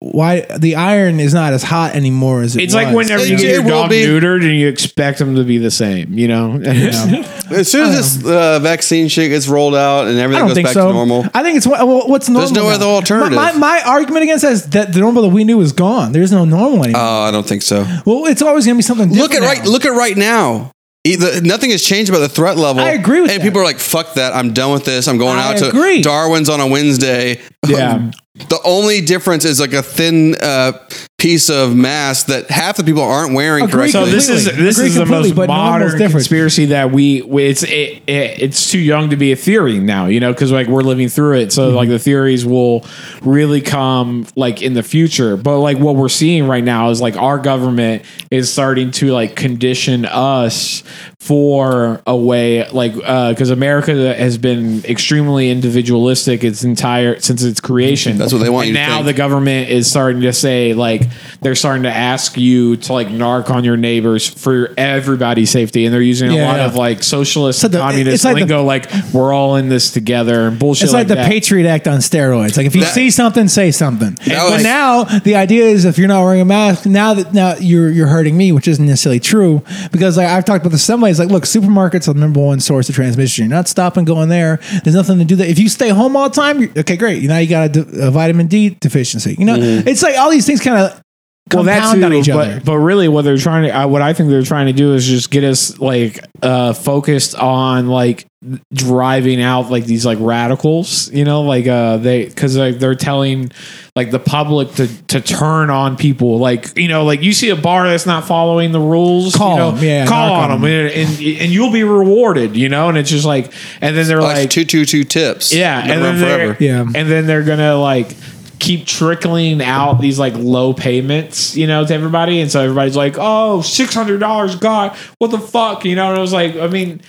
[SPEAKER 3] why the iron is not as hot anymore as it
[SPEAKER 2] It's
[SPEAKER 3] was.
[SPEAKER 2] like whenever
[SPEAKER 4] It-
[SPEAKER 2] you get
[SPEAKER 4] it
[SPEAKER 2] your
[SPEAKER 4] will
[SPEAKER 2] dog
[SPEAKER 4] be-
[SPEAKER 2] neutered and you expect them to be the same, you know.
[SPEAKER 4] as soon as this uh, vaccine shit gets rolled out and
[SPEAKER 3] I
[SPEAKER 4] everything
[SPEAKER 3] don't
[SPEAKER 4] goes
[SPEAKER 3] think
[SPEAKER 4] back
[SPEAKER 3] so.
[SPEAKER 4] to normal,
[SPEAKER 3] I think it's what- well, what's normal.
[SPEAKER 4] There's no
[SPEAKER 3] now.
[SPEAKER 4] other alternative.
[SPEAKER 3] My, my, my argument against that is that the normal that we knew is gone. There's no normal anymore.
[SPEAKER 4] oh, I don't think so.
[SPEAKER 3] well, it's always going to be something.
[SPEAKER 4] Look at
[SPEAKER 3] different
[SPEAKER 4] right.
[SPEAKER 3] now.
[SPEAKER 4] Look at right now. Either, nothing has changed about the threat level.
[SPEAKER 3] I agree with
[SPEAKER 4] And
[SPEAKER 3] that.
[SPEAKER 4] people are like, "Fuck that! I'm done with this. I'm going
[SPEAKER 3] I
[SPEAKER 4] out to
[SPEAKER 3] agree.
[SPEAKER 4] Darwin's on a Wednesday."
[SPEAKER 2] Yeah.
[SPEAKER 4] the only difference is like a thin uh, piece of mask that half the people aren't wearing.
[SPEAKER 3] Agree
[SPEAKER 4] correctly.
[SPEAKER 2] So this is
[SPEAKER 3] Completely.
[SPEAKER 2] this
[SPEAKER 3] Agree
[SPEAKER 2] is the
[SPEAKER 3] completely,
[SPEAKER 2] most
[SPEAKER 3] but normal's
[SPEAKER 2] modern
[SPEAKER 3] different.
[SPEAKER 2] conspiracy that we we- it's it, it it's too young to be a theory now, you know, because like we're living through it. So
[SPEAKER 3] Mm-hmm.
[SPEAKER 2] like the theories will really come like in the future. But like what we're seeing right now is like our government is starting to like condition us for a way like because America has been extremely individualistic its entire since its creation.
[SPEAKER 4] That's what they want
[SPEAKER 2] And
[SPEAKER 4] you to
[SPEAKER 2] now
[SPEAKER 4] think.
[SPEAKER 2] the government is starting to say like they're starting to ask you to like narc on your neighbors for everybody's safety, and they're using a
[SPEAKER 3] Yeah,
[SPEAKER 2] lot
[SPEAKER 3] yeah.
[SPEAKER 2] of like socialist
[SPEAKER 3] So the-
[SPEAKER 2] communist
[SPEAKER 3] it's like the-
[SPEAKER 2] lingo, like we're all in this together and bullshit.
[SPEAKER 3] It's like, the
[SPEAKER 2] that.
[SPEAKER 3] Patriot Act on steroids. Like if you
[SPEAKER 4] That-
[SPEAKER 3] see something, say something. But
[SPEAKER 4] was-
[SPEAKER 3] now the idea is if you're not wearing a mask, now that now you're you're hurting me, which isn't necessarily true because like, I've talked about this some ways. Like, look, supermarkets are the number one source of transmission. You're not stopping going there. There's nothing to do that. If you stay home all the time, you're, okay, great. Now you got a, d- a vitamin D deficiency. You know,
[SPEAKER 4] Mm-hmm.
[SPEAKER 3] it's like all these things kind of compound on each
[SPEAKER 2] but,
[SPEAKER 3] other.
[SPEAKER 2] But really, what they're trying to, I, what I think they're trying to do is just get us like uh focused on like driving out like these like radicals, you know, like uh they because like they're telling like the public to to turn on people, like you know, like you see a bar that's not following the rules,
[SPEAKER 3] Call
[SPEAKER 2] you know,
[SPEAKER 3] 'em, yeah,
[SPEAKER 2] call
[SPEAKER 3] knock
[SPEAKER 2] on them,
[SPEAKER 3] 'em.
[SPEAKER 2] and, and and you'll be rewarded, you know, and it's just like, and then they're
[SPEAKER 4] like
[SPEAKER 2] like
[SPEAKER 4] two two two tips.
[SPEAKER 2] yeah,
[SPEAKER 4] Been
[SPEAKER 2] and
[SPEAKER 4] around
[SPEAKER 2] then they're,
[SPEAKER 4] forever.
[SPEAKER 3] Yeah.
[SPEAKER 2] and then they're gonna like keep trickling out these like low payments, you know, to everybody, and so everybody's like, oh, six hundred dollars, God, what the fuck, you know? And I was like, I mean.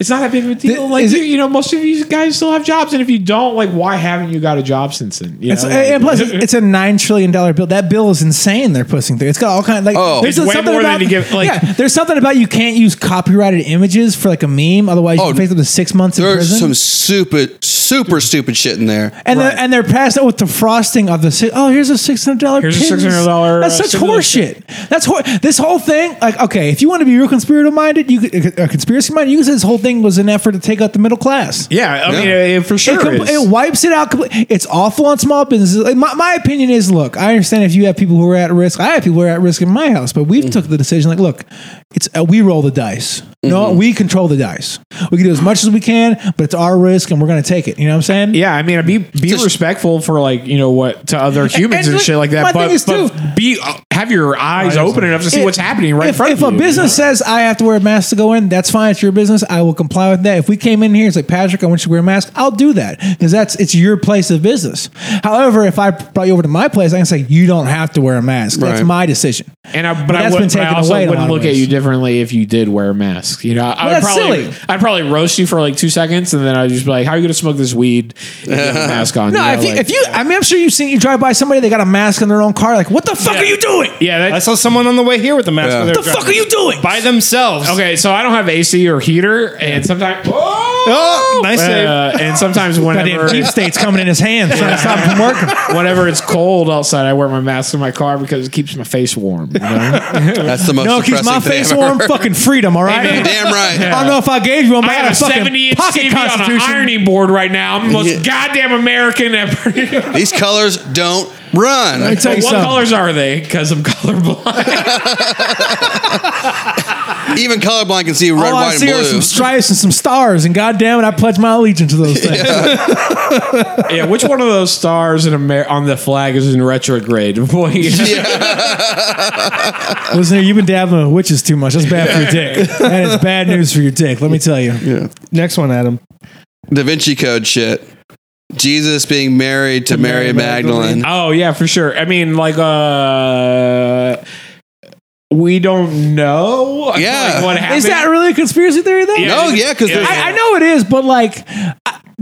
[SPEAKER 2] It's not that big of a deal.
[SPEAKER 3] Th-
[SPEAKER 2] Like
[SPEAKER 3] is
[SPEAKER 2] you,
[SPEAKER 3] it-
[SPEAKER 2] you know, most of these guys still have jobs, and if you don't, like, why haven't you got a job since then? You
[SPEAKER 3] It's,
[SPEAKER 2] know, like-
[SPEAKER 3] and plus, it's it's a nine trillion dollar bill. That bill is insane. They're pushing through. It's got all kind of like.
[SPEAKER 4] Oh.
[SPEAKER 3] there's
[SPEAKER 2] It's way
[SPEAKER 3] something
[SPEAKER 2] more than
[SPEAKER 3] about
[SPEAKER 2] you give, like-
[SPEAKER 3] yeah. There's something about you can't use copyrighted images for like a meme. Otherwise, you
[SPEAKER 4] Oh,
[SPEAKER 3] can face up to six months in
[SPEAKER 4] There's
[SPEAKER 3] prison.
[SPEAKER 4] some super super stupid shit in there.
[SPEAKER 3] and they're, and they're passed out with the frosting of the si- oh here's a six hundred dollar
[SPEAKER 2] Here's a $600,
[SPEAKER 3] that's
[SPEAKER 2] uh,
[SPEAKER 3] such
[SPEAKER 2] simulation.
[SPEAKER 3] horseshit that's hor- this whole thing like okay if you want to be real conspiratorial minded you could a conspiracy minded you could say this whole thing was an effort to take out the middle class
[SPEAKER 2] yeah, I mean, it- it for sure.
[SPEAKER 3] it, com-
[SPEAKER 2] is.
[SPEAKER 3] it wipes it out completely. It's awful on small businesses. Like, my, my opinion is, look, I understand if you have people who are at risk. I have people who are at risk in my house, but we've took the decision like, look, it's uh, we roll the dice. No, we control the dice. We can do as much as we can, but it's our risk, and we're going to take it. You know what I'm saying?
[SPEAKER 2] Yeah, I mean, be be
[SPEAKER 4] Just-
[SPEAKER 2] respectful for like you know what to other humans and,
[SPEAKER 3] look,
[SPEAKER 2] shit like
[SPEAKER 3] my
[SPEAKER 2] that.
[SPEAKER 3] thing
[SPEAKER 2] But,
[SPEAKER 3] is,
[SPEAKER 2] but
[SPEAKER 3] too-
[SPEAKER 2] be uh, have your eyes open enough to see
[SPEAKER 3] If-
[SPEAKER 2] what's happening right in
[SPEAKER 3] if,
[SPEAKER 2] front
[SPEAKER 3] if
[SPEAKER 2] of you.
[SPEAKER 3] a business says I have to wear a mask to go in, that's fine. It's your business. I will comply with that. If we came in here, it's like Patrick, I want you to wear a mask. I'll do that because that's it's your place of business. However, if I brought you over to my place, I can say you don't have to wear a mask. That's
[SPEAKER 4] Right.
[SPEAKER 3] my decision.
[SPEAKER 2] And I, but, I,
[SPEAKER 3] that's
[SPEAKER 2] would,
[SPEAKER 3] been
[SPEAKER 2] but I
[SPEAKER 3] taken
[SPEAKER 2] also
[SPEAKER 3] away in a
[SPEAKER 2] wouldn't
[SPEAKER 3] lot of
[SPEAKER 2] look at
[SPEAKER 3] ways.
[SPEAKER 2] you differently if you did wear a mask. You know, I would
[SPEAKER 3] that's
[SPEAKER 2] probably,
[SPEAKER 3] silly.
[SPEAKER 2] I'd probably roast you for like two seconds, and then I'd just be like, "How are you going to smoke this weed? if You have a mask on?"
[SPEAKER 3] No,
[SPEAKER 2] know,
[SPEAKER 3] if, you,
[SPEAKER 2] like-
[SPEAKER 3] if you, I mean, I'm sure you've seen you drive by somebody they got a mask in their own car. Like, what the fuck are you doing?
[SPEAKER 2] yeah,
[SPEAKER 1] I
[SPEAKER 2] that's
[SPEAKER 1] saw someone on the way here with a mask.
[SPEAKER 4] Yeah.
[SPEAKER 1] on their
[SPEAKER 3] What the
[SPEAKER 1] driveway.
[SPEAKER 3] fuck are you doing?
[SPEAKER 1] By themselves.
[SPEAKER 2] okay. So I don't have AC or heater, and sometimes,
[SPEAKER 1] Oh, nice save.
[SPEAKER 2] uh, and sometimes
[SPEAKER 3] Goddamn
[SPEAKER 2] whenever
[SPEAKER 3] deep state's coming in his hands trying to stop him from working.
[SPEAKER 2] whenever it's cold outside, I wear my mask in my car because it keeps my face warm. You know?
[SPEAKER 4] That's the most
[SPEAKER 3] No, keeps
[SPEAKER 4] depressing
[SPEAKER 3] my
[SPEAKER 4] thing
[SPEAKER 3] face
[SPEAKER 4] I've
[SPEAKER 3] warm.
[SPEAKER 4] ever heard.
[SPEAKER 3] Fucking freedom, all right.
[SPEAKER 2] man.
[SPEAKER 4] Damn right.
[SPEAKER 3] I don't know if I gave you one, but
[SPEAKER 2] I
[SPEAKER 3] I, had
[SPEAKER 2] have a
[SPEAKER 3] a fucking
[SPEAKER 2] 70 inch
[SPEAKER 3] pocket
[SPEAKER 2] TV on an
[SPEAKER 3] constitution.
[SPEAKER 2] ironing board right now. I'm the most
[SPEAKER 4] Yeah.
[SPEAKER 2] goddamn American ever.
[SPEAKER 4] These colors don't run.
[SPEAKER 3] Let me tell you
[SPEAKER 2] what
[SPEAKER 3] something.
[SPEAKER 2] colors are they? Because I'm colorblind.
[SPEAKER 4] Even colorblind can see red,
[SPEAKER 3] All I
[SPEAKER 4] white, and
[SPEAKER 3] see are
[SPEAKER 4] blue.
[SPEAKER 3] some stripes and some stars, and goddamn it, I pledge my allegiance to those things.
[SPEAKER 2] yeah, which one of those stars in Amer- on the flag is in retrograde? Boy,
[SPEAKER 3] Listener, you've been dabbling with witches too much. That's bad for your dick. That is bad news for your dick. Let me tell you.
[SPEAKER 1] Next one, Adam.
[SPEAKER 4] Da Vinci Code shit. Jesus being married to Mary, Magdalene.
[SPEAKER 2] Oh yeah, for sure. I mean, like uh we don't know. like,
[SPEAKER 4] Yeah.
[SPEAKER 2] what happened?
[SPEAKER 3] Is that really a conspiracy theory though?
[SPEAKER 4] No, yeah, because
[SPEAKER 2] Yeah.
[SPEAKER 3] I, I know it is, but like I,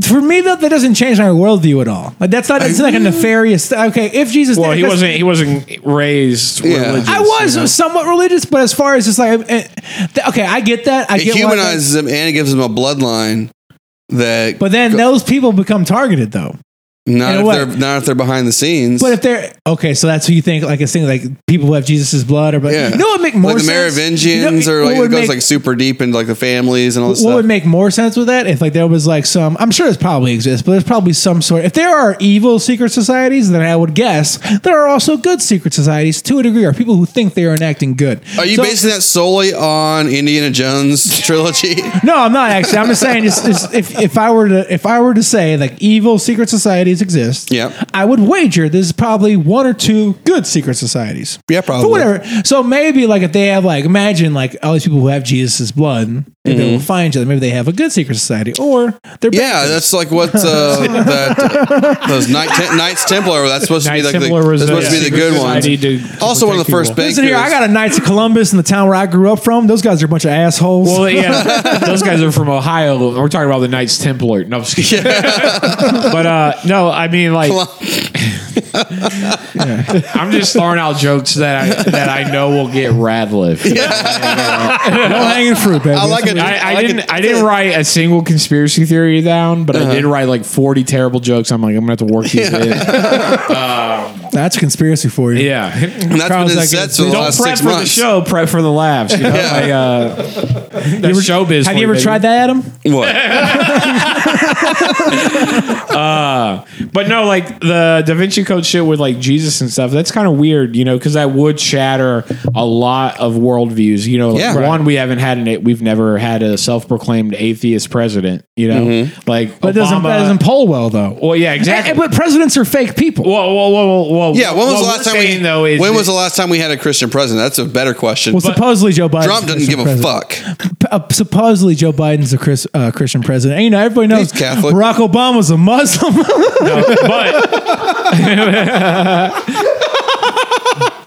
[SPEAKER 3] for me though, that doesn't change my worldview at all. Like that's not it's like a nefarious. Okay, if Jesus,
[SPEAKER 2] Well, he
[SPEAKER 3] because
[SPEAKER 2] wasn't. He wasn't raised
[SPEAKER 4] Yeah.
[SPEAKER 2] religious.
[SPEAKER 3] I was somewhat religious, but as far as just like eh, th- okay, I get that. I
[SPEAKER 4] it
[SPEAKER 3] get why that-
[SPEAKER 4] humanizes him and it gives him a bloodline that.
[SPEAKER 3] But then those people become targeted though.
[SPEAKER 4] not
[SPEAKER 3] in a
[SPEAKER 4] if
[SPEAKER 3] way-
[SPEAKER 4] they're not if they're behind the scenes.
[SPEAKER 3] But if they're okay, so that's who you think like it's thing like people who have Jesus's blood or but
[SPEAKER 4] Yeah.
[SPEAKER 3] you know what would make more
[SPEAKER 4] like the
[SPEAKER 3] sense?
[SPEAKER 4] Merovingians
[SPEAKER 3] You know,
[SPEAKER 4] or like
[SPEAKER 3] what
[SPEAKER 4] it
[SPEAKER 3] would
[SPEAKER 4] goes
[SPEAKER 3] make-
[SPEAKER 4] like super deep into like the families and all
[SPEAKER 3] what
[SPEAKER 4] this stuff.
[SPEAKER 3] would make more sense with that if like there was like some i'm sure this probably exists but there's probably some sort if there are evil secret societies then i would guess there are also good secret societies to a degree or people who think they are enacting good
[SPEAKER 4] Are you
[SPEAKER 3] So-
[SPEAKER 4] basing that solely on Indiana Jones trilogy?
[SPEAKER 3] no i'm not actually i'm just saying just, just if, if i were to if i were to say like evil secret societies exist
[SPEAKER 4] Yep.
[SPEAKER 3] i would wager there's probably one or two good secret societies
[SPEAKER 4] yeah,
[SPEAKER 3] for
[SPEAKER 4] probably.
[SPEAKER 3] whatever. So maybe like if they have like imagine like all these people who have Jesus' blood, and they will find each other. Maybe they have a good secret society, or they're
[SPEAKER 4] Mm-hmm. Yeah, that's like what uh, that those Knight, Tem- Knights Templar. That's supposed to be like the, that's supposed to be the good ones. Also, one of the first bankers.
[SPEAKER 3] Listen here, I got a Knights of Columbus in the town where I grew up from. Those guys are a bunch of assholes.
[SPEAKER 2] Well, yeah, those guys are from Ohio. We're talking about the Knights Templar. No, I'm just kidding. but uh, no, I mean like. I'm just throwing out jokes that I, that I know will get rad lived.
[SPEAKER 3] no hanging fruit, baby.
[SPEAKER 4] I like it.
[SPEAKER 2] I, I,
[SPEAKER 4] like
[SPEAKER 2] didn't.
[SPEAKER 4] it. Uh-huh.
[SPEAKER 2] I didn't write a single conspiracy theory down, but I did write like forty terrible jokes. I'm like, I'm gonna have to work these. in.
[SPEAKER 3] That's a conspiracy for you.
[SPEAKER 2] Yeah.
[SPEAKER 4] And that's been
[SPEAKER 3] Carl's
[SPEAKER 4] his
[SPEAKER 3] like,
[SPEAKER 4] sets for the
[SPEAKER 2] Don't
[SPEAKER 4] last
[SPEAKER 2] prep
[SPEAKER 4] six
[SPEAKER 2] for the
[SPEAKER 4] months.
[SPEAKER 2] show. Prep for the laughs. You know, like, uh, that's showbiz.
[SPEAKER 3] Have you ever tried that, Adam?
[SPEAKER 4] What?
[SPEAKER 2] But no, like the Da Vinci Code shit with like Jesus and stuff. That's kind of weird, you know, because that would shatter a lot of worldviews. You know, like,
[SPEAKER 4] Yeah.
[SPEAKER 2] one we haven't had an we've never had a self-proclaimed atheist president. You know,
[SPEAKER 4] Mm-hmm.
[SPEAKER 2] like
[SPEAKER 3] But it doesn't,
[SPEAKER 2] Obama-
[SPEAKER 3] that doesn't poll well, though.
[SPEAKER 2] well, yeah, exactly.
[SPEAKER 3] Eh, but presidents are fake people.
[SPEAKER 2] Whoa, whoa, whoa, whoa, whoa!
[SPEAKER 4] Yeah. When was
[SPEAKER 2] What
[SPEAKER 4] the
[SPEAKER 2] we're
[SPEAKER 4] last time we?
[SPEAKER 2] saying, though, is
[SPEAKER 4] when
[SPEAKER 2] that-
[SPEAKER 4] was the last time we had a Christian president? That's a better question.
[SPEAKER 3] well, supposedly Joe Biden.
[SPEAKER 4] Trump doesn't give a fuck.
[SPEAKER 3] Uh, supposedly Joe Biden's a Chris, uh, Christian president. And, you know, everybody knows
[SPEAKER 4] He's Catholic.
[SPEAKER 3] Barack Obama's a Muslim.
[SPEAKER 2] but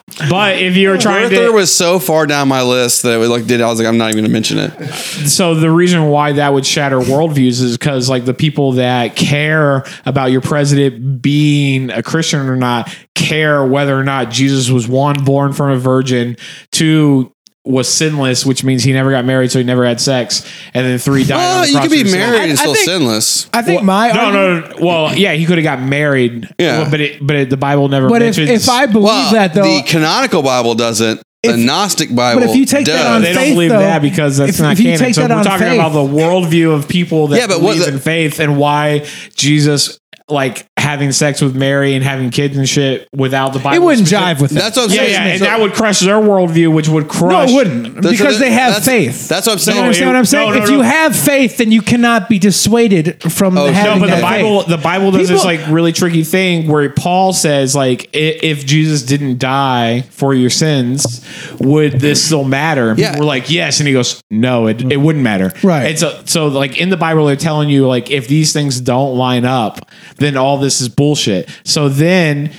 [SPEAKER 2] but if you're trying
[SPEAKER 4] Arthur
[SPEAKER 2] to
[SPEAKER 4] was so far down my list that it was like did I was like I'm not even gonna mention it.
[SPEAKER 2] so the reason why that would shatter worldviews is because like the people that care about your president being a christian or not care whether or not jesus was one born from a virgin two was sinless which means he never got married so he never had sex and then three died on
[SPEAKER 4] Oh,
[SPEAKER 2] the
[SPEAKER 4] you could
[SPEAKER 2] cross
[SPEAKER 4] be
[SPEAKER 2] for sin.
[SPEAKER 4] married
[SPEAKER 3] I- I
[SPEAKER 4] and still
[SPEAKER 3] think-
[SPEAKER 4] sinless.
[SPEAKER 3] I think my
[SPEAKER 2] no,
[SPEAKER 3] argument-
[SPEAKER 2] no, no, no. Well, yeah, he could have got married.
[SPEAKER 4] Yeah.
[SPEAKER 2] Well, but it, but it, the Bible never.
[SPEAKER 3] But if,
[SPEAKER 2] mentions,
[SPEAKER 3] if I believe
[SPEAKER 4] Well,
[SPEAKER 3] that though,
[SPEAKER 4] the canonical Bible doesn't.
[SPEAKER 3] If-
[SPEAKER 4] the Gnostic Bible.
[SPEAKER 3] but if you take that
[SPEAKER 4] does.
[SPEAKER 3] on
[SPEAKER 2] they don't
[SPEAKER 3] faith,
[SPEAKER 2] believe
[SPEAKER 3] though,
[SPEAKER 2] that because that's
[SPEAKER 3] if-
[SPEAKER 2] not
[SPEAKER 3] if you
[SPEAKER 2] canon.
[SPEAKER 3] take
[SPEAKER 2] so
[SPEAKER 3] that
[SPEAKER 2] we're
[SPEAKER 3] on
[SPEAKER 2] talking
[SPEAKER 3] faith-
[SPEAKER 2] about the worldview of people that
[SPEAKER 4] Yeah, but what
[SPEAKER 2] believe
[SPEAKER 4] the-
[SPEAKER 2] in faith and why Jesus like having sex with Mary and having kids and shit without the Bible.
[SPEAKER 3] it wouldn't
[SPEAKER 2] specific-
[SPEAKER 3] jive with that.
[SPEAKER 4] That's what I'm
[SPEAKER 2] Yeah,
[SPEAKER 4] saying.
[SPEAKER 2] yeah, and
[SPEAKER 4] So-
[SPEAKER 2] that would crush their worldview, which would
[SPEAKER 3] no,
[SPEAKER 2] crush.
[SPEAKER 3] it wouldn't
[SPEAKER 4] That's
[SPEAKER 3] because
[SPEAKER 4] what-
[SPEAKER 3] they have
[SPEAKER 4] that's-
[SPEAKER 3] faith.
[SPEAKER 4] That's what I'm
[SPEAKER 3] you
[SPEAKER 4] saying.
[SPEAKER 3] understand what I'm saying?
[SPEAKER 2] no,
[SPEAKER 3] if
[SPEAKER 2] no.
[SPEAKER 3] you have faith, then you cannot be dissuaded from
[SPEAKER 4] Oh,
[SPEAKER 2] No,
[SPEAKER 3] having
[SPEAKER 2] but the
[SPEAKER 3] that
[SPEAKER 2] Bible,
[SPEAKER 3] faith.
[SPEAKER 2] the Bible does this
[SPEAKER 3] People-
[SPEAKER 2] like really tricky thing where Paul says like, i- if Jesus didn't die for your sins, would this still matter? And
[SPEAKER 4] Yeah.
[SPEAKER 2] people we're like, yes, and he goes, no, it, it wouldn't matter.
[SPEAKER 3] Right.
[SPEAKER 2] And so, so like in the Bible, they're telling you like, if these things don't line up, then all this is bullshit. So then.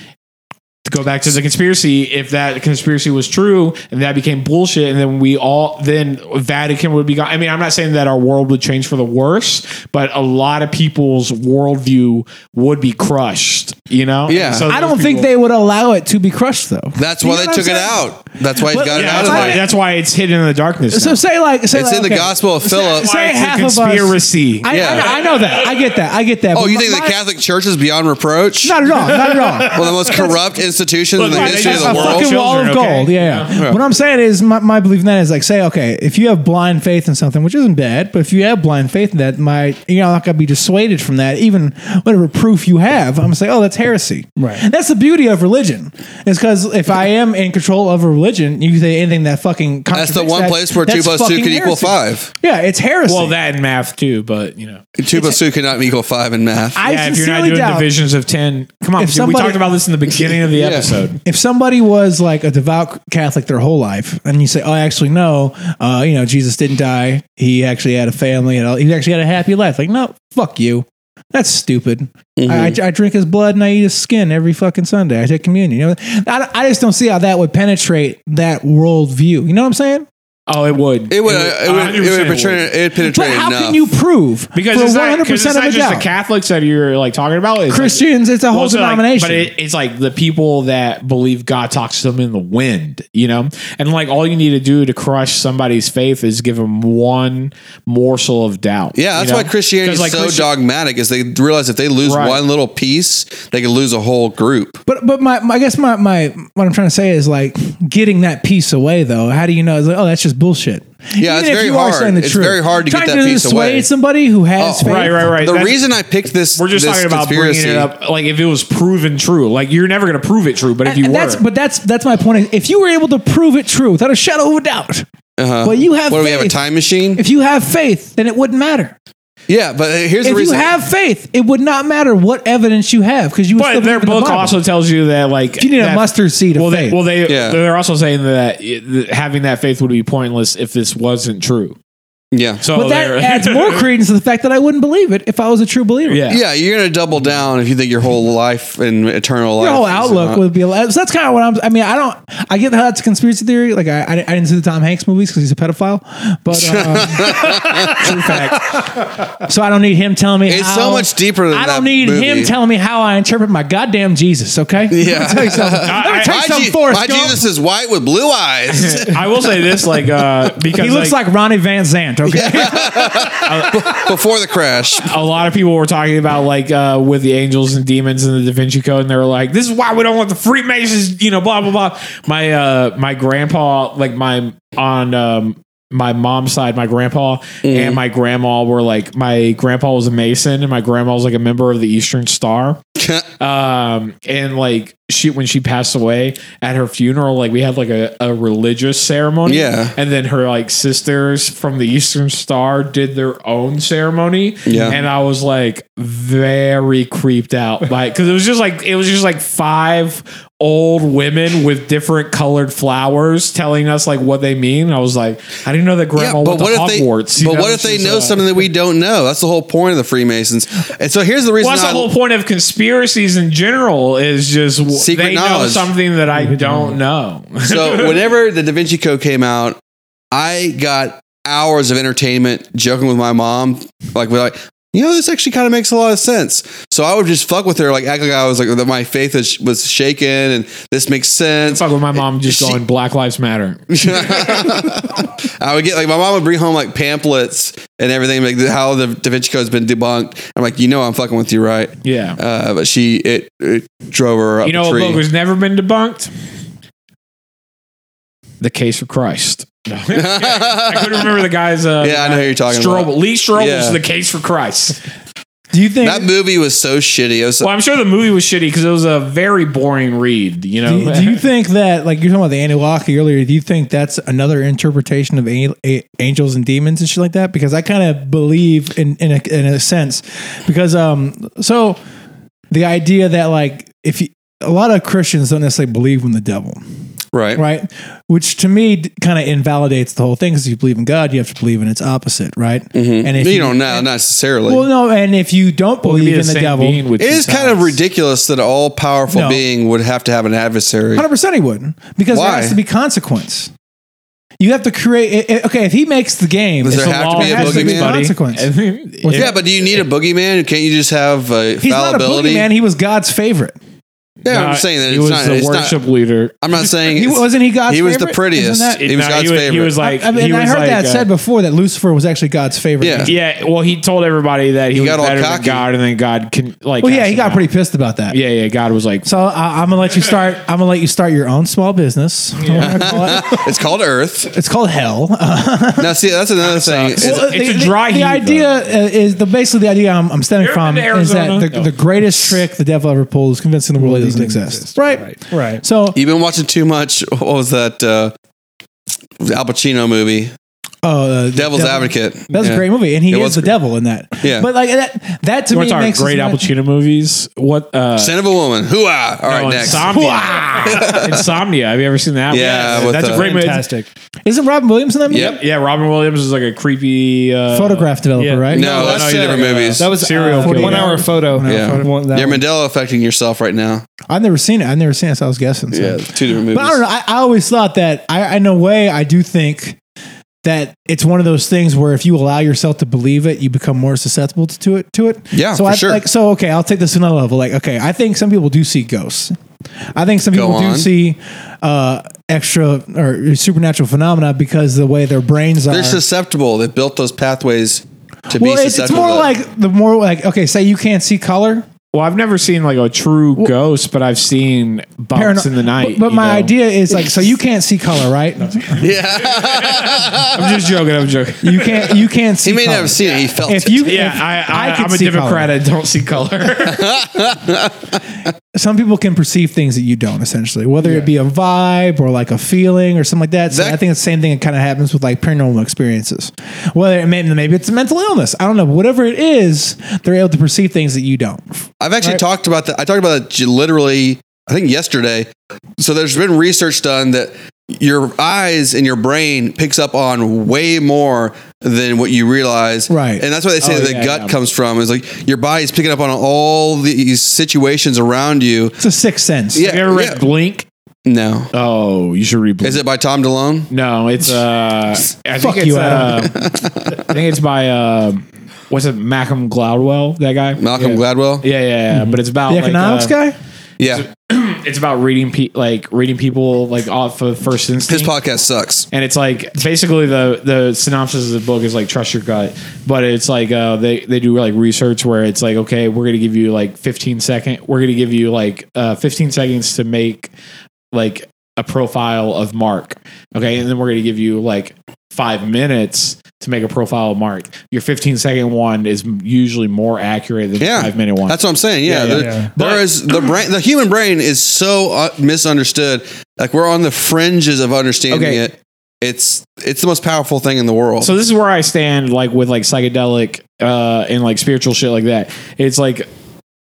[SPEAKER 2] to Go back to the conspiracy. If that conspiracy was true and that became bullshit, and then we all, then Vatican would be gone. I mean, I'm not saying that our world would change for the worse, but a lot of people's worldview would be crushed, you know?
[SPEAKER 4] Yeah.
[SPEAKER 3] I don't think they would allow it to be crushed though.
[SPEAKER 4] That's
[SPEAKER 3] You
[SPEAKER 4] why
[SPEAKER 3] know
[SPEAKER 4] they
[SPEAKER 3] what I'm
[SPEAKER 4] took it
[SPEAKER 3] saying?
[SPEAKER 4] out. That's why he's
[SPEAKER 3] Well,
[SPEAKER 4] got
[SPEAKER 2] Yeah,
[SPEAKER 4] it out
[SPEAKER 2] that's
[SPEAKER 4] of
[SPEAKER 2] why,
[SPEAKER 4] there.
[SPEAKER 2] that's why it's hidden in the darkness.
[SPEAKER 3] So
[SPEAKER 2] now.
[SPEAKER 3] say like, say
[SPEAKER 4] It's
[SPEAKER 3] like,
[SPEAKER 4] in the
[SPEAKER 3] okay,
[SPEAKER 4] Gospel of Philip.
[SPEAKER 3] Say
[SPEAKER 2] It's a
[SPEAKER 3] half of us.
[SPEAKER 2] conspiracy.
[SPEAKER 3] I,
[SPEAKER 4] Yeah.
[SPEAKER 3] I, I know that. I get that. I get that.
[SPEAKER 4] Oh,
[SPEAKER 3] But
[SPEAKER 4] you
[SPEAKER 3] my-
[SPEAKER 4] think the
[SPEAKER 3] my-
[SPEAKER 4] Catholic Church is beyond reproach?
[SPEAKER 3] Not at all. Not at all.
[SPEAKER 4] One of the most corrupt institutions in the
[SPEAKER 2] Look, they
[SPEAKER 4] history of
[SPEAKER 2] just-
[SPEAKER 4] the
[SPEAKER 2] I
[SPEAKER 3] a
[SPEAKER 4] world.
[SPEAKER 3] fucking wall of
[SPEAKER 2] Children, okay?
[SPEAKER 3] gold. Yeah, yeah.
[SPEAKER 4] Yeah.
[SPEAKER 3] What I'm saying is, my, my belief in that is like, say, okay, if you have blind faith in something, which isn't bad, but if you have blind faith in that, my you're not gonna be dissuaded from that, even whatever proof you have. I'm gonna say, oh, that's heresy.
[SPEAKER 1] Right.
[SPEAKER 3] And that's the beauty of religion, is because if I am in control of a religion, you can say anything that fucking
[SPEAKER 4] That's the
[SPEAKER 3] contradicts
[SPEAKER 4] one
[SPEAKER 3] that,
[SPEAKER 4] place where two
[SPEAKER 3] that's
[SPEAKER 4] plus two
[SPEAKER 3] fucking
[SPEAKER 4] can equal
[SPEAKER 3] heresy.
[SPEAKER 4] five.
[SPEAKER 3] Yeah, it's heresy.
[SPEAKER 2] Well, that and math too, but you know,
[SPEAKER 4] Two plus two cannot equal five in math.
[SPEAKER 3] I
[SPEAKER 2] yeah, if you're not
[SPEAKER 3] sincerely
[SPEAKER 2] doing
[SPEAKER 3] doubt.
[SPEAKER 2] divisions of ten, come on.
[SPEAKER 3] If
[SPEAKER 2] dude,
[SPEAKER 3] somebody-
[SPEAKER 2] we talked about this in the beginning of the
[SPEAKER 4] Yeah.
[SPEAKER 2] episode.
[SPEAKER 3] if somebody was like a devout Catholic their whole life, and you say, "Oh, actually, no, uh, you know, Jesus didn't die. He actually had a family, and all, he actually had a happy life." Like, no, fuck you. That's stupid. I, I, I drink his blood and I eat his skin every fucking Sunday. I take communion. You know, I, I just don't see how that would penetrate that worldview. You know what I'm saying?
[SPEAKER 2] Oh, it would.
[SPEAKER 4] It would, it would,
[SPEAKER 2] 100%
[SPEAKER 4] it would,
[SPEAKER 2] it would.
[SPEAKER 4] penetrate, it would
[SPEAKER 3] But
[SPEAKER 4] penetrate
[SPEAKER 3] how
[SPEAKER 4] enough.
[SPEAKER 3] can you prove
[SPEAKER 2] because
[SPEAKER 3] for
[SPEAKER 2] it's not, 'cause it's
[SPEAKER 3] of
[SPEAKER 2] not
[SPEAKER 3] a
[SPEAKER 2] just
[SPEAKER 3] doubt?
[SPEAKER 2] the Catholics that you're like talking about. It's like-
[SPEAKER 3] Christians, it's a whole
[SPEAKER 2] Well, so, like,
[SPEAKER 3] denomination.
[SPEAKER 2] but it, it's like the people that believe God talks to them in the wind, you know? And like all you need to do to crush somebody's faith is give them one morsel of doubt.
[SPEAKER 4] yeah, that's
[SPEAKER 2] you know?
[SPEAKER 4] why Christianity
[SPEAKER 2] 'Cause,
[SPEAKER 4] is so
[SPEAKER 2] Christian-
[SPEAKER 4] dogmatic is they realize if they lose
[SPEAKER 2] Right.
[SPEAKER 4] one little piece, they can lose a whole group.
[SPEAKER 3] But but my, my I guess my, my what I'm trying to say is like getting that piece away though. How do you know? It's like, oh, that's just bullshit.
[SPEAKER 4] Yeah, it's
[SPEAKER 3] if
[SPEAKER 4] very
[SPEAKER 3] you are
[SPEAKER 4] hard.
[SPEAKER 3] saying
[SPEAKER 4] It's very hard to get
[SPEAKER 3] Trying
[SPEAKER 4] that piece
[SPEAKER 3] dissuade
[SPEAKER 4] away.
[SPEAKER 3] somebody who has
[SPEAKER 4] Oh,
[SPEAKER 3] faith.
[SPEAKER 2] Right, right, right.
[SPEAKER 4] the
[SPEAKER 2] That's-
[SPEAKER 4] reason I picked this,
[SPEAKER 2] We're just
[SPEAKER 4] this
[SPEAKER 2] talking about
[SPEAKER 4] conspiracy,
[SPEAKER 2] bringing it up. Like if it was proven true, like you're never going to prove it true, but if
[SPEAKER 3] And-
[SPEAKER 2] you
[SPEAKER 3] and
[SPEAKER 2] were.
[SPEAKER 3] that's but that's that's my point. If you were able to prove it true without a shadow of a doubt,
[SPEAKER 4] Uh-huh.
[SPEAKER 3] but you have
[SPEAKER 4] What do we have a
[SPEAKER 3] faith.
[SPEAKER 4] time machine?
[SPEAKER 3] if you have faith, then it wouldn't matter.
[SPEAKER 4] yeah, but uh, here's
[SPEAKER 3] If
[SPEAKER 4] the
[SPEAKER 3] you
[SPEAKER 4] reason.
[SPEAKER 3] have faith, it would not matter what evidence you have because you. Would still
[SPEAKER 2] but their
[SPEAKER 3] believe in the
[SPEAKER 2] book
[SPEAKER 3] Bible.
[SPEAKER 2] also tells you that like
[SPEAKER 3] you need a
[SPEAKER 2] that-
[SPEAKER 3] mustard seed of
[SPEAKER 2] well,
[SPEAKER 3] faith.
[SPEAKER 2] They, well, they
[SPEAKER 4] Yeah.
[SPEAKER 2] they're also saying that it- that having that faith would be pointless if this wasn't true.
[SPEAKER 4] yeah.
[SPEAKER 2] So
[SPEAKER 3] But that
[SPEAKER 2] they're-
[SPEAKER 3] adds more credence to the fact that I wouldn't believe it if I was a true believer.
[SPEAKER 2] yeah.
[SPEAKER 4] yeah, you're gonna double down if you think your whole life and eternal life.
[SPEAKER 3] Your whole
[SPEAKER 4] is
[SPEAKER 3] outlook
[SPEAKER 4] not-
[SPEAKER 3] would be. So that's kind of what I'm. I mean, I don't. I get how that's a conspiracy theory. Like I, I, didn't- I didn't see the Tom Hanks movies because he's a pedophile. But um, true fact. So I don't need him telling me.
[SPEAKER 4] It's
[SPEAKER 3] how-
[SPEAKER 4] so much deeper than
[SPEAKER 3] I
[SPEAKER 4] that
[SPEAKER 3] don't need
[SPEAKER 4] movie.
[SPEAKER 3] him telling me how I interpret my goddamn Jesus. Okay.
[SPEAKER 4] Yeah.
[SPEAKER 3] Let me tell you something. Let me
[SPEAKER 2] I-
[SPEAKER 3] tell you
[SPEAKER 4] My,
[SPEAKER 3] something
[SPEAKER 4] Je-
[SPEAKER 3] for us,
[SPEAKER 4] my
[SPEAKER 3] Gump.
[SPEAKER 4] Jesus is white with blue eyes.
[SPEAKER 2] I will say this, like, uh, because
[SPEAKER 3] He looks
[SPEAKER 2] like,
[SPEAKER 3] like, Ronnie Van Zant. Okay.
[SPEAKER 4] Before the crash,
[SPEAKER 2] a lot of people were talking about, like, uh, with the angels and demons and the Da Vinci Code, and they were like, "This is why we don't want the Freemasons," you know, blah blah blah. My uh, my grandpa, like my on um, my mom's side, my grandpa and my grandma were like, my grandpa was a Mason, and my grandma was like a member of the Eastern Star. um and like she when she passed away at her funeral like we had like a, a religious ceremony
[SPEAKER 4] Yeah.
[SPEAKER 2] and then her like sisters from the eastern star did their own ceremony
[SPEAKER 4] Yeah.
[SPEAKER 2] and i was like very creeped out by because it was just like it was just like five old women with different colored flowers telling us like what they mean and i was like i didn't know that
[SPEAKER 4] yeah,
[SPEAKER 2] grandma
[SPEAKER 4] but
[SPEAKER 2] went
[SPEAKER 4] what
[SPEAKER 2] to
[SPEAKER 4] if
[SPEAKER 2] hogwarts
[SPEAKER 4] they?
[SPEAKER 2] you
[SPEAKER 4] But what
[SPEAKER 2] know?
[SPEAKER 4] if they
[SPEAKER 2] She's,
[SPEAKER 4] know
[SPEAKER 2] uh,
[SPEAKER 4] something that we don't know? That's the whole point of the Freemasons. And so here's the reason.
[SPEAKER 2] Well, that's
[SPEAKER 4] I-
[SPEAKER 2] the whole point of conspiracies in general is just w-
[SPEAKER 4] Secret
[SPEAKER 2] they know
[SPEAKER 4] knowledge.
[SPEAKER 2] something that I don't know.
[SPEAKER 4] so whenever the Da Vinci Code came out, I got hours of entertainment joking with my mom. Like we're like, you know, this actually kind of makes a lot of sense. So I would just fuck with her, like act like I was like that my faith is, was shaken and this makes sense.
[SPEAKER 2] Fuck with my mom just
[SPEAKER 4] She-
[SPEAKER 2] going Black Lives Matter.
[SPEAKER 4] I would get like my mom would bring home like pamphlets and everything, like how the Da Vinci Code's been debunked. I'm like, you know, I'm fucking with you, right?
[SPEAKER 2] Yeah.
[SPEAKER 4] Uh, but she it, it drove her up
[SPEAKER 2] you know
[SPEAKER 4] a
[SPEAKER 2] what
[SPEAKER 4] tree.
[SPEAKER 2] book has never been debunked? The Case of Christ. No. I couldn't remember the guy's. Uh,
[SPEAKER 4] Yeah, I know who you're talking
[SPEAKER 2] Strobel.
[SPEAKER 4] about.
[SPEAKER 2] Lee Strobel's
[SPEAKER 4] Yeah.
[SPEAKER 2] The Case for Christ.
[SPEAKER 3] Do you think?
[SPEAKER 4] that movie was so shitty. It was
[SPEAKER 2] Well, I'm sure the movie was shitty because it was a very boring read, you know?
[SPEAKER 3] do, do you think that, like you're talking about the Anunnaki earlier, do you think that's another interpretation of an- a- angels and demons and shit like that? Because I kind of believe in in a, in a sense, because um, so the idea that like if you, a lot of Christians don't necessarily believe in the devil,
[SPEAKER 4] right.
[SPEAKER 3] right? Which to me kind of invalidates the whole thing. Because you believe in God, you have to believe in its opposite, right? And if
[SPEAKER 4] Mm-hmm. You don't know, not necessarily.
[SPEAKER 3] well, no, and if you don't
[SPEAKER 2] It could be
[SPEAKER 3] believe in the
[SPEAKER 2] same
[SPEAKER 3] devil,
[SPEAKER 2] being with
[SPEAKER 4] It
[SPEAKER 2] two
[SPEAKER 4] is kind of
[SPEAKER 2] sides.
[SPEAKER 4] ridiculous that an all powerful
[SPEAKER 3] No.
[SPEAKER 4] being would have to have an adversary.
[SPEAKER 3] Hundred percent, he wouldn't because there
[SPEAKER 4] Why?
[SPEAKER 3] has to be consequence. You have to create. i- i- Okay, if he makes the game,
[SPEAKER 4] Does
[SPEAKER 3] it's
[SPEAKER 4] there
[SPEAKER 3] a
[SPEAKER 4] have to
[SPEAKER 3] law.
[SPEAKER 4] be a
[SPEAKER 3] It has to be
[SPEAKER 4] boogeyman?
[SPEAKER 3] consequence.
[SPEAKER 4] Yeah, but do you need a boogeyman? Can't you just have uh
[SPEAKER 3] He's not a
[SPEAKER 4] fallibility?
[SPEAKER 3] boogeyman. He was God's favorite.
[SPEAKER 4] Yeah, I'm saying that
[SPEAKER 2] he
[SPEAKER 4] it's
[SPEAKER 2] was
[SPEAKER 4] not-
[SPEAKER 2] the
[SPEAKER 4] it's not-
[SPEAKER 2] worship leader.
[SPEAKER 4] I'm not saying
[SPEAKER 3] He
[SPEAKER 4] it's-
[SPEAKER 3] wasn't he God's
[SPEAKER 4] He was the
[SPEAKER 3] favorite?
[SPEAKER 4] prettiest.
[SPEAKER 3] Isn't that-
[SPEAKER 4] he was
[SPEAKER 2] No,
[SPEAKER 4] God's
[SPEAKER 2] he
[SPEAKER 4] favorite.
[SPEAKER 2] He was like,
[SPEAKER 3] I, I mean,
[SPEAKER 2] he
[SPEAKER 3] I
[SPEAKER 2] was
[SPEAKER 3] heard
[SPEAKER 2] like,
[SPEAKER 3] that
[SPEAKER 2] uh,
[SPEAKER 3] said before that Lucifer was actually God's favorite.
[SPEAKER 4] Yeah.
[SPEAKER 2] Yeah, well, he told everybody that he,
[SPEAKER 4] He
[SPEAKER 2] was
[SPEAKER 4] got all
[SPEAKER 2] better than
[SPEAKER 4] cocky.
[SPEAKER 2] God, and then God can like.
[SPEAKER 3] Well, yeah,
[SPEAKER 2] cast
[SPEAKER 3] he
[SPEAKER 2] him
[SPEAKER 3] got
[SPEAKER 2] out.
[SPEAKER 3] pretty pissed about that.
[SPEAKER 2] Yeah, yeah, God was like,
[SPEAKER 3] So I I'm gonna let you start. I'm gonna let you start your own small business.
[SPEAKER 4] it's called Earth.
[SPEAKER 3] It's called Hell.
[SPEAKER 4] Now, see, that's another thing. is-
[SPEAKER 2] Well, it's a dry
[SPEAKER 3] The,
[SPEAKER 2] heat,
[SPEAKER 3] idea uh, is the basically the idea I'm, I'm standing
[SPEAKER 2] You're
[SPEAKER 3] from
[SPEAKER 2] in
[SPEAKER 3] is that the,
[SPEAKER 2] Arizona.
[SPEAKER 3] the greatest trick the devil ever pulled is convincing the world it doesn't exist. Right.
[SPEAKER 1] Right.
[SPEAKER 3] So
[SPEAKER 4] You've been watching too much. What was that uh, Al Pacino movie?
[SPEAKER 3] oh, uh, the
[SPEAKER 4] Devil's
[SPEAKER 3] devil-
[SPEAKER 4] Advocate.
[SPEAKER 3] That's
[SPEAKER 4] Yeah.
[SPEAKER 3] a great movie, and he
[SPEAKER 4] It
[SPEAKER 3] is
[SPEAKER 4] was
[SPEAKER 3] the
[SPEAKER 4] great.
[SPEAKER 3] devil in that.
[SPEAKER 4] Yeah.
[SPEAKER 3] But like that, that to
[SPEAKER 2] "You want
[SPEAKER 3] me
[SPEAKER 2] to talk
[SPEAKER 3] makes
[SPEAKER 2] great
[SPEAKER 3] this-
[SPEAKER 2] Al Pacino movies? What? uh
[SPEAKER 4] Sin of a Woman. Hooah! All right,
[SPEAKER 2] no,
[SPEAKER 4] next.
[SPEAKER 2] Insomnia. Insomnia. Have you ever seen that? one?
[SPEAKER 4] Yeah, with,
[SPEAKER 2] that's
[SPEAKER 4] uh,
[SPEAKER 2] a great movie. It's-
[SPEAKER 1] Fantastic.
[SPEAKER 3] Isn't Robin Williams in that movie?
[SPEAKER 4] Yep.
[SPEAKER 2] Yeah, Robin Williams is like a creepy uh,
[SPEAKER 3] Photograph developer,
[SPEAKER 2] yeah.
[SPEAKER 3] right?
[SPEAKER 4] No, that's two different movies.
[SPEAKER 1] That was
[SPEAKER 2] Serial
[SPEAKER 1] uh,
[SPEAKER 2] killer.
[SPEAKER 1] one hour photo.
[SPEAKER 4] Yeah.
[SPEAKER 1] One- that
[SPEAKER 4] You're
[SPEAKER 1] one.
[SPEAKER 4] Mandela affecting yourself right now.
[SPEAKER 3] I've never seen it. I've never seen it. So I was guessing. So.
[SPEAKER 4] Yeah, two different movies.
[SPEAKER 3] But I don't know. I, I always thought that. I in a way, I do think that it's one of those things where if you allow yourself to believe it, you become more susceptible to, to it. To it.
[SPEAKER 4] Yeah,
[SPEAKER 3] So
[SPEAKER 4] for
[SPEAKER 3] I
[SPEAKER 4] sure.
[SPEAKER 3] like. So okay, I'll take this to another level. Like okay, I think some people do see ghosts. I think some
[SPEAKER 4] Go
[SPEAKER 3] people do
[SPEAKER 4] on.
[SPEAKER 3] see uh, extra or supernatural phenomena because the way their brains are.
[SPEAKER 4] They're susceptible. They built those pathways to
[SPEAKER 3] Uh, well,
[SPEAKER 4] be
[SPEAKER 3] it's, it's
[SPEAKER 4] susceptible.
[SPEAKER 3] more
[SPEAKER 4] to that.
[SPEAKER 3] like the more like okay, say you can't see color.
[SPEAKER 2] Well, I've never seen like a true ghost, but I've seen bumps
[SPEAKER 3] parano-
[SPEAKER 2] in the night.
[SPEAKER 3] But, but
[SPEAKER 2] you
[SPEAKER 3] my
[SPEAKER 2] know?
[SPEAKER 3] idea is like, so you can't see color, right?
[SPEAKER 2] I'm just joking. I'm joking.
[SPEAKER 3] You can't. You can't see.
[SPEAKER 4] He may
[SPEAKER 3] color.
[SPEAKER 4] not have seen it. He felt
[SPEAKER 3] If
[SPEAKER 4] it.
[SPEAKER 3] you,
[SPEAKER 2] Yeah,
[SPEAKER 3] if
[SPEAKER 2] I, I,
[SPEAKER 3] could
[SPEAKER 2] I'm a
[SPEAKER 3] see
[SPEAKER 2] Democrat.
[SPEAKER 3] color.
[SPEAKER 2] I don't see color.
[SPEAKER 3] some people can perceive things that you don't essentially whether it be a vibe or like a feeling or something like that so
[SPEAKER 4] That-
[SPEAKER 3] i think it's the same thing that kind of happens with like paranormal experiences whether it may, maybe it's a mental illness i don't know whatever it is they're able to perceive things that you don't
[SPEAKER 4] I've actually talked about that. I talked about that j- literally, I think yesterday. So there's been research done that your eyes and your brain picks up on way more than what you realize.
[SPEAKER 3] Right.
[SPEAKER 4] And that's why they say
[SPEAKER 2] Oh,
[SPEAKER 4] the
[SPEAKER 2] yeah,
[SPEAKER 4] gut
[SPEAKER 2] yeah.
[SPEAKER 4] comes from is like your body's picking up on all these situations around you.
[SPEAKER 3] it's a sixth sense
[SPEAKER 4] Yeah.
[SPEAKER 2] Have you ever read
[SPEAKER 4] yeah.
[SPEAKER 2] Blink?
[SPEAKER 4] No.
[SPEAKER 2] Oh, you should read Blink.
[SPEAKER 4] Is it by Tom DeLonge?
[SPEAKER 2] No, it's uh, I
[SPEAKER 3] Fuck
[SPEAKER 2] think it's
[SPEAKER 3] you,
[SPEAKER 2] uh, I think it's by uh, what's it, Malcolm Gladwell? That guy,
[SPEAKER 4] Malcolm
[SPEAKER 2] yeah.
[SPEAKER 4] Gladwell?
[SPEAKER 2] Yeah, yeah, yeah. But it's about
[SPEAKER 3] the economics
[SPEAKER 2] like, uh,
[SPEAKER 3] guy
[SPEAKER 4] Yeah.
[SPEAKER 2] It's about reading pe- like reading people like off of first instinct.
[SPEAKER 4] His podcast sucks.
[SPEAKER 2] and it's like basically the the synopsis of the book is like trust your gut but it's like uh they they do like research where it's like okay we're gonna give you like 15 second we're gonna give you like uh 15 seconds to make like a profile of mark okay and then we're gonna give you like five minutes to make a profile of mark your 15 second one is usually more accurate than
[SPEAKER 4] Yeah.
[SPEAKER 2] the five minute one
[SPEAKER 4] That's what I'm saying.
[SPEAKER 2] Yeah,
[SPEAKER 4] Yeah.
[SPEAKER 2] yeah,
[SPEAKER 4] there-
[SPEAKER 1] yeah.
[SPEAKER 4] there
[SPEAKER 2] But-
[SPEAKER 4] is the brain, the human brain is so uh, misunderstood. Like we're on the fringes of understanding
[SPEAKER 2] Okay.
[SPEAKER 4] it. It's it's the most powerful thing in the world.
[SPEAKER 2] So this is where I stand, like with like psychedelic uh, and like spiritual shit like that. It's like,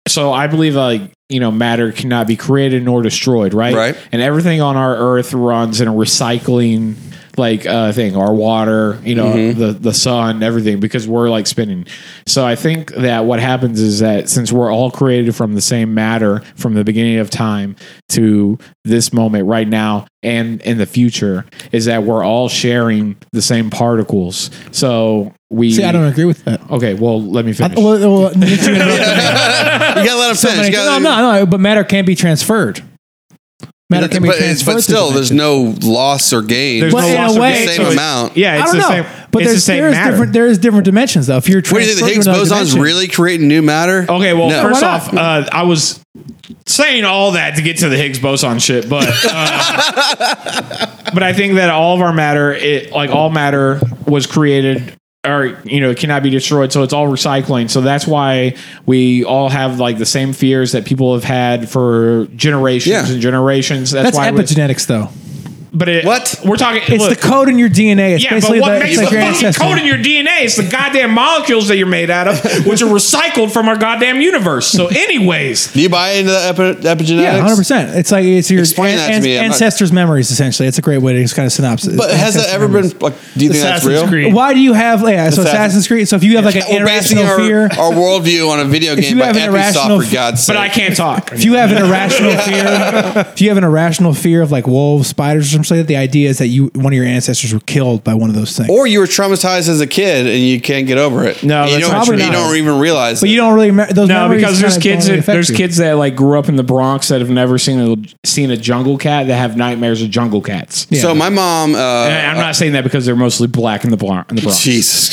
[SPEAKER 2] so I believe like you know matter cannot be created nor destroyed, right?
[SPEAKER 4] Right.
[SPEAKER 2] And everything on our earth runs in a recycling like uh, thing. Our water, you know, the the sun, everything, because we're like spinning. So I think that what happens is that since we're all created from the same matter from the beginning of time to this moment right now and in the future, is that we're all sharing the same particles. So we.
[SPEAKER 3] see i don't agree with that
[SPEAKER 2] Okay, well, let me
[SPEAKER 3] I,
[SPEAKER 2] finish.
[SPEAKER 3] well, well,
[SPEAKER 4] you gotta let him finish. You
[SPEAKER 3] no,
[SPEAKER 4] gotta-
[SPEAKER 3] no, no, but matter can be transferred. Matter can be
[SPEAKER 4] but, it's-
[SPEAKER 3] transferred.
[SPEAKER 4] but
[SPEAKER 3] to
[SPEAKER 4] still, there's
[SPEAKER 3] dimension.
[SPEAKER 4] no loss or gain.
[SPEAKER 2] There's
[SPEAKER 3] But in a
[SPEAKER 2] loss of
[SPEAKER 3] way-
[SPEAKER 2] gain,
[SPEAKER 4] Same
[SPEAKER 2] so it's-
[SPEAKER 4] amount.
[SPEAKER 2] Yeah, it's
[SPEAKER 3] I don't
[SPEAKER 2] the
[SPEAKER 3] know,
[SPEAKER 2] same.
[SPEAKER 3] but
[SPEAKER 2] it's the
[SPEAKER 3] there's,
[SPEAKER 2] same
[SPEAKER 3] there's
[SPEAKER 2] matter.
[SPEAKER 3] different. There's different dimensions though. If you're
[SPEAKER 4] what do you think?
[SPEAKER 3] transferred
[SPEAKER 4] The Higgs
[SPEAKER 3] to another
[SPEAKER 4] boson's
[SPEAKER 3] dimension-
[SPEAKER 4] really creating new matter?
[SPEAKER 2] Okay, well,
[SPEAKER 4] No.
[SPEAKER 2] first
[SPEAKER 3] Why
[SPEAKER 2] off, uh, I was saying all that to get to the Higgs boson shit, but uh, but I think that all of our matter, it like all matter, was created or you know it cannot be destroyed, so it's all recycling. So that's why we all have like the same fears that people have had for generations
[SPEAKER 4] Yeah.
[SPEAKER 2] and generations. That's,
[SPEAKER 3] That's
[SPEAKER 2] why. we-
[SPEAKER 3] epigenetics though.
[SPEAKER 2] but it,
[SPEAKER 4] What?
[SPEAKER 2] we're talking?
[SPEAKER 3] It's
[SPEAKER 2] look,
[SPEAKER 3] the code in your DNA. It's
[SPEAKER 2] yeah,
[SPEAKER 3] basically
[SPEAKER 2] but what
[SPEAKER 3] the,
[SPEAKER 2] makes
[SPEAKER 3] it's like
[SPEAKER 2] the
[SPEAKER 3] your
[SPEAKER 2] fucking
[SPEAKER 3] ancestry.
[SPEAKER 2] code in your DNA? It's the goddamn molecules that you're made out of, which are recycled from our goddamn universe. So, anyways,
[SPEAKER 4] Do you buy into the epi- epigenetics?
[SPEAKER 3] yeah, hundred percent. It's like it's your
[SPEAKER 4] Explain that to
[SPEAKER 3] an-
[SPEAKER 4] me. I'm not-
[SPEAKER 3] ancestors' memories. Essentially, it's a great way to just kind of synopsis.
[SPEAKER 4] But has that ever been? Like, do you think that's real?
[SPEAKER 1] Creed.
[SPEAKER 3] Why do you have yeah, so
[SPEAKER 4] Assassin's-
[SPEAKER 3] Assassin's Creed? So if you have like an
[SPEAKER 4] We're basing
[SPEAKER 3] irrational
[SPEAKER 4] our,
[SPEAKER 3] fear,
[SPEAKER 4] our worldview on a video game
[SPEAKER 3] you
[SPEAKER 4] by
[SPEAKER 3] have an irrational
[SPEAKER 4] Episoft,
[SPEAKER 3] f-
[SPEAKER 4] for God's sake.
[SPEAKER 2] but I can't talk.
[SPEAKER 3] if you have an irrational fear, if you have an irrational fear of like wolves, spiders, or from slavery, the idea is that you one of your ancestors were killed by one of those things.
[SPEAKER 4] Or you were traumatized as a kid and you can't get over it.
[SPEAKER 2] No,
[SPEAKER 4] And you
[SPEAKER 2] that's
[SPEAKER 4] don't,
[SPEAKER 2] probably not.
[SPEAKER 4] you don't even realize.
[SPEAKER 3] but
[SPEAKER 4] it.
[SPEAKER 3] you don't really remember those.
[SPEAKER 2] No,
[SPEAKER 3] memories
[SPEAKER 2] because there's
[SPEAKER 3] kinda
[SPEAKER 2] kids
[SPEAKER 3] don't really
[SPEAKER 2] that
[SPEAKER 3] affect
[SPEAKER 2] there's
[SPEAKER 3] you.
[SPEAKER 2] kids that like grew up in the Bronx that have never seen a seen a jungle cat that have nightmares of jungle cats.
[SPEAKER 4] So my mom. Uh,
[SPEAKER 2] And I- I'm not saying that because they're mostly black in the Bron- in the Bronx.
[SPEAKER 4] Jesus.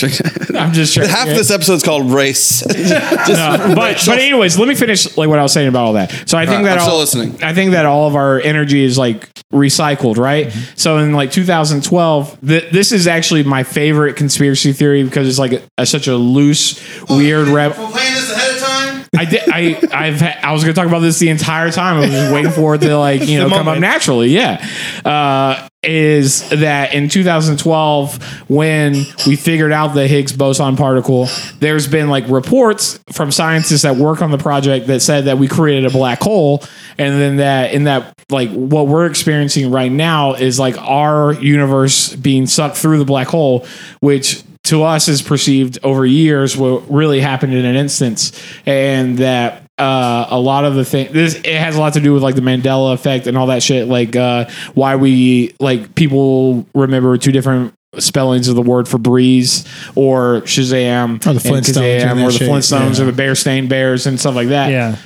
[SPEAKER 2] I'm just trying-
[SPEAKER 4] Half this episode's called race.
[SPEAKER 2] No, but but anyways, let me finish like what I was saying about all that. So I think
[SPEAKER 4] right,
[SPEAKER 2] that
[SPEAKER 4] I'm
[SPEAKER 2] all,
[SPEAKER 4] still listening.
[SPEAKER 2] I think that all of our energy is like recycled, right?
[SPEAKER 4] Mm-hmm.
[SPEAKER 2] So in like 2012, th- this is actually my favorite conspiracy theory because it's like a, such a loose,
[SPEAKER 4] Oh,
[SPEAKER 2] weird rep.
[SPEAKER 4] playing this ahead of time.
[SPEAKER 2] I did. I I've ha- I was gonna talk about this the entire time. I was just waiting for it to like you know come up naturally. Yeah, uh, is that in 2012 when we figured out the Higgs boson particle? There's been like reports from scientists that work on the project that said that we created a black hole, and then that in that like what we're experiencing right now is like our universe being sucked through the black hole, which to us is perceived over years what really happened in an instance and that uh, a lot of the thing this it has a lot to do with like the mandela effect and all that shit like uh, why we like people remember two different spellings of the word for breeze or shazam
[SPEAKER 3] Or the
[SPEAKER 2] and
[SPEAKER 3] Flintstones
[SPEAKER 2] Kazam
[SPEAKER 3] and
[SPEAKER 2] or
[SPEAKER 3] that
[SPEAKER 2] the
[SPEAKER 3] shit,
[SPEAKER 2] flintstones
[SPEAKER 3] yeah.
[SPEAKER 2] or the bear stained bears and stuff like that
[SPEAKER 1] Yeah.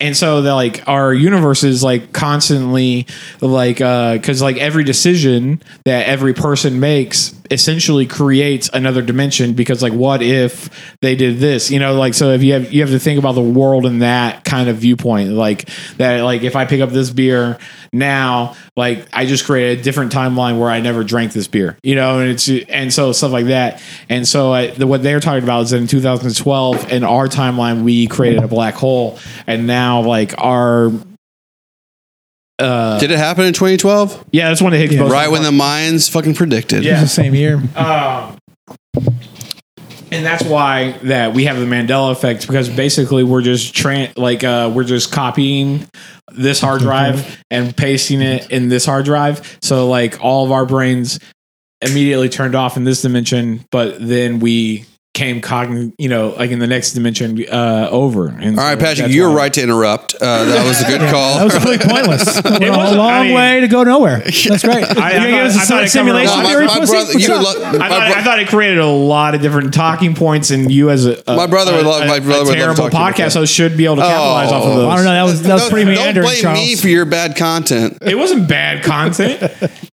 [SPEAKER 2] and so that like our universe is like constantly like uh because like every decision that every person makes essentially creates another dimension because like what if they did this you know like so if you have you have to think about the world in that kind of viewpoint like that like if i pick up this beer now like i just created a different timeline where i never drank this beer you know and it's and so stuff like that and so I, the, what they're talking about is in 2012 in our timeline we created a black hole and now like our Uh,
[SPEAKER 4] Did it happen in 2012?
[SPEAKER 2] yeah that's one of the Higgs boson
[SPEAKER 4] Right when the Mayans fucking predicted.
[SPEAKER 3] It was
[SPEAKER 2] Yeah.
[SPEAKER 3] the same year.
[SPEAKER 4] Oh.
[SPEAKER 2] Um, and that's why that we have the Mandela effect because basically we're just tran like uh, we're just copying this hard drive and pasting it in this hard drive. So like all of our brains immediately turned off in this dimension, but then we came cogn you know like in the next dimension uh, over. And
[SPEAKER 4] All right,
[SPEAKER 2] so
[SPEAKER 4] Patrick,
[SPEAKER 2] that's
[SPEAKER 4] you're
[SPEAKER 2] why-
[SPEAKER 4] right to interrupt. Uh, that was a good
[SPEAKER 3] That
[SPEAKER 4] call.
[SPEAKER 3] was completely pointless. Went a
[SPEAKER 2] wasn't-
[SPEAKER 3] long
[SPEAKER 2] I mean-
[SPEAKER 3] way to go nowhere. That's right.
[SPEAKER 2] I
[SPEAKER 3] You're gonna
[SPEAKER 2] thought-
[SPEAKER 3] give us
[SPEAKER 2] I thought
[SPEAKER 3] a
[SPEAKER 2] it
[SPEAKER 3] science
[SPEAKER 2] covered a
[SPEAKER 3] simulation
[SPEAKER 2] lot.
[SPEAKER 4] my,
[SPEAKER 3] theory,
[SPEAKER 4] my
[SPEAKER 3] pussy?
[SPEAKER 4] brother,
[SPEAKER 3] What's
[SPEAKER 4] you would
[SPEAKER 3] up?
[SPEAKER 4] lo-
[SPEAKER 2] I
[SPEAKER 4] my
[SPEAKER 2] thought,
[SPEAKER 4] bro-
[SPEAKER 2] I thought it created a lot of different talking points, and you as a, a-
[SPEAKER 4] My brother would love-
[SPEAKER 2] a-
[SPEAKER 4] my
[SPEAKER 2] a
[SPEAKER 4] brother would love to
[SPEAKER 2] terrible
[SPEAKER 4] talk to you Oh. about
[SPEAKER 2] podcast
[SPEAKER 4] that.
[SPEAKER 2] host should be able to capitalize off of those.
[SPEAKER 3] I don't know. That was that was
[SPEAKER 4] Don't-
[SPEAKER 3] pretty
[SPEAKER 4] don't
[SPEAKER 3] meandering,
[SPEAKER 4] blame me
[SPEAKER 3] Charles.
[SPEAKER 4] for your bad content.
[SPEAKER 2] It wasn't bad content.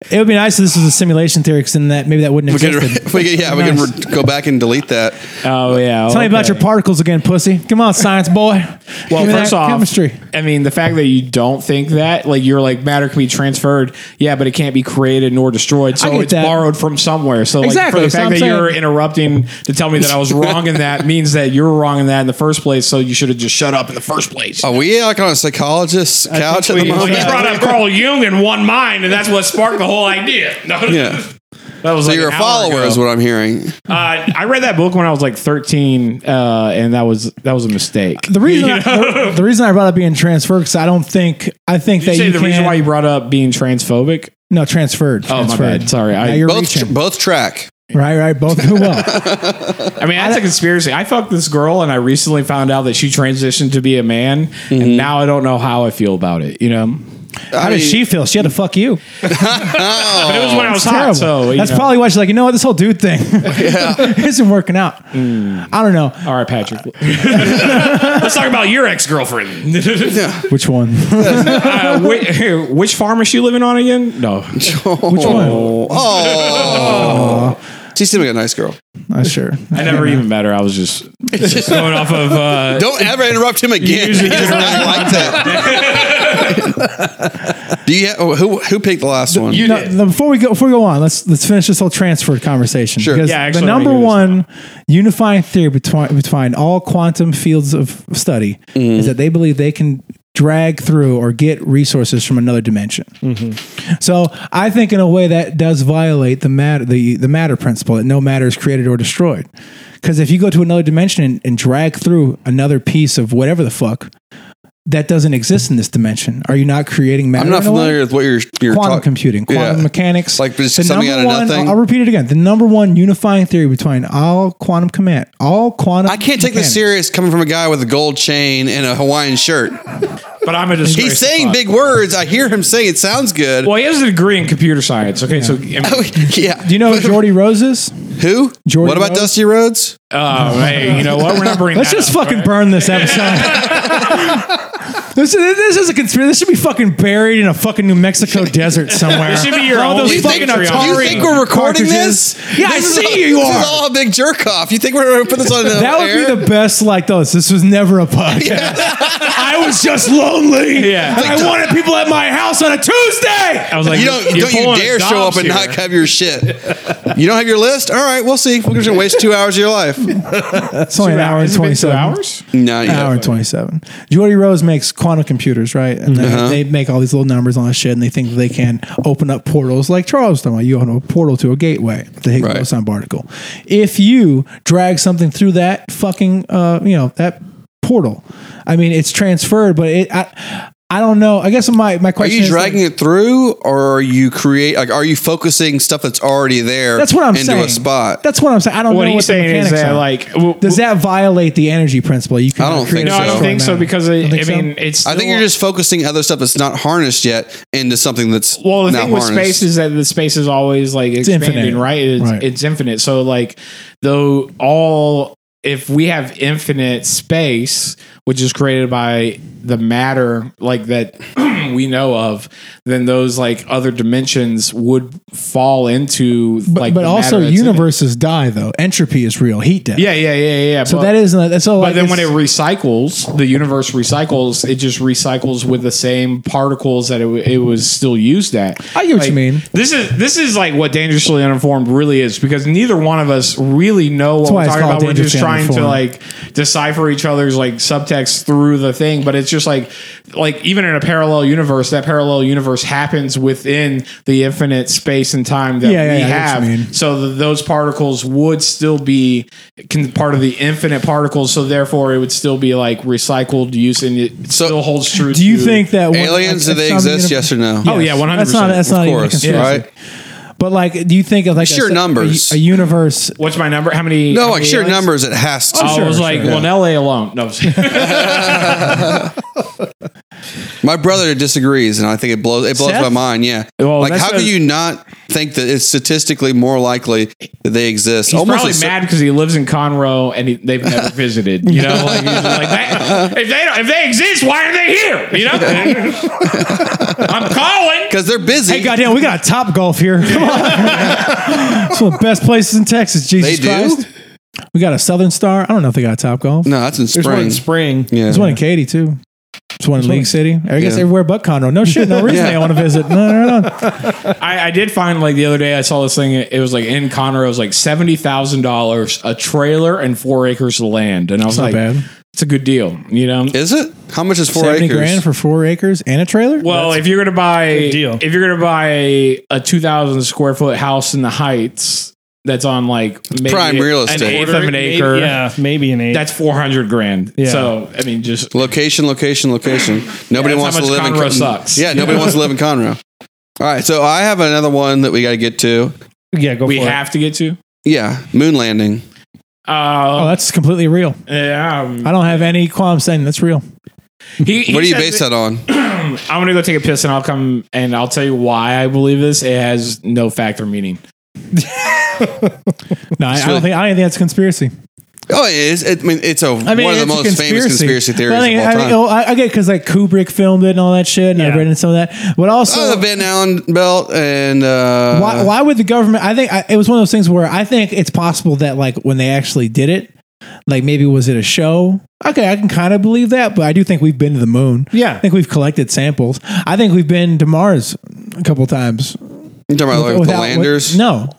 [SPEAKER 3] It would be nice if this was a simulation theory, because then that maybe that wouldn't
[SPEAKER 4] We can,
[SPEAKER 3] exist.
[SPEAKER 4] we can- yeah, we can
[SPEAKER 3] Nice.
[SPEAKER 4] re- go back and delete that.
[SPEAKER 2] Oh yeah.
[SPEAKER 3] Tell me about your particles again, pussy. Come on, science boy.
[SPEAKER 2] well,
[SPEAKER 3] Give me
[SPEAKER 2] first
[SPEAKER 3] that
[SPEAKER 2] off,
[SPEAKER 3] chemistry.
[SPEAKER 2] I mean, the fact that you don't think that, like, you're like matter can be transferred, yeah, but it can't be created nor destroyed, so
[SPEAKER 3] get
[SPEAKER 2] it's
[SPEAKER 3] that.
[SPEAKER 2] borrowed from somewhere. So, like,
[SPEAKER 3] Exactly,
[SPEAKER 2] for the
[SPEAKER 3] so
[SPEAKER 2] fact
[SPEAKER 3] I'm
[SPEAKER 2] that
[SPEAKER 3] saying-
[SPEAKER 2] you're interrupting to tell me that I was wrong in that means that you're wrong in that in the first place. So you should have just shut up in the first place.
[SPEAKER 4] Are we like on a psychologist's couch at the
[SPEAKER 2] Well,
[SPEAKER 4] moment?
[SPEAKER 2] you brought up Carl Jung in one mind, and that's what sparked the whole idea. No,
[SPEAKER 4] Yeah.
[SPEAKER 2] that was
[SPEAKER 4] So
[SPEAKER 2] like
[SPEAKER 4] you're a
[SPEAKER 2] an hour
[SPEAKER 4] follower,
[SPEAKER 2] ago.
[SPEAKER 4] is what I'm hearing.
[SPEAKER 2] Uh, I read that book when I was like 13, uh, and that was that was a mistake.
[SPEAKER 3] The reason
[SPEAKER 2] You
[SPEAKER 3] I, the, the reason I brought up being transferred because I don't think I think
[SPEAKER 2] Did
[SPEAKER 3] that
[SPEAKER 2] you say
[SPEAKER 3] you
[SPEAKER 2] the
[SPEAKER 3] can,
[SPEAKER 2] reason why you brought up being transphobic?
[SPEAKER 3] no transferred.
[SPEAKER 2] Oh, my
[SPEAKER 3] transferred.
[SPEAKER 2] bad. Sorry.
[SPEAKER 3] Now
[SPEAKER 2] I-
[SPEAKER 3] you're
[SPEAKER 4] Both
[SPEAKER 3] reaching.
[SPEAKER 4] tr- both track.
[SPEAKER 3] right, right. Both do well.
[SPEAKER 2] I mean, that's a conspiracy. I fucked this girl, and I recently found out that she transitioned to be a man, and now I don't know how I feel about it. You know,
[SPEAKER 3] How did she feel? She had to fuck you.
[SPEAKER 2] but it was when I was hot,
[SPEAKER 3] Terrible.
[SPEAKER 2] so you
[SPEAKER 3] That's
[SPEAKER 2] know.
[SPEAKER 3] probably why she's like, you know what, this whole dude thing isn't working out. I don't know
[SPEAKER 2] All right, Patrick. Let's talk about your ex girlfriend.
[SPEAKER 3] which one.
[SPEAKER 2] uh, which, which farm is she living on again? No,
[SPEAKER 3] which one?
[SPEAKER 4] Oh, she seemed like a nice girl.
[SPEAKER 3] Not sure.
[SPEAKER 2] I never even met her. I was just, just going off of. Uh,
[SPEAKER 4] Don't ever interrupt him again. He
[SPEAKER 2] Usually
[SPEAKER 4] does not like that. Do you? oh, Who who picked the last one?
[SPEAKER 3] No, no, before we go, before we go on, let's let's finish this whole transfer conversation.
[SPEAKER 4] Sure.
[SPEAKER 3] Because
[SPEAKER 2] Yeah, actually,
[SPEAKER 3] the
[SPEAKER 2] let me
[SPEAKER 3] number
[SPEAKER 2] hear this
[SPEAKER 3] one unifying theory between between all quantum fields of study
[SPEAKER 4] Mm-hmm.
[SPEAKER 3] is that they believe they can drag through or get resources from another dimension.
[SPEAKER 2] Mm-hmm.
[SPEAKER 3] So I think in a way that does violate the matter the the matter principle that no matter is created or destroyed. Because if you go to another dimension and, and drag through another piece of whatever the fuck. That doesn't exist in this dimension. Are you not creating matter?
[SPEAKER 4] I'm not
[SPEAKER 3] in a way?
[SPEAKER 4] familiar with what you're you're
[SPEAKER 3] quantum
[SPEAKER 4] talk-
[SPEAKER 3] computing, quantum
[SPEAKER 4] Yeah.
[SPEAKER 3] mechanics.
[SPEAKER 4] Like just something
[SPEAKER 3] number
[SPEAKER 4] out of
[SPEAKER 3] one,
[SPEAKER 4] nothing?
[SPEAKER 3] I'll, I'll repeat it again. The number one unifying theory between all quantum command, all quantum.
[SPEAKER 4] I can't take this
[SPEAKER 3] mechanics.
[SPEAKER 4] serious coming from a guy with a gold chain and a Hawaiian shirt.
[SPEAKER 2] but I'm a disgrace.
[SPEAKER 4] He's
[SPEAKER 2] to
[SPEAKER 4] saying
[SPEAKER 2] fuck.
[SPEAKER 4] big words. I hear him saying it sounds good.
[SPEAKER 2] Well, he has a degree in computer science. Okay, so I mean,
[SPEAKER 4] yeah.
[SPEAKER 3] Do you know who Jordy Rose is?
[SPEAKER 4] who?
[SPEAKER 3] Jordan
[SPEAKER 4] what about
[SPEAKER 3] Rhodes?
[SPEAKER 4] Dusty Rhodes?
[SPEAKER 2] oh, hey, you know what? We're not bringing.
[SPEAKER 3] Let's
[SPEAKER 2] that
[SPEAKER 3] just
[SPEAKER 2] up,
[SPEAKER 3] fucking
[SPEAKER 2] right?
[SPEAKER 3] burn this episode. This is, this is a conspiracy. This should be fucking buried in a fucking New Mexico desert somewhere.
[SPEAKER 2] This should be your
[SPEAKER 3] All
[SPEAKER 2] only
[SPEAKER 3] those
[SPEAKER 4] You
[SPEAKER 3] fucking
[SPEAKER 4] think,
[SPEAKER 2] Patreon.
[SPEAKER 4] you
[SPEAKER 3] Atari
[SPEAKER 4] think we're recording
[SPEAKER 3] cartridges.
[SPEAKER 4] this?
[SPEAKER 3] Yeah,
[SPEAKER 4] This is
[SPEAKER 3] I see
[SPEAKER 4] all-
[SPEAKER 3] you
[SPEAKER 4] This
[SPEAKER 3] are.
[SPEAKER 4] is all a big jerk off. You think we're going to put this on the
[SPEAKER 3] That would
[SPEAKER 4] air?
[SPEAKER 3] be the best. Like those. This was never a podcast. I was just lonely.
[SPEAKER 2] Yeah.
[SPEAKER 3] and I wanted people at my house on a Tuesday.
[SPEAKER 2] I was like,
[SPEAKER 4] you don't,
[SPEAKER 2] you're
[SPEAKER 4] don't you
[SPEAKER 2] pulling a
[SPEAKER 4] dare show up
[SPEAKER 2] Dobbs
[SPEAKER 4] and
[SPEAKER 2] here.
[SPEAKER 4] not have your shit. you don't have your list? All right, we'll see. We're just going to waste two hours of your life.
[SPEAKER 3] That's only an hour and
[SPEAKER 2] Has it been
[SPEAKER 3] twenty
[SPEAKER 2] two
[SPEAKER 3] seven
[SPEAKER 2] hours.
[SPEAKER 4] No,
[SPEAKER 3] An hour
[SPEAKER 4] yeah.
[SPEAKER 3] and 27. Jordy Rose makes quantum computers, right? And they-
[SPEAKER 4] Uh-huh.
[SPEAKER 3] they, make all these little numbers on shit and they think they can open up portals like Charles was talking about. You open up a portal to a gateway, the Higgs
[SPEAKER 4] Right.
[SPEAKER 3] boson particle. If you drag something through that fucking, uh, you know, that portal, I mean, it's transferred, but it, I, I don't know. I guess my, my
[SPEAKER 4] Are
[SPEAKER 3] question
[SPEAKER 4] you
[SPEAKER 3] is. like,
[SPEAKER 4] dragging it through, or are you create? Like, are you focusing stuff that's already there?
[SPEAKER 3] that's what I'm
[SPEAKER 4] into
[SPEAKER 3] saying.
[SPEAKER 4] a spot.
[SPEAKER 3] That's what I'm saying. I don't
[SPEAKER 2] What
[SPEAKER 3] know
[SPEAKER 2] he's
[SPEAKER 3] what the
[SPEAKER 2] saying is
[SPEAKER 3] mechanics
[SPEAKER 2] that
[SPEAKER 3] are.
[SPEAKER 2] like, w-
[SPEAKER 3] Does that violate the energy principle? You can
[SPEAKER 4] I don't think
[SPEAKER 2] No, I
[SPEAKER 4] so.
[SPEAKER 2] don't think so because I,
[SPEAKER 3] Don't think
[SPEAKER 2] I
[SPEAKER 3] so?
[SPEAKER 2] mean it's.
[SPEAKER 4] I think
[SPEAKER 2] still-
[SPEAKER 4] you're just focusing other stuff that's not harnessed yet into something that's
[SPEAKER 2] Well, the
[SPEAKER 4] not
[SPEAKER 2] thing with
[SPEAKER 4] harnessed.
[SPEAKER 2] space is that the space is always like expanding,
[SPEAKER 3] infinite.
[SPEAKER 2] right? It's,
[SPEAKER 3] Right.
[SPEAKER 2] it's infinite. So, like, though all if we have infinite space, which is created by the matter, like that we know of, then those like other dimensions would fall into
[SPEAKER 3] But,
[SPEAKER 2] like.
[SPEAKER 3] but
[SPEAKER 2] the
[SPEAKER 3] also,
[SPEAKER 2] matter that's in it.
[SPEAKER 3] universes die though. Entropy is real. Heat death.
[SPEAKER 2] Yeah, yeah, yeah, yeah.
[SPEAKER 3] So that is not. So
[SPEAKER 2] But
[SPEAKER 3] like
[SPEAKER 2] then when it
[SPEAKER 3] it's-
[SPEAKER 2] recycles, the universe recycles. It just recycles with the same particles that it, w- it was still used at.
[SPEAKER 3] I get what
[SPEAKER 2] Like,
[SPEAKER 3] you mean.
[SPEAKER 2] This is this is like what dangerously uninformed really is because neither one of us really know what
[SPEAKER 3] why
[SPEAKER 2] we're
[SPEAKER 3] it's
[SPEAKER 2] talking
[SPEAKER 3] called
[SPEAKER 2] about. We're just
[SPEAKER 3] dangerously
[SPEAKER 2] trying to
[SPEAKER 3] uninformed.
[SPEAKER 2] like decipher each other's like subtext through the thing. But it's just like like even in a parallel universe, that parallel universe happens within the infinite space and time that
[SPEAKER 3] Yeah, yeah,
[SPEAKER 2] we
[SPEAKER 3] yeah, I get
[SPEAKER 2] have.
[SPEAKER 3] what you mean.
[SPEAKER 2] So th- those particles would still be con- part of the infinite particles. So therefore, it would still be like recycled use, and it
[SPEAKER 4] So-
[SPEAKER 2] still holds true.
[SPEAKER 3] do you
[SPEAKER 2] to-
[SPEAKER 3] think that one-
[SPEAKER 4] aliens?
[SPEAKER 3] like,
[SPEAKER 4] do they
[SPEAKER 3] some
[SPEAKER 4] exist?
[SPEAKER 3] uni-
[SPEAKER 4] Yes or no?
[SPEAKER 2] Oh, yeah, 100%.
[SPEAKER 3] That's not. That's
[SPEAKER 4] of
[SPEAKER 3] not even a
[SPEAKER 4] course,
[SPEAKER 3] conspiracy.
[SPEAKER 4] right?
[SPEAKER 3] But like, do you think of like
[SPEAKER 4] Sheer
[SPEAKER 3] a,
[SPEAKER 4] numbers.
[SPEAKER 3] a, a universe?
[SPEAKER 2] What's my number? How many?
[SPEAKER 4] No,
[SPEAKER 2] how
[SPEAKER 4] like
[SPEAKER 2] many
[SPEAKER 4] sheer
[SPEAKER 2] aliens?
[SPEAKER 4] numbers, it has to.
[SPEAKER 2] Oh, I was
[SPEAKER 3] sure,
[SPEAKER 2] like,
[SPEAKER 3] sure.
[SPEAKER 2] well, in LA alone. No, I'm just-
[SPEAKER 4] My brother disagrees, and I think it blows. It blows
[SPEAKER 3] Seth?
[SPEAKER 4] my mind. Yeah,
[SPEAKER 2] Well,
[SPEAKER 4] like
[SPEAKER 2] that's
[SPEAKER 4] how
[SPEAKER 2] a-
[SPEAKER 4] could you not think that it's statistically more likely that they exist?
[SPEAKER 2] he's probably
[SPEAKER 4] a cer-
[SPEAKER 2] mad because he lives in Conroe and he, they've never visited. You know, like, he's just like that, if they don't, if they exist, why are they here? You know, I'm calling.
[SPEAKER 4] because they're busy.
[SPEAKER 3] Hey, goddamn, we got a top golf here. Come on. it's one of the best places in Texas.
[SPEAKER 4] they
[SPEAKER 3] Jesus
[SPEAKER 4] do.
[SPEAKER 3] Christ. We got a Southern Star. I don't know if they got a top golf.
[SPEAKER 4] No, that's in
[SPEAKER 1] There's one
[SPEAKER 4] spring.
[SPEAKER 1] in spring.
[SPEAKER 4] yeah,
[SPEAKER 3] There's one in Katy too. There's one in League City. I guess
[SPEAKER 4] Yeah.
[SPEAKER 3] everywhere but Conroe. No shit. No reason
[SPEAKER 4] Yeah.
[SPEAKER 3] they want to visit. No, no, no.
[SPEAKER 2] I, I did find like the other day I saw this thing. It was like in Conroe, it was like seventy thousand dollars a trailer and four acres of land, and I was
[SPEAKER 3] It's not
[SPEAKER 2] like,
[SPEAKER 3] bad.
[SPEAKER 2] it's a good deal. You know,
[SPEAKER 4] is it? How much is four
[SPEAKER 3] Seventy
[SPEAKER 4] acres?
[SPEAKER 3] grand for four acres and a trailer.
[SPEAKER 2] Well, if you're gonna buy
[SPEAKER 1] Good deal.
[SPEAKER 2] if you're gonna buy a two thousand square foot house in the Heights that's on like maybe
[SPEAKER 4] prime real
[SPEAKER 2] an
[SPEAKER 4] estate.
[SPEAKER 2] eighth of an
[SPEAKER 1] Maybe-
[SPEAKER 2] acre,
[SPEAKER 1] yeah, maybe an acre.
[SPEAKER 2] that's four hundred grand.
[SPEAKER 1] Yeah.
[SPEAKER 2] So I mean, just
[SPEAKER 4] Location, location, location. Nobody
[SPEAKER 2] that's
[SPEAKER 4] wants
[SPEAKER 2] how
[SPEAKER 4] to
[SPEAKER 2] much
[SPEAKER 4] live in
[SPEAKER 2] Conroe
[SPEAKER 4] Con-
[SPEAKER 2] sucks.
[SPEAKER 4] Yeah, nobody wants to live in Conroe. All right, so I have another one that we got to get to.
[SPEAKER 1] yeah, go
[SPEAKER 2] we
[SPEAKER 1] for
[SPEAKER 2] have to get to.
[SPEAKER 4] Yeah, moon landing.
[SPEAKER 3] oh,
[SPEAKER 2] Uh,
[SPEAKER 3] that's completely real.
[SPEAKER 2] yeah. um,
[SPEAKER 3] I don't have any qualms saying that's real.
[SPEAKER 2] he- he
[SPEAKER 4] What do you
[SPEAKER 2] says
[SPEAKER 4] base
[SPEAKER 2] that-
[SPEAKER 4] that on?
[SPEAKER 2] I'm gonna go take a piss and I'll come and I'll tell you why I believe this. It has no fact or meaning.
[SPEAKER 3] No, I, I
[SPEAKER 4] really-
[SPEAKER 3] don't think I don't think that's a conspiracy.
[SPEAKER 4] Oh, it is. It, I mean, it's a, one of the
[SPEAKER 3] it's a
[SPEAKER 4] most famous conspiracy
[SPEAKER 3] But
[SPEAKER 4] theories
[SPEAKER 3] I, think-
[SPEAKER 4] of all
[SPEAKER 3] I,
[SPEAKER 4] time.
[SPEAKER 3] think- oh, I, I get because like Kubrick filmed it and all that shit, and I've
[SPEAKER 1] Yeah.
[SPEAKER 3] read into some of that. But also,
[SPEAKER 4] oh, the Van Allen belt and uh,
[SPEAKER 3] why, why would the government? I think I, it was one of those things where I think it's possible that like when they actually did it, like maybe was it a show? Okay, I can kind of believe that, but I do think we've been to the moon.
[SPEAKER 1] Yeah.
[SPEAKER 3] I think we've collected samples. I think we've been to Mars a couple times.
[SPEAKER 4] you talking about like with the
[SPEAKER 3] without-
[SPEAKER 4] landers?
[SPEAKER 3] no.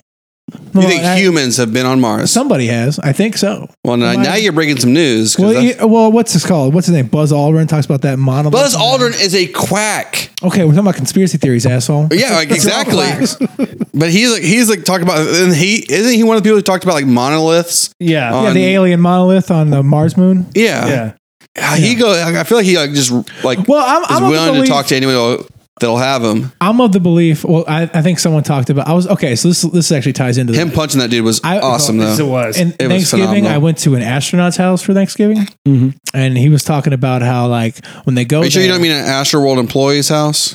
[SPEAKER 4] you think humans have been on Mars?
[SPEAKER 3] Somebody has. I think so.
[SPEAKER 4] well, now,
[SPEAKER 3] why-
[SPEAKER 4] now you're breaking some news. 'cause
[SPEAKER 3] Well,
[SPEAKER 4] that's-
[SPEAKER 3] yeah, well, what's this called? What's his name? Buzz Aldrin talks about that monolith.
[SPEAKER 4] Buzz Aldrin is a quack.
[SPEAKER 3] Okay, we're talking about conspiracy theories, asshole.
[SPEAKER 4] Yeah, like
[SPEAKER 3] all
[SPEAKER 4] exactly. but he's like he's like talking about and he isn't he one of the people who talked about like monoliths.
[SPEAKER 1] it. Yeah.
[SPEAKER 4] Oh,
[SPEAKER 3] Yeah, the
[SPEAKER 4] on-
[SPEAKER 3] alien monolith on the Mars moon.
[SPEAKER 4] Yeah,
[SPEAKER 1] yeah.
[SPEAKER 4] Uh, he go. I I feel like he like just like
[SPEAKER 3] Well, I'm,
[SPEAKER 4] is
[SPEAKER 3] I'm of the
[SPEAKER 4] willing to
[SPEAKER 3] belief-
[SPEAKER 4] talk to anyone. that'll have him.
[SPEAKER 3] I'm of the belief. Well, I, I think someone talked about. I was okay. So this this actually ties into
[SPEAKER 4] Him punching that dude was
[SPEAKER 3] I-
[SPEAKER 4] awesome
[SPEAKER 1] Yes, it
[SPEAKER 4] though.
[SPEAKER 1] was.
[SPEAKER 3] And
[SPEAKER 4] It was
[SPEAKER 3] Thanksgiving,
[SPEAKER 4] phenomenal.
[SPEAKER 3] I went to an astronaut's house for Thanksgiving,
[SPEAKER 1] Mm-hmm.
[SPEAKER 3] and he was talking about how like when they go.
[SPEAKER 4] Are you sure you
[SPEAKER 3] there-
[SPEAKER 4] don't mean an Asher World employee's house?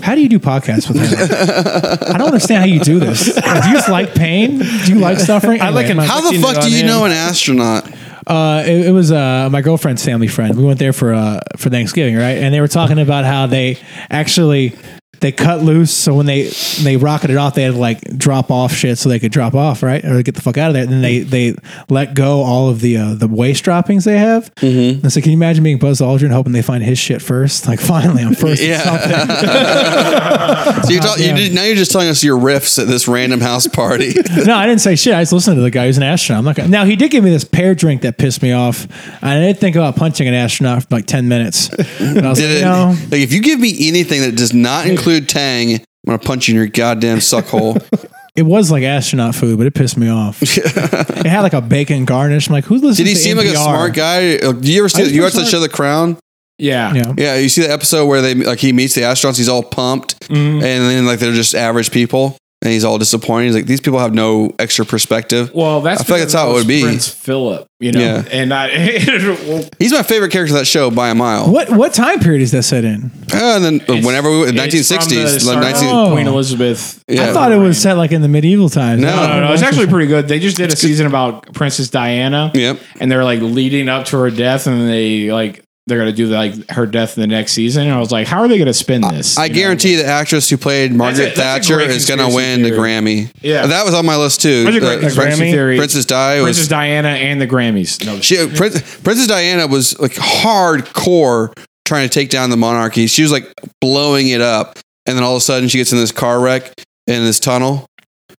[SPEAKER 3] How do you do podcasts with him? I don't understand how you do this. Do you just like pain? Do you like suffering?
[SPEAKER 1] I like
[SPEAKER 3] Anyway,
[SPEAKER 1] an-
[SPEAKER 3] my-
[SPEAKER 4] How the
[SPEAKER 1] Looking
[SPEAKER 4] fuck
[SPEAKER 1] on
[SPEAKER 4] do you
[SPEAKER 1] him.
[SPEAKER 4] know an astronaut?
[SPEAKER 3] Uh, it, it was uh, my girlfriend's family friend. We went there for uh, for Thanksgiving, right? And they were talking about how they actually they cut loose. So when they they rocketed off, they had to like drop off shit so they could drop off, right, or get the fuck out of there. And then they they let go all of the uh, the waste droppings they have. Mm-hmm. And so can you imagine being Buzz Aldrin hoping they find his shit first? Like finally, I'm first. yeah.
[SPEAKER 4] So you're talk, you
[SPEAKER 3] damn.
[SPEAKER 4] did, now you're just telling us your riffs at this random house party.
[SPEAKER 3] no, I didn't say shit. I just listened to the guy who's an astronaut. I'm not gonna. Now he did give me this pear drink that pissed me off. I did think about punching an astronaut for like ten minutes. And I was like,
[SPEAKER 4] Did it,
[SPEAKER 3] no.
[SPEAKER 4] Like if you give me anything that does not include Tang, I'm gonna punch you in your goddamn suck hole.
[SPEAKER 3] It was like astronaut food, but it pissed me off. it had like a bacon garnish. I'm like, who's listening?
[SPEAKER 4] Did he
[SPEAKER 3] to
[SPEAKER 4] seem like a
[SPEAKER 3] NPR?
[SPEAKER 4] smart guy? Like, Do you ever see
[SPEAKER 3] I think
[SPEAKER 4] you
[SPEAKER 3] he
[SPEAKER 4] watch the
[SPEAKER 3] was
[SPEAKER 4] show The Crown?
[SPEAKER 2] Yeah.
[SPEAKER 3] Yeah.
[SPEAKER 4] Yeah, you see the episode where they like he meets the astronauts. He's all pumped, and then like they're just average people, and he's all disappointed. He's like, these people have no extra perspective.
[SPEAKER 2] Well, that's
[SPEAKER 4] I feel like
[SPEAKER 2] because
[SPEAKER 4] that's how it would be.
[SPEAKER 2] Prince Philip, you know,
[SPEAKER 4] Yeah.
[SPEAKER 2] and I.
[SPEAKER 4] He's my favorite character of that show by a mile.
[SPEAKER 3] What what time period is that set in?
[SPEAKER 4] Uh, and then
[SPEAKER 2] It's-
[SPEAKER 4] whenever we
[SPEAKER 2] it's
[SPEAKER 4] nineteen sixties,
[SPEAKER 2] from the start of
[SPEAKER 3] Oh.
[SPEAKER 2] Queen Elizabeth.
[SPEAKER 4] Yeah.
[SPEAKER 3] I thought it was set like in the medieval times.
[SPEAKER 4] No.
[SPEAKER 2] No, no, no, it's actually pretty good. They just did a season about Princess Diana.
[SPEAKER 4] Yep.
[SPEAKER 2] and they're like leading up to her death, and they like they're gonna do like her death in the next season. And I was like, how are they gonna spin this?
[SPEAKER 4] I
[SPEAKER 2] You know?
[SPEAKER 4] guarantee the actress who played Margaret
[SPEAKER 2] That's a- that's a
[SPEAKER 4] Thatcher
[SPEAKER 2] great
[SPEAKER 4] is going to
[SPEAKER 2] conspiracy
[SPEAKER 4] win the
[SPEAKER 2] theory.
[SPEAKER 4] Grammy.
[SPEAKER 2] Yeah.
[SPEAKER 4] that was on my list too.
[SPEAKER 2] That's a great
[SPEAKER 4] The
[SPEAKER 2] conspiracy
[SPEAKER 4] Princess-
[SPEAKER 2] theory.
[SPEAKER 4] Princess Di was
[SPEAKER 2] Princess Diana and the Grammys. No,
[SPEAKER 4] she, uh, Prin- Princess Diana was like hardcore trying to take down the monarchy. She was like blowing it up, and then all of a sudden she gets in this car wreck in this tunnel.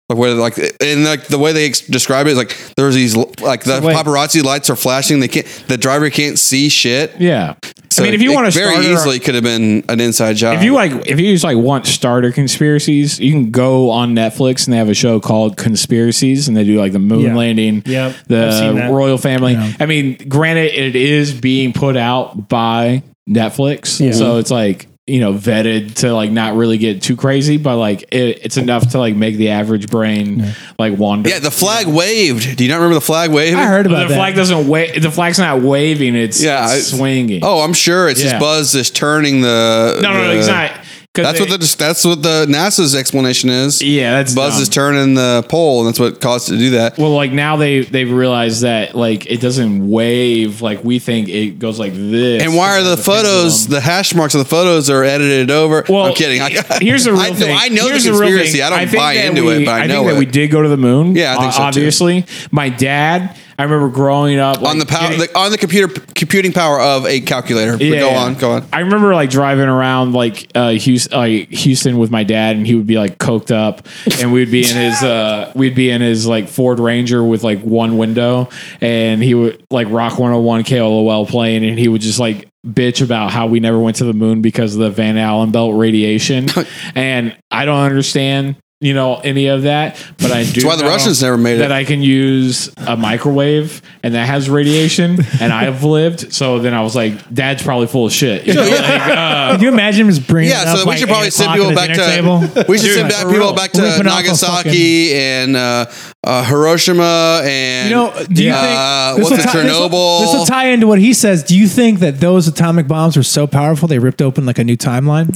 [SPEAKER 4] Like where like and like the way they ex- describe it is like there's these l- like the
[SPEAKER 1] So wait.
[SPEAKER 4] paparazzi lights are flashing. They can't the driver can't see shit.
[SPEAKER 2] yeah. I mean, if you
[SPEAKER 4] it
[SPEAKER 2] want to
[SPEAKER 4] very
[SPEAKER 2] start her-
[SPEAKER 4] easily could have been an inside job.
[SPEAKER 2] If you like, if you just like want starter conspiracies, you can go on Netflix and they have a show called Conspiracies, and they do like the moon
[SPEAKER 1] Yeah.
[SPEAKER 2] landing,
[SPEAKER 1] Yep. I've seen
[SPEAKER 2] the
[SPEAKER 1] that.
[SPEAKER 2] royal family. I mean, granted, it is being put out by Netflix, so it's like you know vetted to like not really get too crazy, but like it, it's enough to like make the average brain like wander.
[SPEAKER 4] yeah, the flag waved. Do you not remember the flag waved?
[SPEAKER 3] I heard
[SPEAKER 2] the
[SPEAKER 3] about that.
[SPEAKER 2] flag doesn't wave. The flag's not waving; it's,
[SPEAKER 4] Yeah,
[SPEAKER 2] it's
[SPEAKER 4] I-
[SPEAKER 2] swinging.
[SPEAKER 4] Oh, I'm sure it's
[SPEAKER 2] Yeah.
[SPEAKER 4] just Buzz is turning the.
[SPEAKER 2] no, no, no,
[SPEAKER 4] the-
[SPEAKER 2] it's not. 'Cause
[SPEAKER 4] That's
[SPEAKER 2] they-
[SPEAKER 4] what the that's what the NASA's explanation is.
[SPEAKER 2] yeah, that's
[SPEAKER 4] Buzz
[SPEAKER 2] dumb.
[SPEAKER 4] is turning the pole, and that's what caused it to do that.
[SPEAKER 2] Well, like now they they've realized that like it doesn't wave like we think it goes like this.
[SPEAKER 4] and why are the photos, the hash marks of the photos, are edited over?
[SPEAKER 2] Well,
[SPEAKER 4] I'm kidding. I,
[SPEAKER 2] here's the real
[SPEAKER 4] I know,
[SPEAKER 2] thing.
[SPEAKER 4] I know
[SPEAKER 2] here's
[SPEAKER 4] the
[SPEAKER 2] real
[SPEAKER 4] conspiracy.
[SPEAKER 2] thing.
[SPEAKER 4] I don't
[SPEAKER 2] think
[SPEAKER 4] buy
[SPEAKER 2] that
[SPEAKER 4] into
[SPEAKER 2] we-
[SPEAKER 4] it, but I, know
[SPEAKER 2] think that
[SPEAKER 4] it.
[SPEAKER 2] we did go to the moon.
[SPEAKER 4] Yeah, I think
[SPEAKER 2] uh,
[SPEAKER 4] so, too.
[SPEAKER 2] obviously, my dad. I remember growing up like,
[SPEAKER 4] on the power,
[SPEAKER 2] getting-
[SPEAKER 4] the, on the computer computing power of a calculator. But go on, go on.
[SPEAKER 2] I remember like driving around like uh, Houston, like Houston with my dad, and he would be like coked up, and we'd be in his uh, we'd be in his like Ford Ranger with like one window, and he would like rock 101 KLOL playing, and he would just like bitch about how we never went to the moon because of the Van Allen belt radiation, and I don't understand. You know any of that, but I do.
[SPEAKER 4] That's why the
[SPEAKER 2] know
[SPEAKER 4] Russians never made it.
[SPEAKER 2] That I can use a microwave and that has radiation, and I've lived. So then I was like, Dad's probably full of shit. You know, like,
[SPEAKER 3] Can you imagine just bringing? it
[SPEAKER 4] Yeah,
[SPEAKER 3] up,
[SPEAKER 4] so we
[SPEAKER 3] like,
[SPEAKER 4] should probably
[SPEAKER 3] 8
[SPEAKER 4] send
[SPEAKER 3] o'clock
[SPEAKER 4] people
[SPEAKER 3] at the
[SPEAKER 4] back
[SPEAKER 3] dinner
[SPEAKER 4] to
[SPEAKER 3] table?
[SPEAKER 4] we should
[SPEAKER 2] Dude,
[SPEAKER 4] send
[SPEAKER 2] for
[SPEAKER 4] back people
[SPEAKER 2] real.
[SPEAKER 4] back to
[SPEAKER 3] Ripping off a
[SPEAKER 4] Nagasaki and uh, uh, Hiroshima and
[SPEAKER 3] You know, do you
[SPEAKER 4] uh,
[SPEAKER 3] think
[SPEAKER 4] what's it,
[SPEAKER 3] ti-
[SPEAKER 4] Chernobyl?
[SPEAKER 3] This will tie into what he says. Do you think that those atomic bombs were so powerful they ripped open like a new timeline?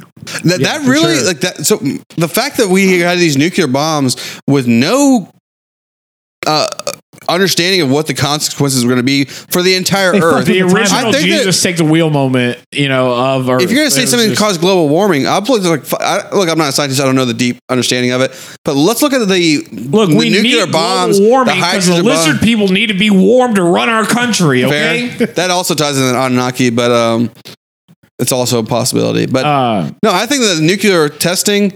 [SPEAKER 4] that, that really
[SPEAKER 2] sure.
[SPEAKER 4] like that. So mm, the fact that we had these nuclear bombs with no uh, understanding of what the consequences were going to be for the entire
[SPEAKER 3] They
[SPEAKER 4] Earth.
[SPEAKER 3] fucking-
[SPEAKER 2] the
[SPEAKER 3] I
[SPEAKER 2] original
[SPEAKER 4] think that-
[SPEAKER 2] Jesus take the wheel moment, you know, of Earth.
[SPEAKER 4] If you're
[SPEAKER 2] It
[SPEAKER 4] going to say
[SPEAKER 2] was
[SPEAKER 4] something that
[SPEAKER 2] just-
[SPEAKER 4] caused global warming, I'll look like fu- I, look. I'm not a scientist. I don't know the deep understanding of it. But let's look at the
[SPEAKER 2] Look,
[SPEAKER 4] the
[SPEAKER 2] we nuclear need bombs, warming because the lizard
[SPEAKER 4] bomb.
[SPEAKER 2] people need to be warm to run our country. Okay.
[SPEAKER 4] Fair. that also ties into Anunnaki, but um, it's also a possibility. But
[SPEAKER 2] Uh,
[SPEAKER 4] no, I think that nuclear testing.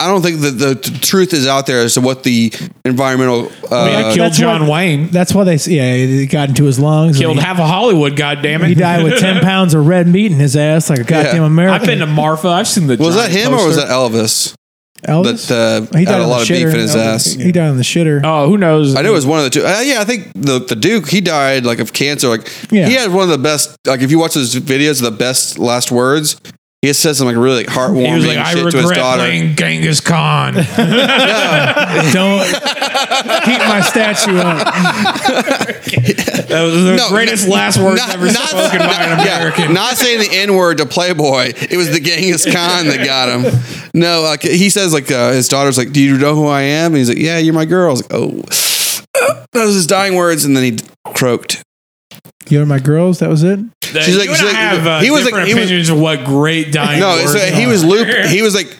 [SPEAKER 4] I don't think that the t- truth is out there as to what the environmental.
[SPEAKER 2] I mean, I
[SPEAKER 4] Uh,
[SPEAKER 2] killed
[SPEAKER 3] that's
[SPEAKER 2] John
[SPEAKER 3] what-
[SPEAKER 2] Wayne.
[SPEAKER 3] That's why they yeah it got into his lungs. and
[SPEAKER 2] Killed
[SPEAKER 3] he-
[SPEAKER 2] half of Hollywood. God damn it!
[SPEAKER 3] He died with ten pounds of red meat in his ass, like a goddamn
[SPEAKER 4] Yeah.
[SPEAKER 3] American.
[SPEAKER 2] I've been to Marfa. I've seen the.
[SPEAKER 4] was that
[SPEAKER 2] giant
[SPEAKER 4] him or was
[SPEAKER 2] poster.
[SPEAKER 4] that Elvis?
[SPEAKER 3] Elvis.
[SPEAKER 4] That uh, had a
[SPEAKER 3] on
[SPEAKER 4] lot
[SPEAKER 3] the
[SPEAKER 4] of beef
[SPEAKER 3] shitter.
[SPEAKER 4] in his
[SPEAKER 3] Elvis.
[SPEAKER 4] ass.
[SPEAKER 3] He died on the shitter.
[SPEAKER 2] Oh, who knows?
[SPEAKER 4] I know it was one of the two. Uh, yeah, I think the the Duke he died like of cancer. Like
[SPEAKER 3] Yeah.
[SPEAKER 4] he had one of the best. Like if you watch those videos, the best last words. He He had said something like really like heartwarming
[SPEAKER 2] He was like, I
[SPEAKER 4] shit to his
[SPEAKER 2] regret
[SPEAKER 4] daughter.
[SPEAKER 2] playing Genghis Khan. Keep
[SPEAKER 3] Oh, Don't keep my statue up.
[SPEAKER 2] That was the
[SPEAKER 4] No,
[SPEAKER 2] greatest
[SPEAKER 4] no,
[SPEAKER 2] last words ever spoken by an
[SPEAKER 4] yeah,
[SPEAKER 2] American.
[SPEAKER 4] not saying the N word to Playboy. It was the Genghis Khan that got him. No, like he says, like uh, his daughter's like, "Do you know who I am?" And he's like, "Yeah, you're my girl." I was like, "Oh, those was his dying words," and then he croaked.
[SPEAKER 3] You are my girls. That was it.
[SPEAKER 2] The-
[SPEAKER 4] She's like-
[SPEAKER 2] you and
[SPEAKER 4] she's
[SPEAKER 2] I
[SPEAKER 4] like-
[SPEAKER 2] have uh,
[SPEAKER 4] he was like-
[SPEAKER 2] different
[SPEAKER 4] he was-
[SPEAKER 2] opinions of what great dying.
[SPEAKER 4] No,
[SPEAKER 2] words
[SPEAKER 4] so he
[SPEAKER 2] are.
[SPEAKER 4] was loop. He was like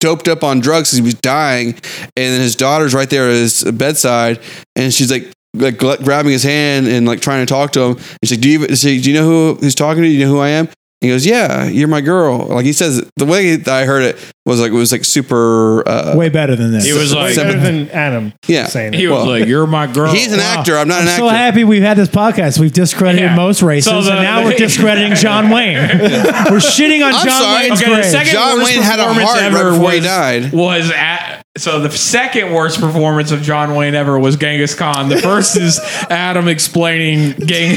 [SPEAKER 4] doped up on drugs. 'cause He was dying, and then his daughter's right there at his bedside, and she's like. Like gla- grabbing his hand and like trying to talk to him. And she's like, "Do you even, she, do you know who who's talking to you? Do you know who I am?" And he goes, "Yeah, you're my girl." Like he says, the way that I heard it was like it was like super. Uh,
[SPEAKER 3] Way better than this.
[SPEAKER 2] He was like,
[SPEAKER 1] better than Adam
[SPEAKER 4] yeah,
[SPEAKER 1] saying
[SPEAKER 2] he
[SPEAKER 1] it.
[SPEAKER 2] was
[SPEAKER 4] Well,
[SPEAKER 2] like, "You're my girl."
[SPEAKER 4] he's an actor. I'm not an
[SPEAKER 3] I'm so
[SPEAKER 4] actor.
[SPEAKER 3] happy we've had this podcast. We've discredited
[SPEAKER 2] Yeah.
[SPEAKER 3] most races,
[SPEAKER 2] So the-
[SPEAKER 3] and now we're discrediting John Wayne. We're shitting on
[SPEAKER 4] I'm
[SPEAKER 3] John
[SPEAKER 4] sorry.
[SPEAKER 3] Wayne's
[SPEAKER 2] Okay,
[SPEAKER 4] Okay,
[SPEAKER 2] the
[SPEAKER 3] grave.
[SPEAKER 2] second
[SPEAKER 4] John
[SPEAKER 2] worst
[SPEAKER 4] Wayne had a
[SPEAKER 2] performance
[SPEAKER 4] heart right
[SPEAKER 2] ever
[SPEAKER 4] before
[SPEAKER 2] was,
[SPEAKER 4] he died.
[SPEAKER 2] Was at so the second worst performance of John Wayne ever was Genghis Khan. The first is Adam explaining Gang.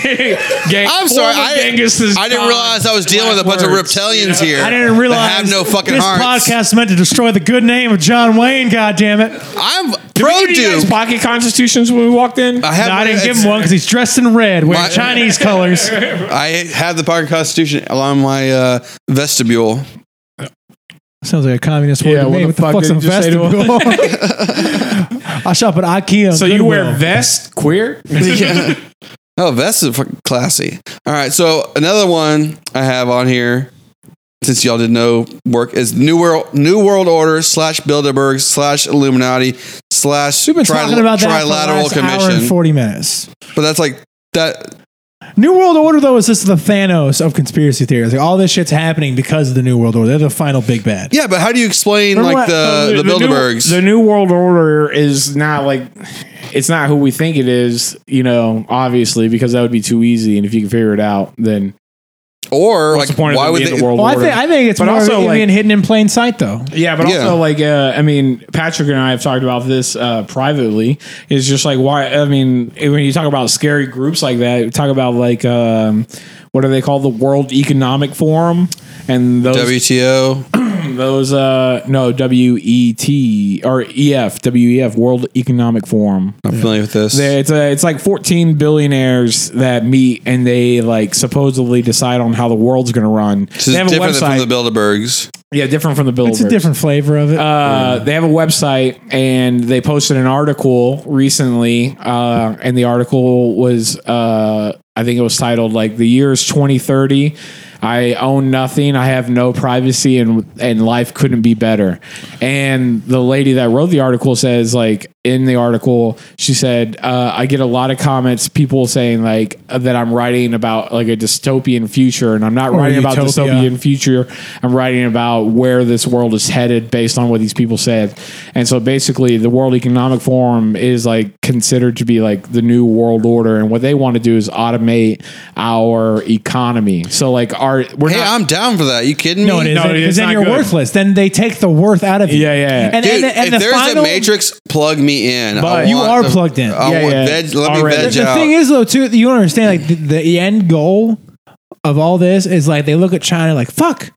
[SPEAKER 2] Gang
[SPEAKER 4] I'm sorry.
[SPEAKER 2] former
[SPEAKER 4] I,
[SPEAKER 2] Genghis
[SPEAKER 4] I didn't
[SPEAKER 2] Khan
[SPEAKER 4] realize I was dealing with a bunch of
[SPEAKER 2] words,
[SPEAKER 4] reptilians
[SPEAKER 2] you know?
[SPEAKER 4] here.
[SPEAKER 3] I didn't realize
[SPEAKER 4] that have no fucking
[SPEAKER 3] this
[SPEAKER 4] hearts.
[SPEAKER 3] podcast meant to destroy the good name of John Wayne. God damn it!
[SPEAKER 4] I'm
[SPEAKER 2] Did we
[SPEAKER 4] pro
[SPEAKER 2] give you guys
[SPEAKER 4] dude. Uh,
[SPEAKER 2] pocket constitutions when we walked in.
[SPEAKER 4] I have
[SPEAKER 3] No, I
[SPEAKER 4] one-
[SPEAKER 3] didn't give
[SPEAKER 4] it's-
[SPEAKER 3] him one because he's dressed in red, wearing
[SPEAKER 4] My-
[SPEAKER 3] Chinese colors.
[SPEAKER 4] I have the pocket constitution on my uh, vestibule.
[SPEAKER 3] Sounds like a communist word
[SPEAKER 2] Yeah,
[SPEAKER 3] to
[SPEAKER 2] what
[SPEAKER 3] me.
[SPEAKER 2] the
[SPEAKER 3] What the,
[SPEAKER 2] fuck
[SPEAKER 3] fuck's
[SPEAKER 2] did you
[SPEAKER 3] a
[SPEAKER 2] just say to
[SPEAKER 3] vestibule? I shop at IKEA. and
[SPEAKER 2] so you wear
[SPEAKER 3] Goodwill.
[SPEAKER 2] vest, queer.
[SPEAKER 4] yeah. Oh, vest is fucking classy. All right, so another one I have on here, since y'all did no work, is New World New World Order slash Bilderberg slash Illuminati slash
[SPEAKER 3] We've been
[SPEAKER 4] tri-
[SPEAKER 3] talking about that for the
[SPEAKER 4] Trilateral
[SPEAKER 3] last hour and
[SPEAKER 4] Commission.
[SPEAKER 3] forty minutes.
[SPEAKER 4] But that's like that.
[SPEAKER 3] New World Order though is just the Thanos of conspiracy theories. Like, all this shit's happening because of the New World Order. They're the final big bad.
[SPEAKER 4] Yeah, but how do you explain
[SPEAKER 2] Remember
[SPEAKER 4] like
[SPEAKER 2] what-
[SPEAKER 4] the, the,
[SPEAKER 2] new-
[SPEAKER 4] Bilderbergs?
[SPEAKER 2] the new world order is not like it's not who we think it is, you know, obviously, because that would be too easy. And if you can figure it out, then
[SPEAKER 4] or
[SPEAKER 2] what's
[SPEAKER 4] like
[SPEAKER 2] the point
[SPEAKER 4] why
[SPEAKER 2] of
[SPEAKER 4] would
[SPEAKER 2] it
[SPEAKER 4] they?
[SPEAKER 2] being the world
[SPEAKER 3] Well, I
[SPEAKER 2] order?
[SPEAKER 3] think I think it's
[SPEAKER 2] But
[SPEAKER 3] more
[SPEAKER 2] also,
[SPEAKER 3] of it
[SPEAKER 2] like-
[SPEAKER 3] being hidden in plain sight though.
[SPEAKER 2] yeah, but
[SPEAKER 4] Yeah.
[SPEAKER 2] also like uh, I mean, Patrick and I have talked about this uh, privately. Is just like why I mean, when you talk about scary groups like that, you talk about like um, what are they called? The World Economic Forum and those
[SPEAKER 4] WTO?
[SPEAKER 2] those uh no WET or E EF WEF World Economic Forum.
[SPEAKER 4] I'm familiar with this.
[SPEAKER 2] They- It's a, it's like 14 billionaires that meet and they like supposedly decide on how the world's going to run.
[SPEAKER 4] this is
[SPEAKER 2] they have a
[SPEAKER 4] different
[SPEAKER 2] website.
[SPEAKER 4] than from the Bilderbergs.
[SPEAKER 2] yeah, different from the Bilderbergs.
[SPEAKER 3] It's a different flavor of it.
[SPEAKER 2] Uh, they have a website and they posted an article recently uh, and the article was uh, i think it was titled like the year is 2030 i own nothing i have no privacy and and life couldn't be better and the lady that wrote the article says like in the article she said uh, i get a lot of comments people saying like that i'm writing about like a dystopian future and i'm not writing about
[SPEAKER 3] utopia.
[SPEAKER 2] dystopian in future. I'm writing about where this world is headed based on what these people said. And so basically the World Economic Forum is like considered to be like the new world order and what they want to do is automate our economy. So like our we're
[SPEAKER 4] Hey,
[SPEAKER 2] not
[SPEAKER 4] I'm down for that. You kidding
[SPEAKER 3] no,
[SPEAKER 4] me?
[SPEAKER 3] it isn't.
[SPEAKER 2] no, it's
[SPEAKER 3] Because then
[SPEAKER 2] not
[SPEAKER 3] you're
[SPEAKER 2] good.
[SPEAKER 3] worthless. Then they take the worth out of you.
[SPEAKER 2] Yeah, yeah, yeah.
[SPEAKER 3] And,
[SPEAKER 4] Dude,
[SPEAKER 3] and, the- and
[SPEAKER 4] if
[SPEAKER 3] the
[SPEAKER 4] there's
[SPEAKER 3] final,
[SPEAKER 4] a Matrix, plug me in. I
[SPEAKER 2] But- You
[SPEAKER 4] want
[SPEAKER 3] are
[SPEAKER 4] the-
[SPEAKER 3] plugged in.
[SPEAKER 4] I
[SPEAKER 2] Yeah,
[SPEAKER 4] want
[SPEAKER 2] yeah.
[SPEAKER 4] veg, let
[SPEAKER 2] Already.
[SPEAKER 4] me veg
[SPEAKER 3] the
[SPEAKER 4] out.
[SPEAKER 3] thing is though too you don't understand like the, the end goal of all this is like they look at china like fuck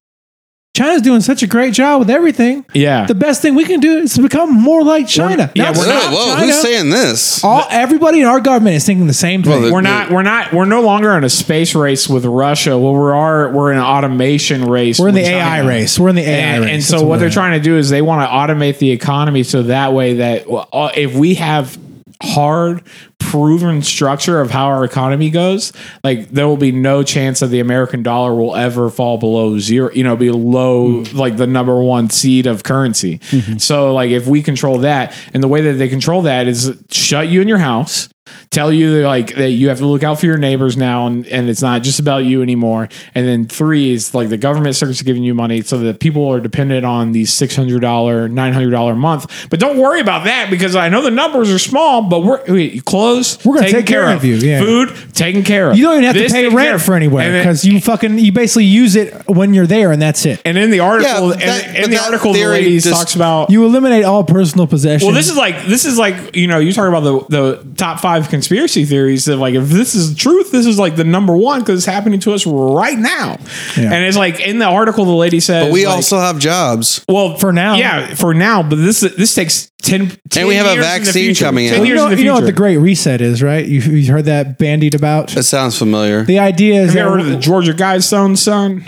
[SPEAKER 3] china's doing such a great job with everything
[SPEAKER 2] yeah.
[SPEAKER 3] the best thing we can do is become more like china
[SPEAKER 2] yeah,
[SPEAKER 3] Not Oh,
[SPEAKER 2] we're
[SPEAKER 3] stop
[SPEAKER 4] Whoa, whoa,
[SPEAKER 3] China.
[SPEAKER 4] who's saying this?
[SPEAKER 3] all everybody in our government is thinking the same thing
[SPEAKER 4] Well, the-
[SPEAKER 2] we're not. We're not. We're no longer in a space race with Russia. Well, we are. We're in an automation race.
[SPEAKER 3] we're in the
[SPEAKER 2] with
[SPEAKER 3] ai
[SPEAKER 2] China.
[SPEAKER 3] race we're in the ai
[SPEAKER 2] and,
[SPEAKER 3] race
[SPEAKER 2] and
[SPEAKER 3] That's
[SPEAKER 2] so what
[SPEAKER 3] we're
[SPEAKER 2] they're
[SPEAKER 3] in.
[SPEAKER 2] trying to do is they want to automate the economy so that way that well, all- if we have hard proven structure of how our economy goes like there will be no chance that the american dollar will ever fall below zero you know be low like the number one seed of currency so like if we control that and the way that they control that is shut you in your house tell you that, like that you have to look out for your neighbors now and, and it's not just about you anymore and then three is like the government starts giving you money so that people are dependent on these $600 $900 a month but don't worry about that because i know the numbers are small but we're we, clothes
[SPEAKER 3] We're gonna
[SPEAKER 2] taken
[SPEAKER 3] take care of you, yeah.
[SPEAKER 2] food taken care of.
[SPEAKER 3] You don't even have
[SPEAKER 2] This
[SPEAKER 3] to pay
[SPEAKER 2] taken care
[SPEAKER 3] rent
[SPEAKER 2] of.
[SPEAKER 3] for anywhere
[SPEAKER 2] And then-
[SPEAKER 3] because you fucking you basically use it when you're there and that's it.
[SPEAKER 2] And in the article,
[SPEAKER 4] Yeah, but that-
[SPEAKER 2] and, in
[SPEAKER 4] but
[SPEAKER 2] the
[SPEAKER 4] that
[SPEAKER 2] article, the
[SPEAKER 4] theory
[SPEAKER 2] lady
[SPEAKER 4] just-
[SPEAKER 2] talks about
[SPEAKER 3] You eliminate all personal possessions.
[SPEAKER 2] Well, this is like this is like you know you talk about the the top five conspiracy theories that like if this is the truth, this is like the number one because it's happening to us right now,
[SPEAKER 3] Yeah.
[SPEAKER 2] and it's like in the article the lady says,
[SPEAKER 4] But we
[SPEAKER 2] like,
[SPEAKER 4] also have jobs.
[SPEAKER 2] well
[SPEAKER 3] for now.
[SPEAKER 2] yeah for now, but this this takes 10, 10
[SPEAKER 4] we have a
[SPEAKER 2] years in the
[SPEAKER 4] vaccine
[SPEAKER 2] future.
[SPEAKER 4] coming
[SPEAKER 2] 10
[SPEAKER 4] out.
[SPEAKER 3] you
[SPEAKER 2] years
[SPEAKER 3] know,
[SPEAKER 2] in the
[SPEAKER 3] you know what the
[SPEAKER 2] future.
[SPEAKER 3] Great Reset is, right? You you heard that bandied about.
[SPEAKER 4] That sounds familiar.
[SPEAKER 3] The idea
[SPEAKER 2] Have
[SPEAKER 3] is
[SPEAKER 2] you
[SPEAKER 3] that
[SPEAKER 2] ever heard of the Georgia Guidestones, son?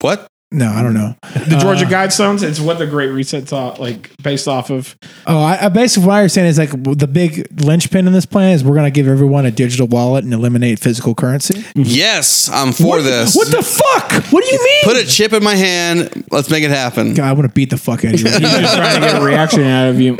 [SPEAKER 4] What?
[SPEAKER 3] no, I don't know.
[SPEAKER 2] The Georgia Guidestones. It's what the Great Reset thought, like based off of.
[SPEAKER 3] Oh, I, I basically what I understand is like w- the big linchpin in this plan is we're going to give everyone a digital wallet and eliminate physical currency.
[SPEAKER 4] Yes, I'm for this.
[SPEAKER 3] What the fuck? What do you mean?
[SPEAKER 4] Put a chip in my hand. Let's make it happen.
[SPEAKER 3] God, I want to beat the fuck out of you.
[SPEAKER 2] He's just trying to get a reaction out of you.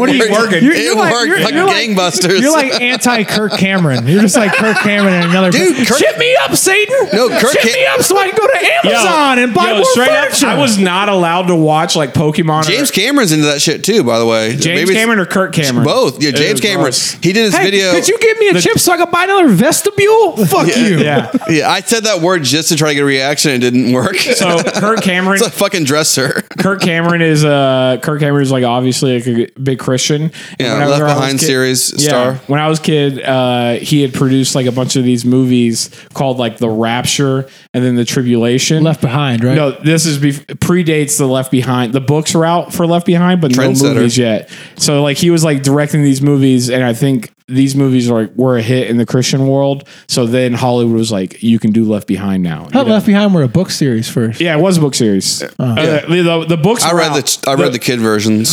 [SPEAKER 3] What are you-
[SPEAKER 4] worked.
[SPEAKER 3] you're-
[SPEAKER 4] it
[SPEAKER 3] you're like-
[SPEAKER 4] worked
[SPEAKER 3] you're-
[SPEAKER 4] like
[SPEAKER 3] you're like-
[SPEAKER 4] gangbusters.
[SPEAKER 3] You're like anti Kirk Cameron. You're just like Kirk Cameron and another
[SPEAKER 4] Dude, Kirk-
[SPEAKER 3] Ship me up, Satan.
[SPEAKER 4] No, Kirk
[SPEAKER 3] Ship
[SPEAKER 4] Cam-
[SPEAKER 3] me up so I can go to
[SPEAKER 2] Yo,
[SPEAKER 3] Amazon and buy
[SPEAKER 2] yo,
[SPEAKER 3] more
[SPEAKER 2] straight up,
[SPEAKER 3] furniture.
[SPEAKER 2] I was not allowed to watch like Pokemon. or-
[SPEAKER 4] James Cameron's into that shit too, by the way.
[SPEAKER 2] James
[SPEAKER 4] it's-
[SPEAKER 2] Cameron or Kirk Cameron?
[SPEAKER 4] Both. Yeah, James
[SPEAKER 2] Ew,
[SPEAKER 4] Cameron.
[SPEAKER 2] gross.
[SPEAKER 4] He did his
[SPEAKER 3] Hey,
[SPEAKER 4] video.
[SPEAKER 3] could you give me a chip so I can buy another vestibule? Fuck you.
[SPEAKER 2] Yeah.
[SPEAKER 4] yeah, I said that word just to try to get a reaction. It didn't work.
[SPEAKER 2] So Kirk Cameron,
[SPEAKER 4] it's a fucking dresser.
[SPEAKER 2] Kirk Cameron is uh Kirk Cameron is like obviously like a big Christian. And
[SPEAKER 4] Yeah,
[SPEAKER 2] when I was-
[SPEAKER 4] Left
[SPEAKER 2] when I was
[SPEAKER 4] Behind
[SPEAKER 2] kid-
[SPEAKER 4] series star.
[SPEAKER 2] When I was a kid, uh, he had produced like a bunch of these movies called like The Rapture and then The Tribulation.
[SPEAKER 3] Left behind, right?
[SPEAKER 2] No, this is bef- predates the Left Behind. The books were out for Left Behind, but no
[SPEAKER 4] Trendsetter.
[SPEAKER 2] movies yet. So like he was like directing these movies, and I think these movies like were a hit in the Christian world. So then Hollywood was like, you can do Left Behind now.
[SPEAKER 3] I
[SPEAKER 2] You
[SPEAKER 3] thought
[SPEAKER 2] know?
[SPEAKER 3] Left Behind were a book series first.
[SPEAKER 2] Yeah, it was a book series. Uh, the, the books.
[SPEAKER 4] I
[SPEAKER 2] were
[SPEAKER 4] read
[SPEAKER 2] out.
[SPEAKER 4] the I read the kid versions.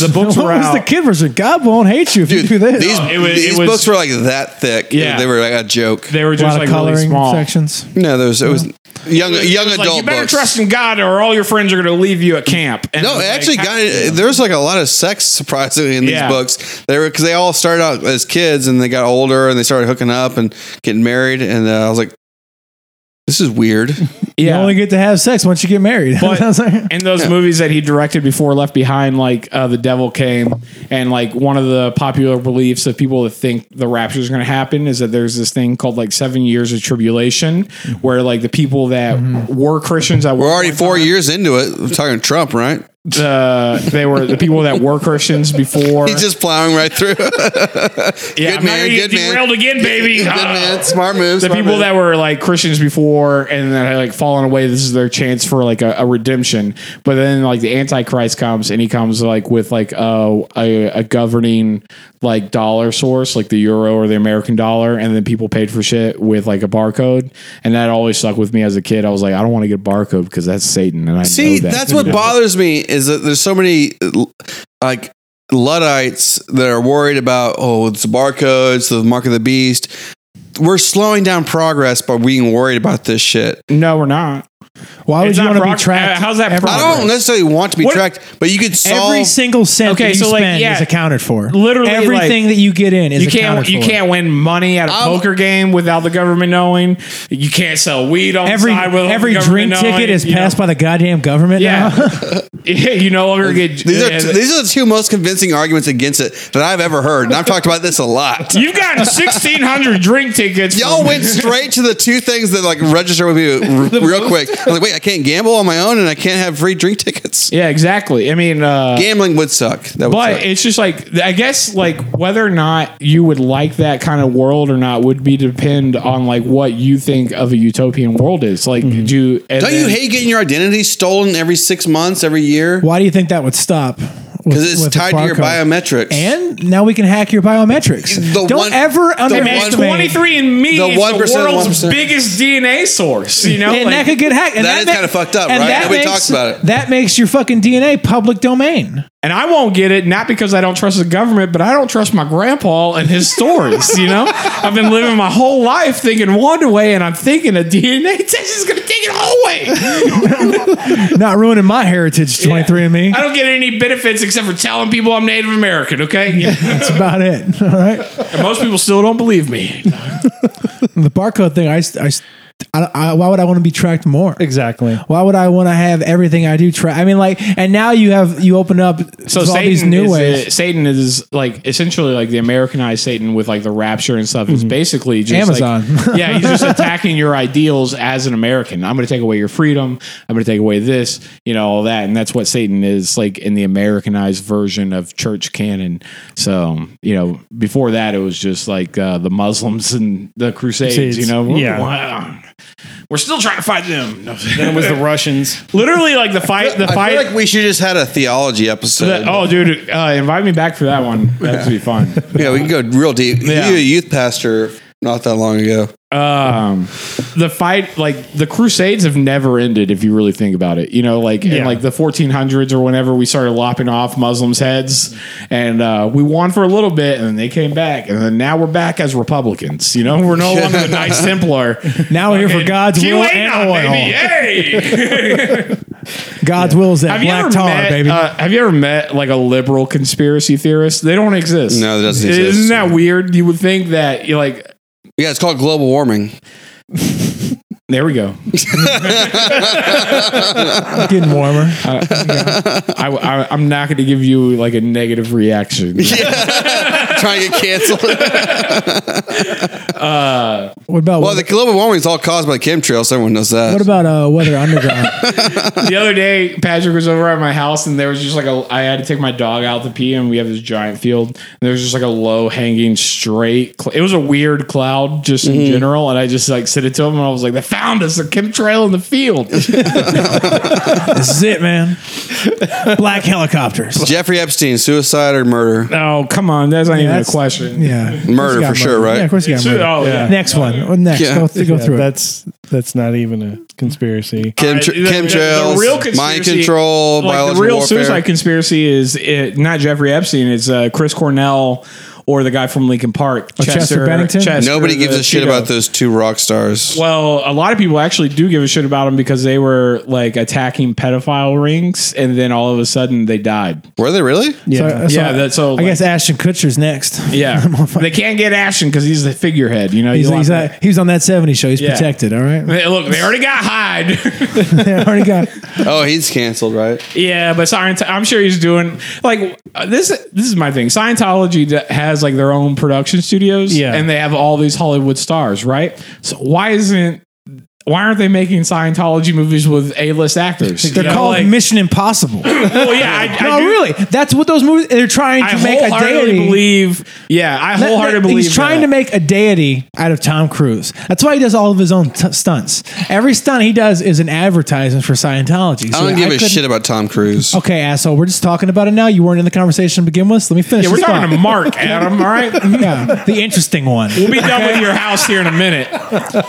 [SPEAKER 2] The books
[SPEAKER 3] What
[SPEAKER 2] were
[SPEAKER 3] was
[SPEAKER 2] out.
[SPEAKER 3] the kid version? God won't hate you if
[SPEAKER 4] Dude,
[SPEAKER 3] you do this.
[SPEAKER 4] these
[SPEAKER 2] it was- it
[SPEAKER 4] these
[SPEAKER 2] was-
[SPEAKER 4] books were like that thick.
[SPEAKER 2] Yeah.
[SPEAKER 4] they were like a joke.
[SPEAKER 2] They were
[SPEAKER 3] a lot
[SPEAKER 2] just
[SPEAKER 3] of
[SPEAKER 2] like
[SPEAKER 3] coloring
[SPEAKER 2] really small.
[SPEAKER 3] sections.
[SPEAKER 4] No, there was it was young young
[SPEAKER 2] It's like, you
[SPEAKER 4] adult
[SPEAKER 2] better
[SPEAKER 4] books.
[SPEAKER 2] trust in God, or all your friends are going to leave you at camp. And
[SPEAKER 4] no,
[SPEAKER 2] I'm
[SPEAKER 4] it
[SPEAKER 2] like,
[SPEAKER 4] actually,
[SPEAKER 2] how-
[SPEAKER 4] got there's like a lot of sex surprisingly in these
[SPEAKER 2] Yeah.
[SPEAKER 4] books. They were because they all started out as kids and they got older and they started hooking up and getting married. And uh, I was like, this is weird.
[SPEAKER 3] You
[SPEAKER 2] yeah.
[SPEAKER 3] only get to have sex once you get married.
[SPEAKER 2] But-
[SPEAKER 3] I was like-
[SPEAKER 2] and those movies that he directed before Left Behind, like uh, The Devil Came, and like one of the popular beliefs of people that think the rapture is going to happen is that there's this thing called like seven years of tribulation, where like the people that
[SPEAKER 3] Mm-hmm.
[SPEAKER 2] were Christians that
[SPEAKER 4] We're already four years into it. We're talking Trump, right?
[SPEAKER 2] uh, they were the people that were Christians before.
[SPEAKER 4] He's just plowing right through.
[SPEAKER 2] yeah,
[SPEAKER 4] good
[SPEAKER 2] I'm not
[SPEAKER 4] man,
[SPEAKER 2] gonna get
[SPEAKER 4] good man.
[SPEAKER 2] derailed again, baby.
[SPEAKER 4] Good
[SPEAKER 2] Ah.
[SPEAKER 4] man, smart moves.
[SPEAKER 2] the people that were like Christians before and then had like fallen away, this is their chance for like a, a redemption. But then like the Antichrist comes and he comes like with like a, a a governing like dollar source, like the euro or the American dollar, and then people paid for shit with like a barcode. And that always stuck with me as a kid. I was like, I don't want to get a barcode because that's Satan. And I
[SPEAKER 4] See,
[SPEAKER 2] know that.
[SPEAKER 4] that's what
[SPEAKER 2] You know?
[SPEAKER 4] bothers me is that there's so many l- like Luddites that are worried about, oh, it's the barcode, it's the mark of the beast. We're slowing down progress by being worried about this shit.
[SPEAKER 2] No, we're not.
[SPEAKER 3] Why would
[SPEAKER 2] It's
[SPEAKER 3] you
[SPEAKER 2] not
[SPEAKER 3] want to be
[SPEAKER 2] prog-
[SPEAKER 3] tracked?
[SPEAKER 2] uh, how's that
[SPEAKER 3] every-
[SPEAKER 4] I
[SPEAKER 2] progress?
[SPEAKER 4] don't necessarily want to be
[SPEAKER 2] What-
[SPEAKER 4] tracked, but you could solve.
[SPEAKER 3] Every single cent
[SPEAKER 2] Okay,
[SPEAKER 3] that you
[SPEAKER 2] so, like,
[SPEAKER 3] spend
[SPEAKER 2] yeah.
[SPEAKER 3] is accounted for.
[SPEAKER 2] Literally,
[SPEAKER 3] everything
[SPEAKER 2] like,
[SPEAKER 3] that you get in is
[SPEAKER 2] you can't
[SPEAKER 3] accounted
[SPEAKER 2] you
[SPEAKER 3] for.
[SPEAKER 2] can't win money at a
[SPEAKER 4] I'm-
[SPEAKER 2] poker game without the government knowing. You can't sell weed on
[SPEAKER 3] Every
[SPEAKER 2] the side without
[SPEAKER 3] every
[SPEAKER 2] the
[SPEAKER 3] drink
[SPEAKER 2] government
[SPEAKER 3] ticket
[SPEAKER 2] knowing,
[SPEAKER 3] is
[SPEAKER 2] you know?
[SPEAKER 3] passed by the goddamn government. now.
[SPEAKER 2] Yeah, yeah, you no longer get.
[SPEAKER 4] these are these are the two most convincing arguments against it that I've ever heard, and I've talked about this a lot.
[SPEAKER 2] You've gotten sixteen hundred drink tickets.
[SPEAKER 4] Y'all
[SPEAKER 2] from-
[SPEAKER 4] went straight to the two things that like register with me r- real quick. I was like, wait, I can't gamble on my own, and I can't have free drink tickets.
[SPEAKER 2] Yeah, exactly. I mean, uh,
[SPEAKER 4] Gambling would suck. That would
[SPEAKER 2] but
[SPEAKER 4] suck.
[SPEAKER 2] it's just like I guess like whether or not you would like that kind of world or not would be depend on like what you think of a utopian world is. Like,
[SPEAKER 3] Mm-hmm.
[SPEAKER 2] do you, and
[SPEAKER 4] Don't you
[SPEAKER 2] then-
[SPEAKER 4] hate getting your identity stolen every six months, every year?
[SPEAKER 3] Why do you think that would stop?
[SPEAKER 4] Because it's tied to your biometrics.
[SPEAKER 3] And now we can hack your biometrics.
[SPEAKER 4] The
[SPEAKER 3] Don't
[SPEAKER 4] one- the
[SPEAKER 3] ever
[SPEAKER 4] one-
[SPEAKER 3] underestimate.
[SPEAKER 2] Twenty three and Me
[SPEAKER 4] The
[SPEAKER 2] is the
[SPEAKER 4] 1%,
[SPEAKER 2] world's
[SPEAKER 4] 1%.
[SPEAKER 2] biggest DNA source. You know,
[SPEAKER 3] and
[SPEAKER 2] Like-
[SPEAKER 3] that could get hacked. And
[SPEAKER 4] That is
[SPEAKER 3] ma-
[SPEAKER 4] kinda fucked up,
[SPEAKER 3] and
[SPEAKER 4] right?
[SPEAKER 3] that
[SPEAKER 4] Nobody
[SPEAKER 3] makes-
[SPEAKER 4] talks about it.
[SPEAKER 3] That makes your fucking DNA public domain.
[SPEAKER 2] And I won't get it, not because I don't trust the government, but I don't trust my grandpa and his stories. You know, I've been living my whole life thinking one way, and I'm thinking a DNA test is going to take it all away.
[SPEAKER 3] Not ruining my heritage, 23andMe.
[SPEAKER 2] I don't get any benefits except for telling people I'm Native American, okay?
[SPEAKER 3] That's about it. All right.
[SPEAKER 2] And most people still don't believe me.
[SPEAKER 3] The barcode thing, I, s- I s- I, I, why would I want to be tracked more?
[SPEAKER 1] Exactly.
[SPEAKER 3] Why would I want to have everything I do track? I mean, like, and now you have you open up
[SPEAKER 2] So
[SPEAKER 3] to
[SPEAKER 2] Satan
[SPEAKER 3] all these new
[SPEAKER 2] is
[SPEAKER 3] ways.
[SPEAKER 2] uh, Satan is like essentially like the Americanized Satan with like the rapture and stuff. It's basically just
[SPEAKER 3] Mm-hmm. Amazon.
[SPEAKER 2] like- yeah, he's just attacking your ideals as an American. I'm going to take away your freedom. I'm going to take away this, you know, all that, and that's what Satan is like in the Americanized version of church canon. So you know, before that, it was just like uh, the Muslims and the Crusades.
[SPEAKER 1] Crusades,
[SPEAKER 2] You know,
[SPEAKER 1] yeah.
[SPEAKER 2] Wow. We're still trying to fight them. No.
[SPEAKER 1] Then it was the Russians.
[SPEAKER 2] Literally, like the fight. The
[SPEAKER 4] I
[SPEAKER 2] fight.
[SPEAKER 4] feel like we should just had a theology episode.
[SPEAKER 2] That- oh, dude, uh, invite me back for that one. That'd be fun.
[SPEAKER 4] yeah, we can go real deep.
[SPEAKER 2] Yeah.
[SPEAKER 4] You were a youth pastor not that long ago.
[SPEAKER 2] Um, the fight, like the Crusades, have never ended if you really think about it. You know, like in
[SPEAKER 1] Yeah.
[SPEAKER 2] like the 1400s or whenever we started lopping off Muslims' heads, and uh, we won for a little bit, and then they came back, and then now we're back as Republicans. You know, we're no longer the Knights Templar.
[SPEAKER 3] Now we're here for God's will and
[SPEAKER 2] QAnon,
[SPEAKER 3] oil.
[SPEAKER 2] baby. Yay!
[SPEAKER 3] God's will is that
[SPEAKER 2] Have you
[SPEAKER 3] black
[SPEAKER 2] ever
[SPEAKER 3] tar,
[SPEAKER 2] met,
[SPEAKER 3] baby.
[SPEAKER 2] uh, have you ever met like a liberal conspiracy theorist? They don't exist.
[SPEAKER 4] No, that doesn't
[SPEAKER 2] Isn't
[SPEAKER 4] exist.
[SPEAKER 2] that weird? You would think that you like.
[SPEAKER 4] Yeah, it's called global warming.
[SPEAKER 2] There we go.
[SPEAKER 3] Getting warmer.
[SPEAKER 2] I, I, I'm not going to give you like a negative reaction.
[SPEAKER 4] Trying to get canceled.
[SPEAKER 3] What about
[SPEAKER 4] well, the global warming is all caused by chemtrails. Everyone knows that.
[SPEAKER 3] what about uh, weather underground?
[SPEAKER 2] the other day, Patrick was over at my house, and there was just like a. I had to take my dog out to pee, and we have this giant field. And there was just like a low hanging straight. Cl- it was a weird cloud just in general, and I just like said it to him, and I was like, "They found us a chemtrail in the field."
[SPEAKER 3] this is it, man. Black helicopters.
[SPEAKER 4] Jeffrey Epstein, suicide or murder?
[SPEAKER 2] oh, come on, that's not even a
[SPEAKER 3] That's-
[SPEAKER 2] question.
[SPEAKER 3] Yeah, Of course
[SPEAKER 4] Murder
[SPEAKER 3] you got
[SPEAKER 4] for sure, right?
[SPEAKER 3] Yeah, of course you got
[SPEAKER 2] So-
[SPEAKER 3] murder.
[SPEAKER 2] oh yeah.
[SPEAKER 3] Next one. What Next,
[SPEAKER 4] Yeah.
[SPEAKER 3] go, th- go
[SPEAKER 1] Yeah,
[SPEAKER 3] through it.
[SPEAKER 1] that's that's not even a conspiracy.
[SPEAKER 4] Chem-
[SPEAKER 2] Uh, the- the-
[SPEAKER 4] chemtrails,
[SPEAKER 2] the real conspiracy-
[SPEAKER 4] mind control,
[SPEAKER 2] like,
[SPEAKER 4] biological
[SPEAKER 2] the real
[SPEAKER 4] warfare.
[SPEAKER 2] suicide conspiracy is uh not Jeffrey Epstein. It's uh, Chris Cornell or the guy from Lincoln Park,
[SPEAKER 3] Oh, Chester Bennington?
[SPEAKER 4] Nobody
[SPEAKER 2] the
[SPEAKER 4] gives a shit
[SPEAKER 2] Cheeto.
[SPEAKER 4] about those two rock stars.
[SPEAKER 2] Well, a lot of people actually do give a shit about him because they were like attacking pedophile rings, and then all of a sudden they died.
[SPEAKER 4] Were they really?
[SPEAKER 3] So-
[SPEAKER 1] Yeah.
[SPEAKER 3] so
[SPEAKER 2] Yeah, that's so.
[SPEAKER 3] I guess Ashton Kutcher's next.
[SPEAKER 2] Yeah, they can't get Ashton because he's the figurehead. You know,
[SPEAKER 3] He's,
[SPEAKER 2] you
[SPEAKER 3] he's,
[SPEAKER 2] want-
[SPEAKER 3] uh, he was on that 70 show. He's
[SPEAKER 2] Yeah.
[SPEAKER 3] protected, all right?
[SPEAKER 2] Hey, Look, they already got Hyde.
[SPEAKER 3] They already got.
[SPEAKER 4] Oh, he's canceled, right?
[SPEAKER 2] yeah, but Scient- I'm sure he's doing like uh, this. This is my thing. Scientology d- has like their own production studios,
[SPEAKER 1] Yeah.
[SPEAKER 2] and they have all these Hollywood stars, right? So why isn't why aren't they making Scientology movies with A-list actors?
[SPEAKER 3] They're
[SPEAKER 2] You know,
[SPEAKER 3] called
[SPEAKER 2] like-
[SPEAKER 3] Mission Impossible. no,
[SPEAKER 2] Well, yeah, I, I do-
[SPEAKER 3] really. That's what those movies. They're trying to
[SPEAKER 2] I
[SPEAKER 3] make a
[SPEAKER 2] wholeheartedly
[SPEAKER 3] deity.
[SPEAKER 2] believe. Yeah, I
[SPEAKER 3] That- that-
[SPEAKER 2] wholeheartedly believe.
[SPEAKER 3] he's trying to
[SPEAKER 2] that.
[SPEAKER 3] make a deity out of Tom Cruise. That's why he does all of his own t- stunts. Every stunt he does is an advertisement for Scientology.
[SPEAKER 4] I
[SPEAKER 3] So
[SPEAKER 4] don't give a
[SPEAKER 3] couldn't-
[SPEAKER 4] shit about Tom Cruise.
[SPEAKER 3] Okay, asshole. We're just talking about it now. You weren't in the conversation to begin with. so let me finish.
[SPEAKER 2] Yeah, we're
[SPEAKER 3] this
[SPEAKER 2] talking to
[SPEAKER 3] thought.
[SPEAKER 2] Mark Adam. All right, we'll
[SPEAKER 3] yeah, the interesting one.
[SPEAKER 2] be done with your house here in a minute.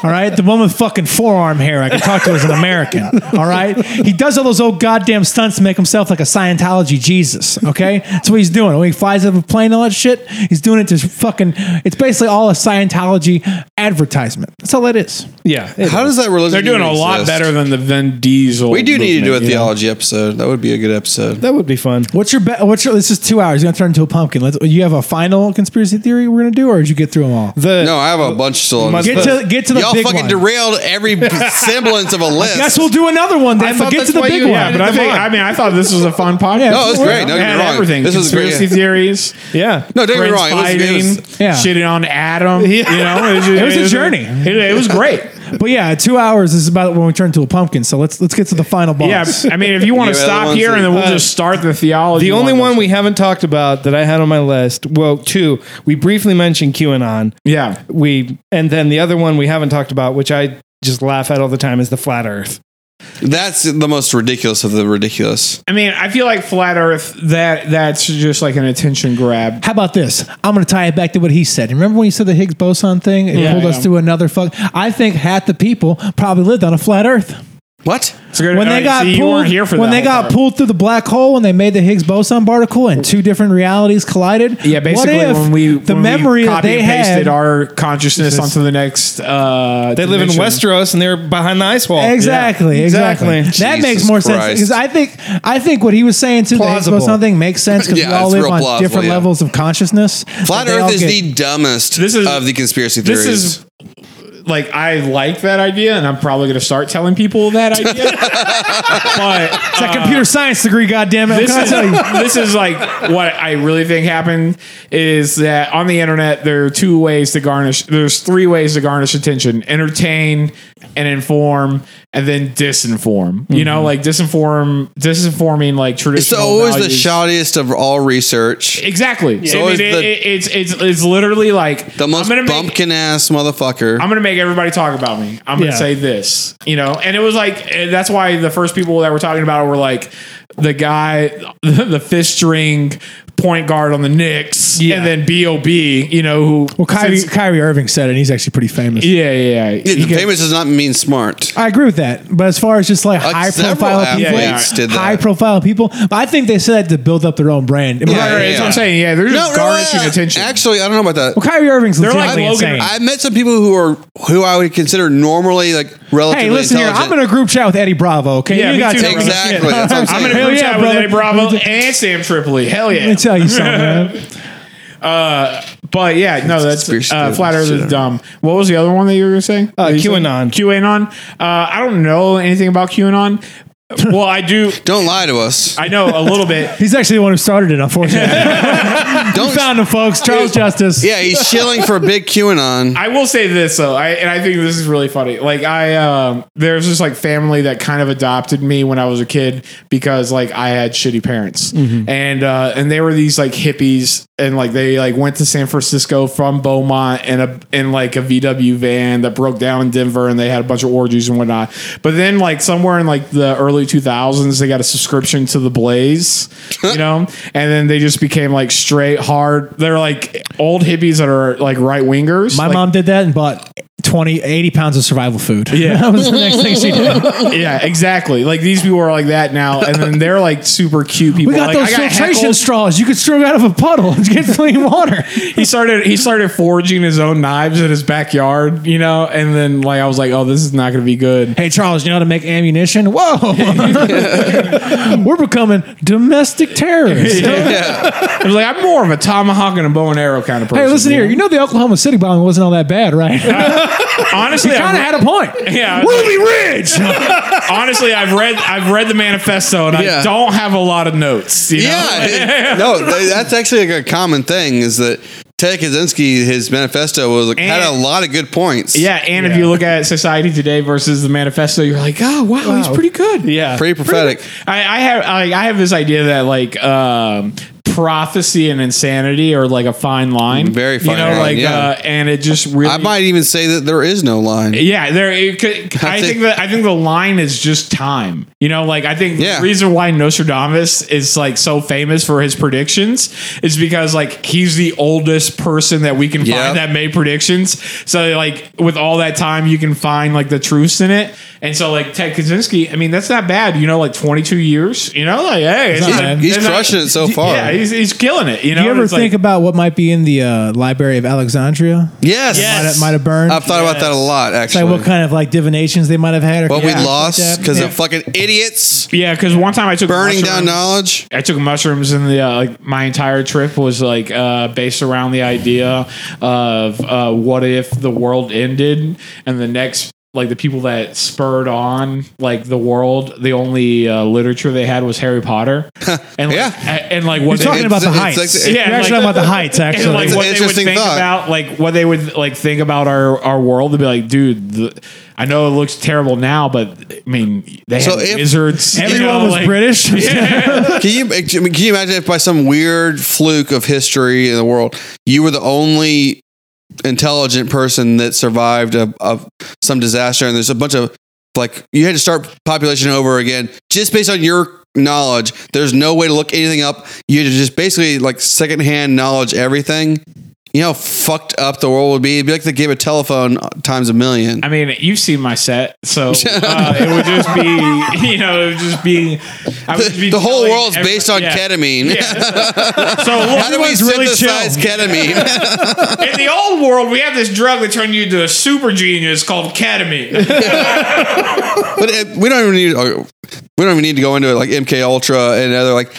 [SPEAKER 3] All right, the one with fucking forearm hair I can talk to as an American. All right, he does all those old goddamn stunts to make himself like a Scientology Jesus. Okay, that's what he's doing. When he flies out of a plane, and all that shit, he's doing it to fucking. It's basically all a Scientology advertisement. That's all it is.
[SPEAKER 1] Yeah.
[SPEAKER 4] How does that religion?
[SPEAKER 2] They're doing
[SPEAKER 4] even
[SPEAKER 2] a lot
[SPEAKER 4] exist?
[SPEAKER 2] better than the Vin Diesel.
[SPEAKER 4] We do need to do a
[SPEAKER 2] movement, you know?
[SPEAKER 4] theology episode. That would be a good episode.
[SPEAKER 1] That would be fun.
[SPEAKER 3] What's your bet? What's your? This is two hours. You're gonna turn into a pumpkin. Let's. You have a final conspiracy theory we're gonna do, or did you get through them all?
[SPEAKER 1] The
[SPEAKER 4] No, I have a bunch still. on-
[SPEAKER 1] Must-
[SPEAKER 3] Get to get to the
[SPEAKER 4] Y'all
[SPEAKER 3] big
[SPEAKER 4] fucking
[SPEAKER 3] one.
[SPEAKER 4] derailed every semblance of a list.
[SPEAKER 3] Yes, we'll do another one.
[SPEAKER 4] I
[SPEAKER 3] Then
[SPEAKER 4] thought
[SPEAKER 3] but get
[SPEAKER 4] that's
[SPEAKER 3] to the
[SPEAKER 4] why
[SPEAKER 3] big
[SPEAKER 4] you
[SPEAKER 3] one.
[SPEAKER 2] Yeah, but I
[SPEAKER 4] Come
[SPEAKER 2] think
[SPEAKER 4] on.
[SPEAKER 2] I mean I thought this was a fun podcast.
[SPEAKER 3] No, it was
[SPEAKER 4] great. Don't
[SPEAKER 2] It
[SPEAKER 4] get me
[SPEAKER 2] had
[SPEAKER 4] wrong.
[SPEAKER 2] everything.
[SPEAKER 4] This was great.
[SPEAKER 2] conspiracy theories.
[SPEAKER 1] yeah.
[SPEAKER 4] no, don't get me wrong. It was- it
[SPEAKER 2] fighting,
[SPEAKER 4] was-
[SPEAKER 3] Yeah.
[SPEAKER 2] shitting on Adam.
[SPEAKER 1] Yeah.
[SPEAKER 2] You know, it was, just-
[SPEAKER 3] It was a journey.
[SPEAKER 2] It, it was great.
[SPEAKER 3] But yeah, two hours is about when we turn into a pumpkin. So let's let's get to the final
[SPEAKER 2] Yeah,
[SPEAKER 3] boss.
[SPEAKER 2] I mean, if you want
[SPEAKER 4] Yeah,
[SPEAKER 2] to
[SPEAKER 4] the
[SPEAKER 2] stop
[SPEAKER 4] ones
[SPEAKER 2] here
[SPEAKER 4] that-
[SPEAKER 2] and then we'll
[SPEAKER 1] Uh,
[SPEAKER 2] just start the theology.
[SPEAKER 1] The only one we haven't talked about that I had on my list. Well, two. We briefly mentioned QAnon.
[SPEAKER 2] yeah.
[SPEAKER 1] We and then the other one we haven't talked about, which I just laugh at all the time, is the flat Earth.
[SPEAKER 4] That's the most ridiculous of the ridiculous.
[SPEAKER 2] I mean, I feel like flat Earth. That that's just like an attention grab.
[SPEAKER 3] How about this? I'm going to tie it back to what he said. Remember when you said the Higgs boson thing? It
[SPEAKER 2] Yeah,
[SPEAKER 3] pulled us
[SPEAKER 2] yeah.
[SPEAKER 3] through another fuck. I think half the people probably lived on a flat Earth.
[SPEAKER 4] What?
[SPEAKER 2] It's a good-
[SPEAKER 3] When
[SPEAKER 2] uh,
[SPEAKER 3] they got
[SPEAKER 2] see, you
[SPEAKER 3] pulled,
[SPEAKER 2] weren't here for
[SPEAKER 3] when
[SPEAKER 2] that
[SPEAKER 3] they got
[SPEAKER 2] part.
[SPEAKER 3] pulled through the black hole, when they made the Higgs boson particle, and two different realities collided.
[SPEAKER 2] Yeah, basically,
[SPEAKER 3] what if
[SPEAKER 2] when we
[SPEAKER 3] the
[SPEAKER 2] when we
[SPEAKER 3] memory that
[SPEAKER 2] copy
[SPEAKER 3] they
[SPEAKER 2] and pasted
[SPEAKER 3] had,
[SPEAKER 2] our consciousness onto the next. Uh,
[SPEAKER 1] They live in Westeros and they're behind the ice wall.
[SPEAKER 3] Exactly,
[SPEAKER 1] Yeah.
[SPEAKER 3] exactly.
[SPEAKER 1] Exactly.
[SPEAKER 3] That
[SPEAKER 4] Jesus
[SPEAKER 3] makes more sense
[SPEAKER 4] Christ.
[SPEAKER 3] because I think I think what he was saying too,
[SPEAKER 1] Plausible.
[SPEAKER 3] the Higgs boson thing makes sense because
[SPEAKER 4] Yeah,
[SPEAKER 3] we all
[SPEAKER 4] it's
[SPEAKER 3] live
[SPEAKER 4] real
[SPEAKER 3] on
[SPEAKER 4] plausible,
[SPEAKER 3] different
[SPEAKER 4] yeah.
[SPEAKER 3] levels of consciousness. that
[SPEAKER 4] Flat
[SPEAKER 3] they all
[SPEAKER 4] Earth is
[SPEAKER 3] get-
[SPEAKER 4] the dumbest
[SPEAKER 2] This is-
[SPEAKER 4] of the conspiracy
[SPEAKER 2] This
[SPEAKER 4] theories.
[SPEAKER 2] is like I like that idea, and I'm probably going to start telling people that idea. but
[SPEAKER 3] It's that computer science degree, goddamn it!
[SPEAKER 2] Uh, this is, this is like what I really think happened is that on the internet there are two ways to garnish. There's three ways to garnish attention: entertain and inform, and then disinform. You know, like disinform, disinforming like
[SPEAKER 4] It's
[SPEAKER 2] traditional.
[SPEAKER 4] always the
[SPEAKER 2] values.
[SPEAKER 4] shoddiest of all research.
[SPEAKER 2] Exactly. I mean,
[SPEAKER 4] always
[SPEAKER 2] it-
[SPEAKER 4] the-
[SPEAKER 2] it- it's it's it's literally like
[SPEAKER 4] The most
[SPEAKER 2] I'm gonna make-
[SPEAKER 4] bumpkin ass motherfucker.
[SPEAKER 2] I'm gonna make everybody talk about me. I'm gonna
[SPEAKER 3] Yeah.
[SPEAKER 2] say this, you know. And it was like and that's why the first people that were talking about it were like the guy, the fifth string point guard on the Knicks,
[SPEAKER 3] Yeah.
[SPEAKER 2] and then Bob, you know, who
[SPEAKER 3] well, Kyrie,
[SPEAKER 2] since-
[SPEAKER 3] Kyrie Irving said it. and He's actually pretty famous.
[SPEAKER 2] yeah, yeah, yeah.
[SPEAKER 4] Yeah,
[SPEAKER 2] He got-
[SPEAKER 4] famous does not mean smart.
[SPEAKER 3] I agree with that. But as far as just like
[SPEAKER 4] Like
[SPEAKER 3] high
[SPEAKER 4] several
[SPEAKER 3] profile people,
[SPEAKER 4] athletes did that.
[SPEAKER 3] high profile people, but I think they said that to build up their own brand.
[SPEAKER 4] Yeah,
[SPEAKER 2] Right, right, that's what I'm saying. Yeah, they're just garnishing attention.
[SPEAKER 4] Actually, I don't know about that.
[SPEAKER 3] Well, Kyrie Irving's
[SPEAKER 2] They're
[SPEAKER 3] legitimately
[SPEAKER 2] like Logan-
[SPEAKER 3] insane.
[SPEAKER 4] I've met some people who are who I would consider normally like relatively
[SPEAKER 3] hey, listen here.
[SPEAKER 4] intelligent.
[SPEAKER 3] I'm in a group chat with Eddie Bravo. Okay,
[SPEAKER 2] Yeah, me
[SPEAKER 3] gotta
[SPEAKER 2] too,
[SPEAKER 3] take this
[SPEAKER 4] exactly.
[SPEAKER 3] shit.
[SPEAKER 4] That's what I'm
[SPEAKER 2] I'm
[SPEAKER 4] saying.
[SPEAKER 2] gonna
[SPEAKER 3] Hell
[SPEAKER 2] group
[SPEAKER 3] yeah,
[SPEAKER 2] chat with
[SPEAKER 3] brother.
[SPEAKER 2] Eddie Bravo and Sam Tripoli. Hell yeah!
[SPEAKER 3] Let me tell you something. man.
[SPEAKER 2] Uh, but yeah, no, that's
[SPEAKER 4] Conspiracy
[SPEAKER 2] uh,
[SPEAKER 4] theories,
[SPEAKER 2] flat Earth
[SPEAKER 4] shit.
[SPEAKER 2] is dumb. What was the other one that you were gonna say?
[SPEAKER 1] Uh,
[SPEAKER 2] What you said?
[SPEAKER 1] QAnon.
[SPEAKER 2] QAnon. Uh, I don't know anything about QAnon. well, I do.
[SPEAKER 4] Don't lie to us.
[SPEAKER 2] I know a little bit.
[SPEAKER 3] He's actually the one who started it. Unfortunately,
[SPEAKER 4] Don't.
[SPEAKER 3] found him, folks. Charles Justice.
[SPEAKER 4] yeah, he's shilling for big QAnon.
[SPEAKER 2] I will say this though, I, and I think this is really funny. Like I, um, there's this like family that kind of adopted me when I was a kid because like I had shitty parents,
[SPEAKER 3] Mm-hmm.
[SPEAKER 2] and uh, and they were these like hippies, and like they like went to San Francisco from Beaumont in a in like a VW van that broke down in Denver, and they had a bunch of orgies and whatnot. But then like somewhere in like the early 2000s, they got a subscription to the Blaze, you know, and then they just became like straight hard. They're like old hippies that are like right wingers.
[SPEAKER 3] My
[SPEAKER 2] like,
[SPEAKER 3] mom did that and bought 20, 80 pounds of survival food.
[SPEAKER 2] Yeah.
[SPEAKER 3] that was the next thing she did.
[SPEAKER 2] yeah, exactly. Like these people are like that now, and then they're like super cute people.
[SPEAKER 3] We got
[SPEAKER 2] like,
[SPEAKER 3] those
[SPEAKER 2] I
[SPEAKER 3] filtration
[SPEAKER 2] heckled.
[SPEAKER 3] straws. You could string out of a puddle and get clean water.
[SPEAKER 2] He started he started forging his own knives in his backyard, you know, and then like I was like, oh, this is not going to be good.
[SPEAKER 3] Hey Charles, you know how to make ammunition? Whoa, we're becoming domestic terrorists.
[SPEAKER 2] I was like, I'm more of a tomahawk and a bow and arrow kind of person.
[SPEAKER 3] Hey, listen
[SPEAKER 2] you
[SPEAKER 3] here.
[SPEAKER 2] know?
[SPEAKER 3] You know the Oklahoma City bombing wasn't all that bad, right?
[SPEAKER 2] honestly,
[SPEAKER 3] kind of
[SPEAKER 2] I've-
[SPEAKER 3] had a point.
[SPEAKER 2] Yeah.
[SPEAKER 3] we'll be rich.
[SPEAKER 2] honestly, I've read I've read the manifesto, and I
[SPEAKER 4] Yeah.
[SPEAKER 2] don't have a lot of notes. You know?
[SPEAKER 4] Yeah, it- no, th- that's actually like a common thing. Is that Ted Kaczynski? His manifesto was like, had a
[SPEAKER 2] And-
[SPEAKER 4] lot of good points.
[SPEAKER 2] Yeah, and if you look at society today versus the manifesto, you're like, oh wow, he's pretty good. Yeah,
[SPEAKER 4] Pretty prophetic.
[SPEAKER 2] I, I have I, I have this idea that like um, prophecy and insanity are like a fine line,
[SPEAKER 4] Very
[SPEAKER 2] you
[SPEAKER 4] fine
[SPEAKER 2] know,
[SPEAKER 4] line,
[SPEAKER 2] like
[SPEAKER 4] yeah.
[SPEAKER 2] uh, and it just really.
[SPEAKER 4] I might even say that there is no line.
[SPEAKER 2] yeah, there. It could, I
[SPEAKER 4] That's
[SPEAKER 2] think
[SPEAKER 4] it.
[SPEAKER 2] that I think the line is just time. You know, like I think
[SPEAKER 4] Yeah.
[SPEAKER 2] the reason why Nostradamus is like so famous for his predictions is because like he's the oldest person that we can
[SPEAKER 4] Yeah.
[SPEAKER 2] find that made predictions. So like with all that time, you can find like the truths in it. And so like Ted Kaczynski, I mean, that's not bad. You know, like 22 years. You know, like hey, it's
[SPEAKER 3] not
[SPEAKER 2] not-
[SPEAKER 3] bad.
[SPEAKER 4] He's
[SPEAKER 2] it's not-
[SPEAKER 4] crushing it so far.
[SPEAKER 2] Yeah, he's, he's killing it. You know,
[SPEAKER 3] Do you ever
[SPEAKER 2] It's like-
[SPEAKER 3] think about what might be in the uh, Library of Alexandria?
[SPEAKER 4] yes,
[SPEAKER 2] Yes.
[SPEAKER 3] Might have- might have burned.
[SPEAKER 4] I've thought about that a lot.
[SPEAKER 3] Like
[SPEAKER 4] Actually,
[SPEAKER 3] what kind of like divinations they might have had? Or
[SPEAKER 4] what we
[SPEAKER 3] conjectures like
[SPEAKER 4] lost
[SPEAKER 3] that?
[SPEAKER 4] because
[SPEAKER 3] Yeah.
[SPEAKER 4] of fucking idiots
[SPEAKER 2] yeah, because one time I took
[SPEAKER 4] burning
[SPEAKER 2] mushrooms.
[SPEAKER 4] down knowledge.
[SPEAKER 2] I took mushrooms and the uh, like. My entire trip was like uh, based around the idea of uh, what if the world ended and the next like the people that spurred on like the world. The only uh, literature they had was Harry Potter, and like,
[SPEAKER 4] Yeah.
[SPEAKER 2] a- and like what
[SPEAKER 3] You're talking
[SPEAKER 2] they,
[SPEAKER 3] about the
[SPEAKER 4] it's
[SPEAKER 3] heights. You're
[SPEAKER 4] like-
[SPEAKER 2] Yeah,
[SPEAKER 3] actually
[SPEAKER 2] like-
[SPEAKER 3] talking about the heights.
[SPEAKER 2] and
[SPEAKER 3] Actually,
[SPEAKER 2] like
[SPEAKER 4] It's an
[SPEAKER 2] what they would
[SPEAKER 4] interesting
[SPEAKER 2] think
[SPEAKER 4] thought.
[SPEAKER 2] about like what they would like think about our our world to be like, dude. The, I know it looks terrible now, but I mean, they
[SPEAKER 4] So
[SPEAKER 2] had
[SPEAKER 4] if-
[SPEAKER 2] wizards. you
[SPEAKER 3] everyone
[SPEAKER 2] know,
[SPEAKER 3] was
[SPEAKER 2] like-
[SPEAKER 3] British.
[SPEAKER 4] Can you I mean, can you imagine if by some weird fluke of history in the world you were the only intelligent person that survived a, a some disaster and there's a bunch of like you had to start population over again just based on your knowledge there's no way to look anything up you had to just basically like secondhand knowledge everything you know how fucked up the world would be it'd be like they gave a telephone times a million
[SPEAKER 2] I mean, you've seen my set, so uh, it would just be, you know, it would just be. I would just be
[SPEAKER 4] the, the whole
[SPEAKER 2] telling
[SPEAKER 4] world's
[SPEAKER 2] every-
[SPEAKER 4] based on
[SPEAKER 2] yeah.
[SPEAKER 4] ketamine
[SPEAKER 2] So
[SPEAKER 4] how do we
[SPEAKER 2] everyone's really
[SPEAKER 4] synthesize ketamine
[SPEAKER 2] chill. In the old world, we have this drug that turned you into a super genius called ketamine.
[SPEAKER 4] uh, But it, we don't even need. We don't even need to go into it like MK Ultra and other like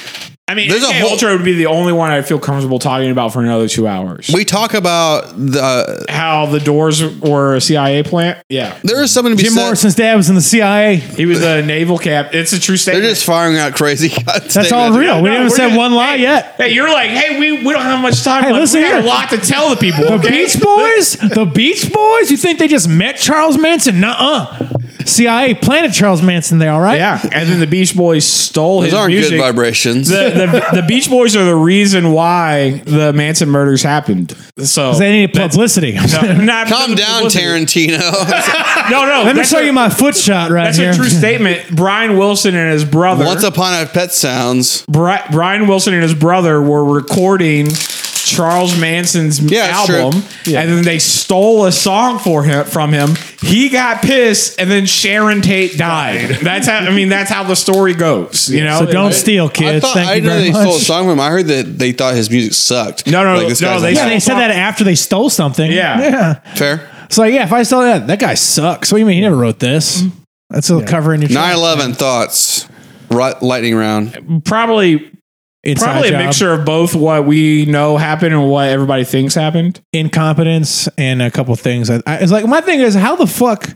[SPEAKER 2] I mean,
[SPEAKER 4] There's a
[SPEAKER 2] MK
[SPEAKER 4] whole-
[SPEAKER 2] Ultra would be the only one I'd feel comfortable talking about for another two hours.
[SPEAKER 4] We talk about the.
[SPEAKER 2] How the doors were a CIA plant. Yeah.
[SPEAKER 4] There is something to be
[SPEAKER 3] Jim
[SPEAKER 4] said.
[SPEAKER 3] Morrison's dad was in the CIA.
[SPEAKER 2] He was a naval cap. It's a true
[SPEAKER 4] They're
[SPEAKER 2] statement.
[SPEAKER 4] just firing out crazy.
[SPEAKER 3] That's all real. We
[SPEAKER 2] No, we're
[SPEAKER 3] haven't said
[SPEAKER 2] gonna-
[SPEAKER 3] one lie
[SPEAKER 2] hey,
[SPEAKER 3] yet.
[SPEAKER 2] Hey, you're like, hey, we, we don't have much time.
[SPEAKER 3] Hey,
[SPEAKER 2] left.
[SPEAKER 3] listen
[SPEAKER 2] we got
[SPEAKER 3] here.
[SPEAKER 2] a lot to tell the people.
[SPEAKER 3] The
[SPEAKER 2] okay?
[SPEAKER 3] Beach Boys? The Beach Boys? You think they just met Charles Manson? Nuh-uh. CIA planted Charles Manson there, all right?
[SPEAKER 2] Yeah, and then the Beach Boys stole
[SPEAKER 4] Those
[SPEAKER 2] his
[SPEAKER 4] aren't
[SPEAKER 2] music.
[SPEAKER 4] good vibrations.
[SPEAKER 2] The, the, the Beach Boys are the reason why the Manson murders happened. So
[SPEAKER 3] They need publicity.
[SPEAKER 2] No, not because
[SPEAKER 4] Calm
[SPEAKER 2] of
[SPEAKER 4] down,
[SPEAKER 2] publicity.
[SPEAKER 4] Tarantino.
[SPEAKER 2] No, no.
[SPEAKER 3] Let me
[SPEAKER 2] that's
[SPEAKER 3] show
[SPEAKER 2] a-
[SPEAKER 3] you my foot shot right
[SPEAKER 2] That's
[SPEAKER 3] here.
[SPEAKER 2] a true statement. Brian Wilson and his brother.
[SPEAKER 4] Once upon a pet sounds.
[SPEAKER 2] Bri- Brian Wilson and his brother were recording Charles Manson's
[SPEAKER 4] Yeah, it's
[SPEAKER 2] album, and then they stole a song for him from him. He got pissed, and then Sharon Tate died. That's how. I mean, that's how the story goes. You know.
[SPEAKER 3] So don't steal, kids.
[SPEAKER 4] I thought
[SPEAKER 3] Thank
[SPEAKER 4] I
[SPEAKER 3] you
[SPEAKER 4] know
[SPEAKER 3] very
[SPEAKER 4] they
[SPEAKER 3] much.
[SPEAKER 4] stole a song from him. I heard that they thought his music sucked.
[SPEAKER 2] No, no,
[SPEAKER 4] Like, this
[SPEAKER 2] no,
[SPEAKER 4] guy's
[SPEAKER 2] they-
[SPEAKER 4] like,
[SPEAKER 3] yeah, they said that after they stole something.
[SPEAKER 2] Yeah.
[SPEAKER 3] Yeah.
[SPEAKER 4] fair.
[SPEAKER 3] So yeah, if I stole that, that guy sucks. What do you mean? He never wrote this. That's a cover in your
[SPEAKER 4] 9
[SPEAKER 3] tracks.
[SPEAKER 4] 11 thoughts. Right, lightning round.
[SPEAKER 2] probably
[SPEAKER 3] Inside
[SPEAKER 2] probably
[SPEAKER 3] job,
[SPEAKER 2] a mixture of both what we know happened and what everybody thinks happened.
[SPEAKER 3] incompetence and a couple things. I, I, it's like my thing is how the fuck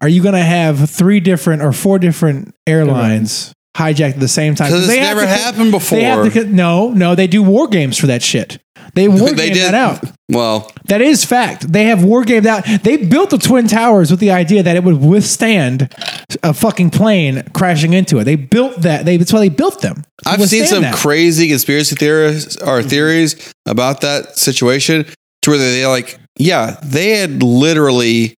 [SPEAKER 3] are you gonna have three different or four different airlines hijacked at the same time?
[SPEAKER 4] 'Cause it's
[SPEAKER 3] have
[SPEAKER 4] never
[SPEAKER 3] to-
[SPEAKER 4] happened before.
[SPEAKER 3] They have to, no, no, they do war games for that shit. They war
[SPEAKER 4] They
[SPEAKER 3] game
[SPEAKER 4] did.
[SPEAKER 3] that out.
[SPEAKER 4] Well,
[SPEAKER 3] That is fact. They have war gamed out. They built the Twin Towers with the idea that it would withstand a fucking plane crashing into it. They built that. They, that's why they built them. to
[SPEAKER 4] I've seen
[SPEAKER 3] withstand
[SPEAKER 4] some
[SPEAKER 3] that.
[SPEAKER 4] crazy conspiracy theorists
[SPEAKER 2] Mm-hmm.
[SPEAKER 4] or theories about that situation to where they like, yeah, they had literally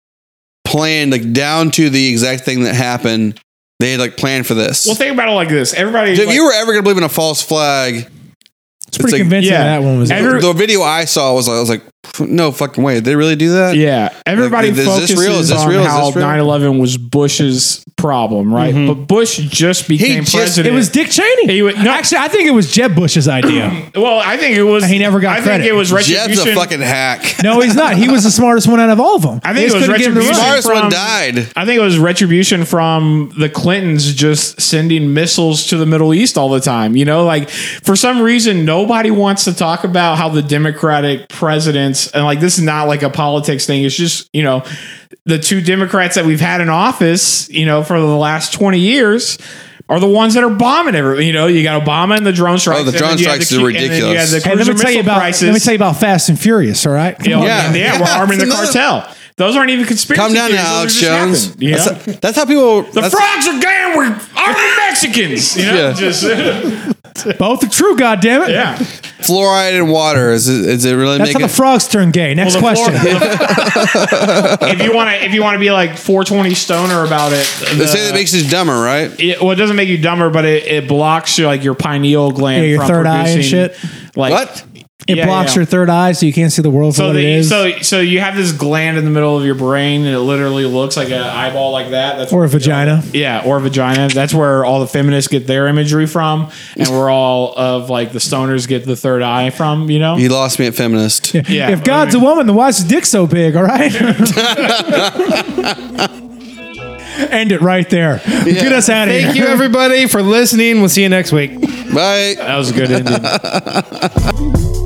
[SPEAKER 4] planned like down to the exact thing that happened. They had like planned for this.
[SPEAKER 2] Well, think about it like this: everybody.
[SPEAKER 4] if
[SPEAKER 2] like-
[SPEAKER 4] you were ever going to believe in a false flag,
[SPEAKER 3] It's pretty
[SPEAKER 4] like-
[SPEAKER 3] convincing
[SPEAKER 2] yeah.
[SPEAKER 3] that one was.
[SPEAKER 2] Every-
[SPEAKER 4] the video I saw was I was like, no fucking way. Did they really do that?
[SPEAKER 2] Yeah, everybody
[SPEAKER 4] Like, is this
[SPEAKER 2] focuses
[SPEAKER 4] real? Is this
[SPEAKER 2] on
[SPEAKER 4] real? Is
[SPEAKER 2] how
[SPEAKER 4] this real?
[SPEAKER 2] 9/11 was Bush's problem, right?
[SPEAKER 3] Mm-hmm.
[SPEAKER 2] But Bush just became
[SPEAKER 4] just-
[SPEAKER 2] president.
[SPEAKER 3] it was Dick Cheney.
[SPEAKER 2] He would- no.
[SPEAKER 3] Actually, I think it was Jeb Bush's idea.
[SPEAKER 2] well, I think it was.
[SPEAKER 3] He never got
[SPEAKER 2] I
[SPEAKER 3] credit.
[SPEAKER 2] think it was
[SPEAKER 4] Jeb's
[SPEAKER 2] retribution.
[SPEAKER 4] a fucking hack.
[SPEAKER 3] no, he's not. He was the smartest one out of all of them.
[SPEAKER 2] I think
[SPEAKER 3] They
[SPEAKER 2] it
[SPEAKER 3] just
[SPEAKER 2] was
[SPEAKER 3] couldn't get him to
[SPEAKER 2] retribution.
[SPEAKER 3] run.
[SPEAKER 4] Smartest
[SPEAKER 2] from-
[SPEAKER 4] one died.
[SPEAKER 2] I think it was retribution from the Clintons just sending missiles to the Middle East all the time. You know, like for some reason, nobody wants to talk about how the Democratic presidents, and like this is not like a politics thing, it's just, you know, the two Democrats that we've had in office, you know, for the last 20 years. Are the ones that are bombing everything? You know, you got Obama and the drone strikes.
[SPEAKER 4] Oh, the
[SPEAKER 2] and then
[SPEAKER 4] drone
[SPEAKER 2] you had
[SPEAKER 4] strikes
[SPEAKER 2] the
[SPEAKER 4] are
[SPEAKER 2] cu- and then You
[SPEAKER 4] ridiculous.
[SPEAKER 2] had the
[SPEAKER 3] Hey,
[SPEAKER 2] cruiser
[SPEAKER 3] let me tell you
[SPEAKER 2] missile
[SPEAKER 3] about.
[SPEAKER 2] crisis.
[SPEAKER 3] Let me tell you about Fast and Furious. All right.
[SPEAKER 2] You know,
[SPEAKER 4] Yeah.
[SPEAKER 2] yeah, we're
[SPEAKER 4] Yeah,
[SPEAKER 2] arming the
[SPEAKER 4] it's another-
[SPEAKER 2] cartel. Those aren't even conspiracy.
[SPEAKER 4] Calm down
[SPEAKER 2] theories.
[SPEAKER 4] now,
[SPEAKER 2] Those
[SPEAKER 4] Alex
[SPEAKER 2] just happened,
[SPEAKER 4] Jones.
[SPEAKER 2] you know?
[SPEAKER 4] That's, that's how people.
[SPEAKER 2] the
[SPEAKER 4] that's-
[SPEAKER 2] frogs are gang. We're arming Mexicans. You know,
[SPEAKER 4] Yeah.
[SPEAKER 2] just
[SPEAKER 3] Both are true. God damn it.
[SPEAKER 2] yeah.
[SPEAKER 4] fluoride in water is it, is it really
[SPEAKER 3] That's how
[SPEAKER 4] making?
[SPEAKER 3] the frogs turn gay. Next
[SPEAKER 2] Well, the
[SPEAKER 3] question.
[SPEAKER 2] floor- if you want to, if you want to be like 420 stoner about it,
[SPEAKER 4] they
[SPEAKER 2] the-
[SPEAKER 4] say that makes you dumber, right?
[SPEAKER 2] it, well, it doesn't make you dumber, but it, it blocks your like your pineal gland,
[SPEAKER 3] Yeah, your
[SPEAKER 2] from
[SPEAKER 3] third eye and
[SPEAKER 2] producing,
[SPEAKER 3] shit.
[SPEAKER 2] Like
[SPEAKER 4] What?
[SPEAKER 3] It
[SPEAKER 2] Yeah,
[SPEAKER 3] blocks
[SPEAKER 2] yeah.
[SPEAKER 3] your third eye, so you can't see the world for
[SPEAKER 2] So
[SPEAKER 3] what it
[SPEAKER 2] the,
[SPEAKER 3] is.
[SPEAKER 2] so so you have this gland in the middle of your brain, and it literally looks like an eyeball like that. That's
[SPEAKER 3] or a
[SPEAKER 2] what-
[SPEAKER 3] vagina.
[SPEAKER 2] Yeah, or vagina. That's where all the feminists get their imagery from, and we're all of like the stoners get the third eye from. You know,
[SPEAKER 4] You lost me at feminist.
[SPEAKER 2] Yeah,
[SPEAKER 3] if God's
[SPEAKER 2] I mean-
[SPEAKER 3] a woman, then why's his dick so big? All right. End it right there. Get us out of here.
[SPEAKER 1] Thank you, everybody, for listening. We'll see you next week.
[SPEAKER 4] Bye.
[SPEAKER 2] that was a good ending.